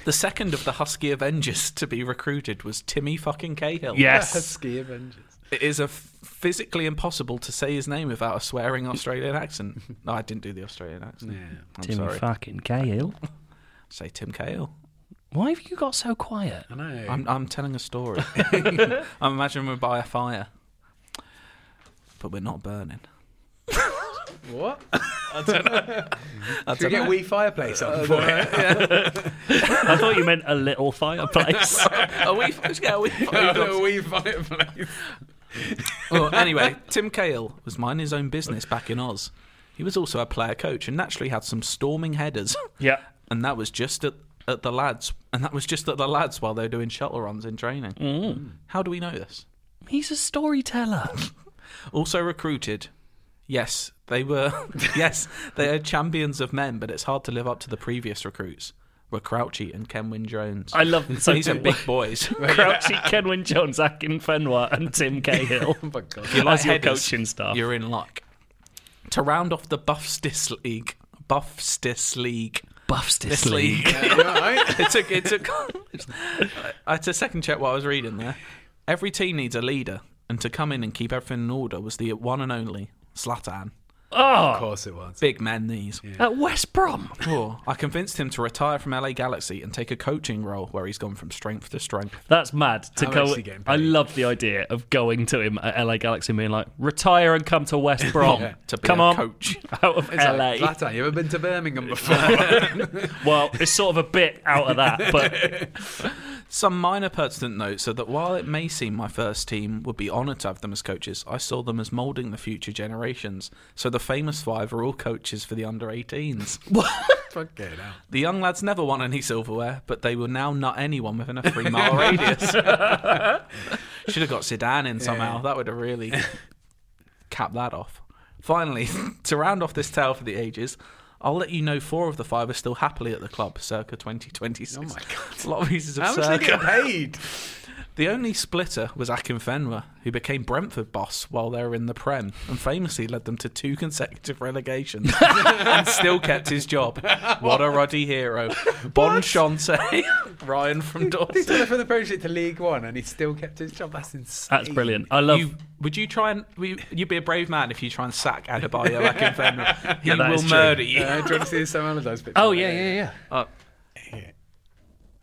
Speaker 3: the second of the Husky Avengers to be recruited was Timmy fucking Cahill.
Speaker 2: Yes.
Speaker 3: It is a f- physically impossible to say his name without a swearing Australian accent. No, I didn't do the Australian accent. I'm
Speaker 2: Tim
Speaker 3: sorry.
Speaker 2: fucking Cahill.
Speaker 3: say Tim Cahill.
Speaker 2: Why have you got so quiet?
Speaker 4: I know.
Speaker 3: I'm, I'm telling a story. I'm imagining we're by a fire, but we're not burning.
Speaker 4: what?
Speaker 3: I
Speaker 4: Should we
Speaker 3: dunno.
Speaker 4: get Wee Fireplace on for it?
Speaker 2: I thought you meant a little fireplace.
Speaker 3: Are we? Let's get a wee
Speaker 4: Oh, Wee Fireplace.
Speaker 3: well, anyway, Tim Cahill was minding his own business back in Oz. He was also a player coach and naturally had some storming headers.
Speaker 2: yeah.
Speaker 3: And that was just at, at the lads. And that was just at the lads while they were doing shuttle runs in training. How do we know this?
Speaker 2: Mm. He's a storyteller.
Speaker 3: Also recruited. Yes, they were. yes, they are champions of men, but it's hard to live up to the previous recruits. Were Crouchy and Kenwyn Jones.
Speaker 2: I love so
Speaker 3: These are big boys.
Speaker 2: Crouchy, Kenwin Jones, Akin Fenwa, and Tim Cahill.
Speaker 4: Oh my God.
Speaker 3: you
Speaker 2: That's your coaching staff.
Speaker 3: You're in luck. To round off the Buff Stis League, Buff Stis League,
Speaker 2: Buffs
Speaker 3: this league.
Speaker 4: You all right?
Speaker 3: it took. It took. I had to second check what I was reading there. Every team needs a leader, and to come in and keep everything in order was the one and only Slatan.
Speaker 4: Of course it was.
Speaker 3: Big man, these.
Speaker 2: Oh, At West Brom.
Speaker 3: Oh, I convinced him to retire from LA Galaxy and take a coaching role where he's gone from strength to strength.
Speaker 2: That's mad to
Speaker 4: How much
Speaker 2: go.
Speaker 4: is he getting paid?
Speaker 2: I love the idea of going to him at LA Galaxy and being like, retire and come to West Brom.
Speaker 3: to be
Speaker 2: come
Speaker 3: a
Speaker 2: on,
Speaker 3: coach."
Speaker 2: out of
Speaker 4: It's
Speaker 2: LA.
Speaker 4: like, Zlatan, you ever been to Birmingham before?
Speaker 2: well, it's sort of a bit out of that, but
Speaker 3: Some minor pertinent notes so that while it may seem my first team would be honoured to have them as coaches, I saw them as moulding the future generations. So the famous five are all coaches for the under 18s.
Speaker 4: Fucking hell.
Speaker 3: The young lads never won any silverware, but they will now nut anyone within a three mile radius. Should have got Zidane in somehow. That would have really capped that off. Finally, to round off this tale for the ages, I'll let you know four of the five are still happily at the club circa 2026. Oh my god. A lot of pieces of
Speaker 4: How much do
Speaker 3: circa.
Speaker 4: you get paid?
Speaker 3: The only splitter was Akinfenwa, who became Brentford boss while they were in the Prem and famously led them to two consecutive relegations and still kept his job. What a ruddy hero. Bon Chante, Ryan from
Speaker 4: He
Speaker 3: Dorset.
Speaker 4: took it from the Premiership to League One, and he still kept his job. That's insane.
Speaker 2: that's brilliant. I love.
Speaker 3: You, would you try and would you- you'd be a brave man if you try and sack Adebayo Akinfenwa? He
Speaker 2: that
Speaker 3: will
Speaker 2: is true.
Speaker 3: murder you.
Speaker 4: Uh, do you want to see the Sam Allardyce picture?
Speaker 2: oh yeah, yeah, yeah.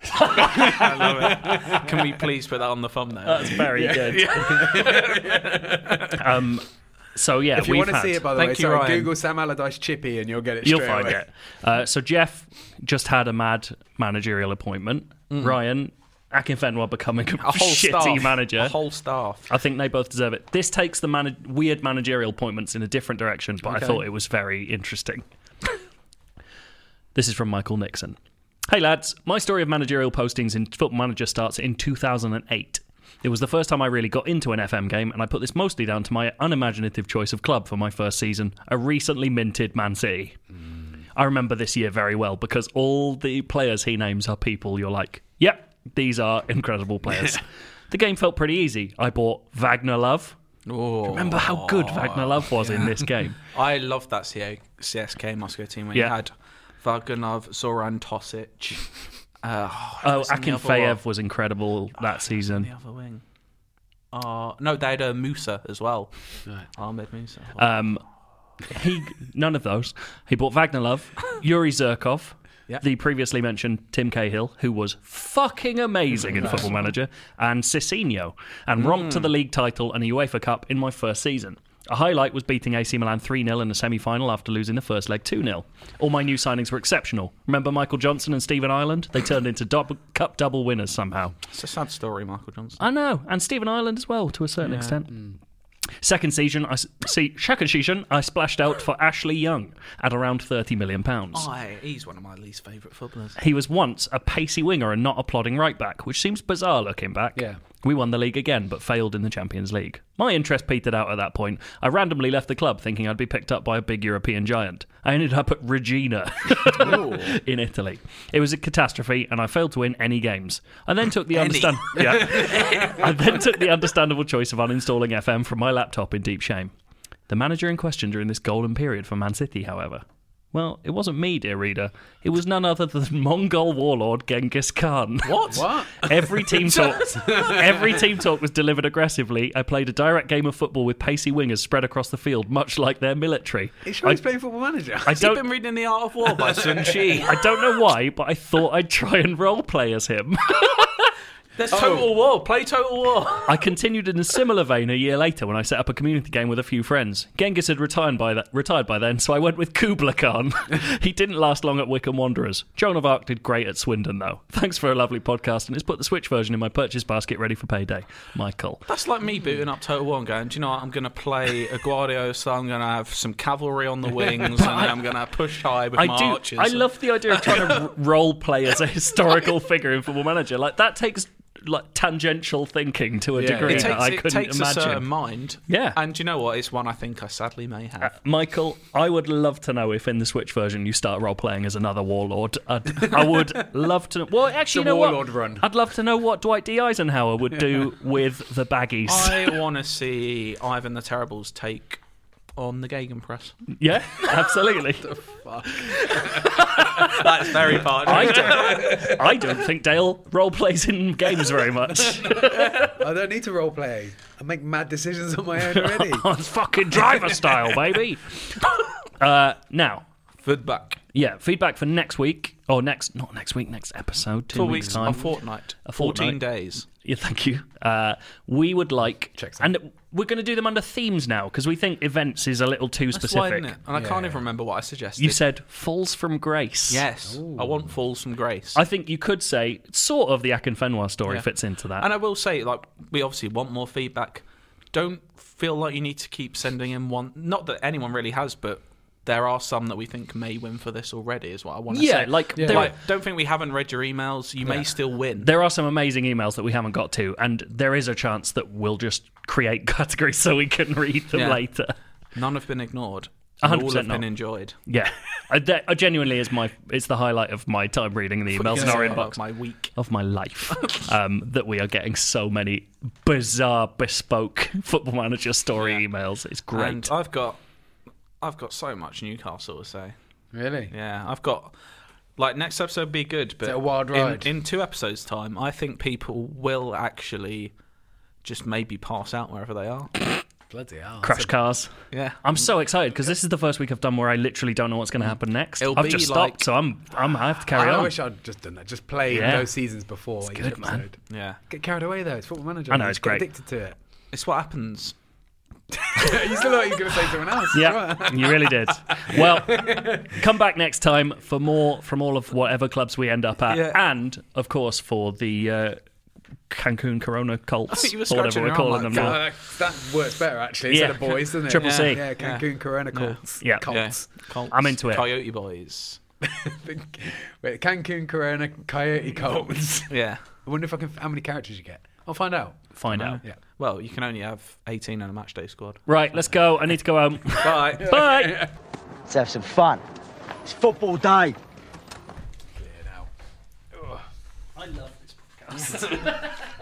Speaker 3: I love it. Can we please put that on the thumbnail?
Speaker 2: That's very good. um, so yeah,
Speaker 4: If you
Speaker 2: we've
Speaker 4: want to
Speaker 2: had,
Speaker 4: see it, by the
Speaker 3: Thank
Speaker 4: way,
Speaker 3: you,
Speaker 4: sorry,
Speaker 3: Ryan.
Speaker 4: Google Sam Allardyce Chippy, and you'll get it.
Speaker 2: You'll
Speaker 4: straight
Speaker 2: find
Speaker 4: away.
Speaker 2: it. Uh, so Jeff just had a mad managerial appointment. Ryan Akinfenwa becoming a,
Speaker 3: Mm. a whole
Speaker 2: shitty
Speaker 3: staff,
Speaker 2: manager.
Speaker 3: A whole staff.
Speaker 2: I think they both deserve it. This takes the manag weird managerial appointments in a different direction, but I thought it was very interesting. this is from Michael Nixon. Hey lads, my story of managerial postings in Football Manager starts in 2008. It was the first time I really got into an FM game, and I put this mostly down to my unimaginative choice of club for my first season a recently minted Man City. I remember this year very well because all the players he names are people you're like, yep, these are incredible players. the game felt pretty easy. I bought Wagner Love.
Speaker 3: Oh.
Speaker 2: Remember how good Wagner Love was in this game?
Speaker 3: I loved that CA, CSK Moscow team when you
Speaker 2: Yeah.
Speaker 3: had Vagunov, Zoran Tosic. Uh, oh,
Speaker 2: Oh,
Speaker 3: who's on the other
Speaker 2: Akinfeyev
Speaker 3: one?
Speaker 2: was incredible that season.
Speaker 3: The other wing. Uh, no, they had uh, Musa as well. Ahmed Musa.
Speaker 2: Um, he none of those. He bought Wagner Love, Yuri Zirkov, the previously mentioned Tim Cahill, who was fucking amazing in Football Manager, and Cicinho, and romped to the league title and a UEFA Cup in my first season. A highlight was beating AC Milan 3 0 in the semi final after losing the first leg 2 0. All my new signings were exceptional. Remember Michael Johnson and Stephen Ireland? They turned into dub- cup double winners somehow.
Speaker 3: it's a sad story, Michael Johnson.
Speaker 2: I know, and Stephen Ireland as well to a certain extent. Second season, I s- see. Second season, I splashed out for Ashley Young at around thirty million pounds.
Speaker 3: I, he's one of my least favourite footballers.
Speaker 2: He was once a pacey winger and not a plodding right back, which seems bizarre looking back.
Speaker 4: Yeah.
Speaker 2: We won the league again, but failed in the Champions League. My interest petered out at that point. I randomly left the club thinking I'd be picked up by a big European giant. I ended up at Regina in Italy. It was a catastrophe, and I failed to win any games. I then took the understand. Yeah. I then took the understandable choice of uninstalling FM from my laptop in deep shame. The manager in question during this golden period for Man City, however, well, it wasn't me, dear reader. It was none other than Mongol warlord Genghis Khan. What?
Speaker 4: What?
Speaker 2: Every team talk, every team talk was delivered aggressively. I played a direct game of football with pacey wingers spread across the field, much like their military.
Speaker 4: He's sure
Speaker 2: I-
Speaker 4: he's playing Football Manager.
Speaker 2: I
Speaker 3: You've
Speaker 2: don't,
Speaker 3: been reading The Art of War by Sun Chi.
Speaker 2: I don't know why, but I thought I'd try and role play as him.
Speaker 3: There's
Speaker 4: Oh,
Speaker 3: Total War. Play Total War.
Speaker 2: I continued in a similar vein a year later when I set up a community game with a few friends. Genghis had retired by, th- retired by then, so I went with Kubla Khan. he didn't last long at Wickham Wanderers. Joan of Arc did great at Swindon, though. Thanks for a lovely podcast, and it's put the Switch version in my purchase basket ready for payday. Michael.
Speaker 3: That's like me booting up Total War and going, do you know what? I'm going to play Aguardio, so I'm going to have some cavalry on the wings, and I'm going to push high with
Speaker 2: I
Speaker 3: my
Speaker 2: do.
Speaker 3: archers.
Speaker 2: I love the idea of trying to r- role play as a historical figure in Football Manager. Like that takes like tangential thinking to a
Speaker 4: Yeah.
Speaker 2: degree
Speaker 3: It
Speaker 4: It
Speaker 3: takes,
Speaker 2: that I
Speaker 3: it
Speaker 2: couldn't
Speaker 3: takes
Speaker 2: imagine.
Speaker 3: a certain mind.
Speaker 2: Yeah.
Speaker 3: And you know what? It's one I think I sadly may have.
Speaker 2: Michael, I would love to know if in the Switch version you start role playing as another warlord. I'd, I would love to. Well, actually,
Speaker 4: The
Speaker 2: you know
Speaker 4: warlord
Speaker 2: what?
Speaker 4: run.
Speaker 2: I'd love to know what Dwight D. Eisenhower would do with the baggies.
Speaker 3: I want to see Ivan the Terrible's take on the Gegenpress.
Speaker 2: yeah, absolutely.
Speaker 3: That's very part.
Speaker 2: I don't, I don't think Dale role plays in games very much.
Speaker 4: I don't need to role play. I make mad decisions on my own already.
Speaker 2: It's fucking driver style, baby. Uh, now,
Speaker 3: Feedback.
Speaker 2: yeah, feedback for next week or next, not next week, next episode. Two
Speaker 3: Four
Speaker 2: weeks,
Speaker 3: weeks,
Speaker 2: time.
Speaker 3: a fortnight.
Speaker 2: A
Speaker 3: 14
Speaker 2: fortnight.
Speaker 3: days.
Speaker 2: Yeah, thank you. Uh, we would like,
Speaker 4: Checks out.
Speaker 2: and we're going to do them under themes now because we think events is a little too
Speaker 3: That's why,
Speaker 2: specific.
Speaker 3: isn't it? And I can't even remember what I suggested.
Speaker 2: You said falls from grace.
Speaker 3: Yes. I want Falls from Grace.
Speaker 2: I think you could say sort of the Akin Fenwar story
Speaker 3: Yeah.
Speaker 2: fits into that.
Speaker 3: and I will say, like, we obviously want more feedback. Don't feel like you need to keep sending in one. Not that anyone really has, but there are some that we think may win for this already, is what I want to
Speaker 2: yeah,
Speaker 3: say.
Speaker 2: like
Speaker 4: Yeah.
Speaker 2: there
Speaker 3: Like, don't think we haven't read your emails. You may still win.
Speaker 2: there are some amazing emails that we haven't got to, and there is a chance that we'll just create categories so we can read them
Speaker 3: Yeah.
Speaker 2: later.
Speaker 3: None have been ignored.
Speaker 2: hundred
Speaker 3: All have
Speaker 2: percent
Speaker 3: been
Speaker 2: not.
Speaker 3: enjoyed.
Speaker 2: Yeah, Uh, that uh, genuinely is my it's the highlight of my time reading the emails in our
Speaker 3: Yeah.
Speaker 2: inbox.
Speaker 3: My week.
Speaker 2: of my life um, that we are getting so many bizarre, bespoke football manager story emails. It's great.
Speaker 3: And I've got, I've got so much Newcastle to say.
Speaker 4: really?
Speaker 3: Yeah, I've got. Like next episode would be good, but
Speaker 4: it a wild
Speaker 3: in-
Speaker 4: ride?
Speaker 3: In, two episodes' time, I think people will actually just maybe pass out wherever they are.
Speaker 4: Bloody hell.
Speaker 2: Crash cars.
Speaker 3: Yeah,
Speaker 2: I'm so excited because this is the first week I've done where I literally don't know what's going to happen next.
Speaker 3: Mm. It'll
Speaker 2: I've
Speaker 3: be
Speaker 2: just
Speaker 3: like-
Speaker 2: stopped, so I'm I'm I have to carry
Speaker 4: I
Speaker 2: on.
Speaker 4: wish I'd just done that. Just play
Speaker 2: Yeah.
Speaker 4: those seasons before each
Speaker 2: good,
Speaker 4: episode.
Speaker 2: man.
Speaker 3: yeah.
Speaker 4: Get carried away though. It's Football Manager.
Speaker 2: I know,
Speaker 4: You
Speaker 2: it's
Speaker 4: get
Speaker 2: great.
Speaker 4: Addicted to it.
Speaker 3: It's what happens.
Speaker 4: you still thought you were going to say someone else.
Speaker 2: Yeah, you really did. Well, come back next time for more from all of whatever clubs we end up at,
Speaker 3: Yeah.
Speaker 2: and of course for the uh, Cancun Corona cults, or
Speaker 3: you were
Speaker 2: whatever
Speaker 3: scratching
Speaker 2: we're
Speaker 3: your arm
Speaker 2: calling
Speaker 3: like
Speaker 2: them
Speaker 3: that.
Speaker 2: now.
Speaker 4: Oh, that, that works better actually
Speaker 2: Yeah.
Speaker 4: instead of boys, doesn't it?
Speaker 2: Triple
Speaker 4: yeah.
Speaker 2: C.
Speaker 4: Yeah, Cancun Corona Colts.
Speaker 2: Yeah.
Speaker 4: Colts.
Speaker 3: Yeah. Colts.
Speaker 2: I'm into it.
Speaker 3: Coyote boys.
Speaker 4: Wait, Cancun Corona Coyote Colts.
Speaker 3: Yeah.
Speaker 4: I wonder if I can. How many characters you get? I'll find out.
Speaker 2: Find
Speaker 3: Uh-huh.
Speaker 2: out.
Speaker 4: Yeah.
Speaker 3: Well, you can only have 18 on a match day squad.
Speaker 2: Right, let's go. I need to go home.
Speaker 3: Bye.
Speaker 2: Bye.
Speaker 5: Let's have some fun. It's football day.
Speaker 6: I love this.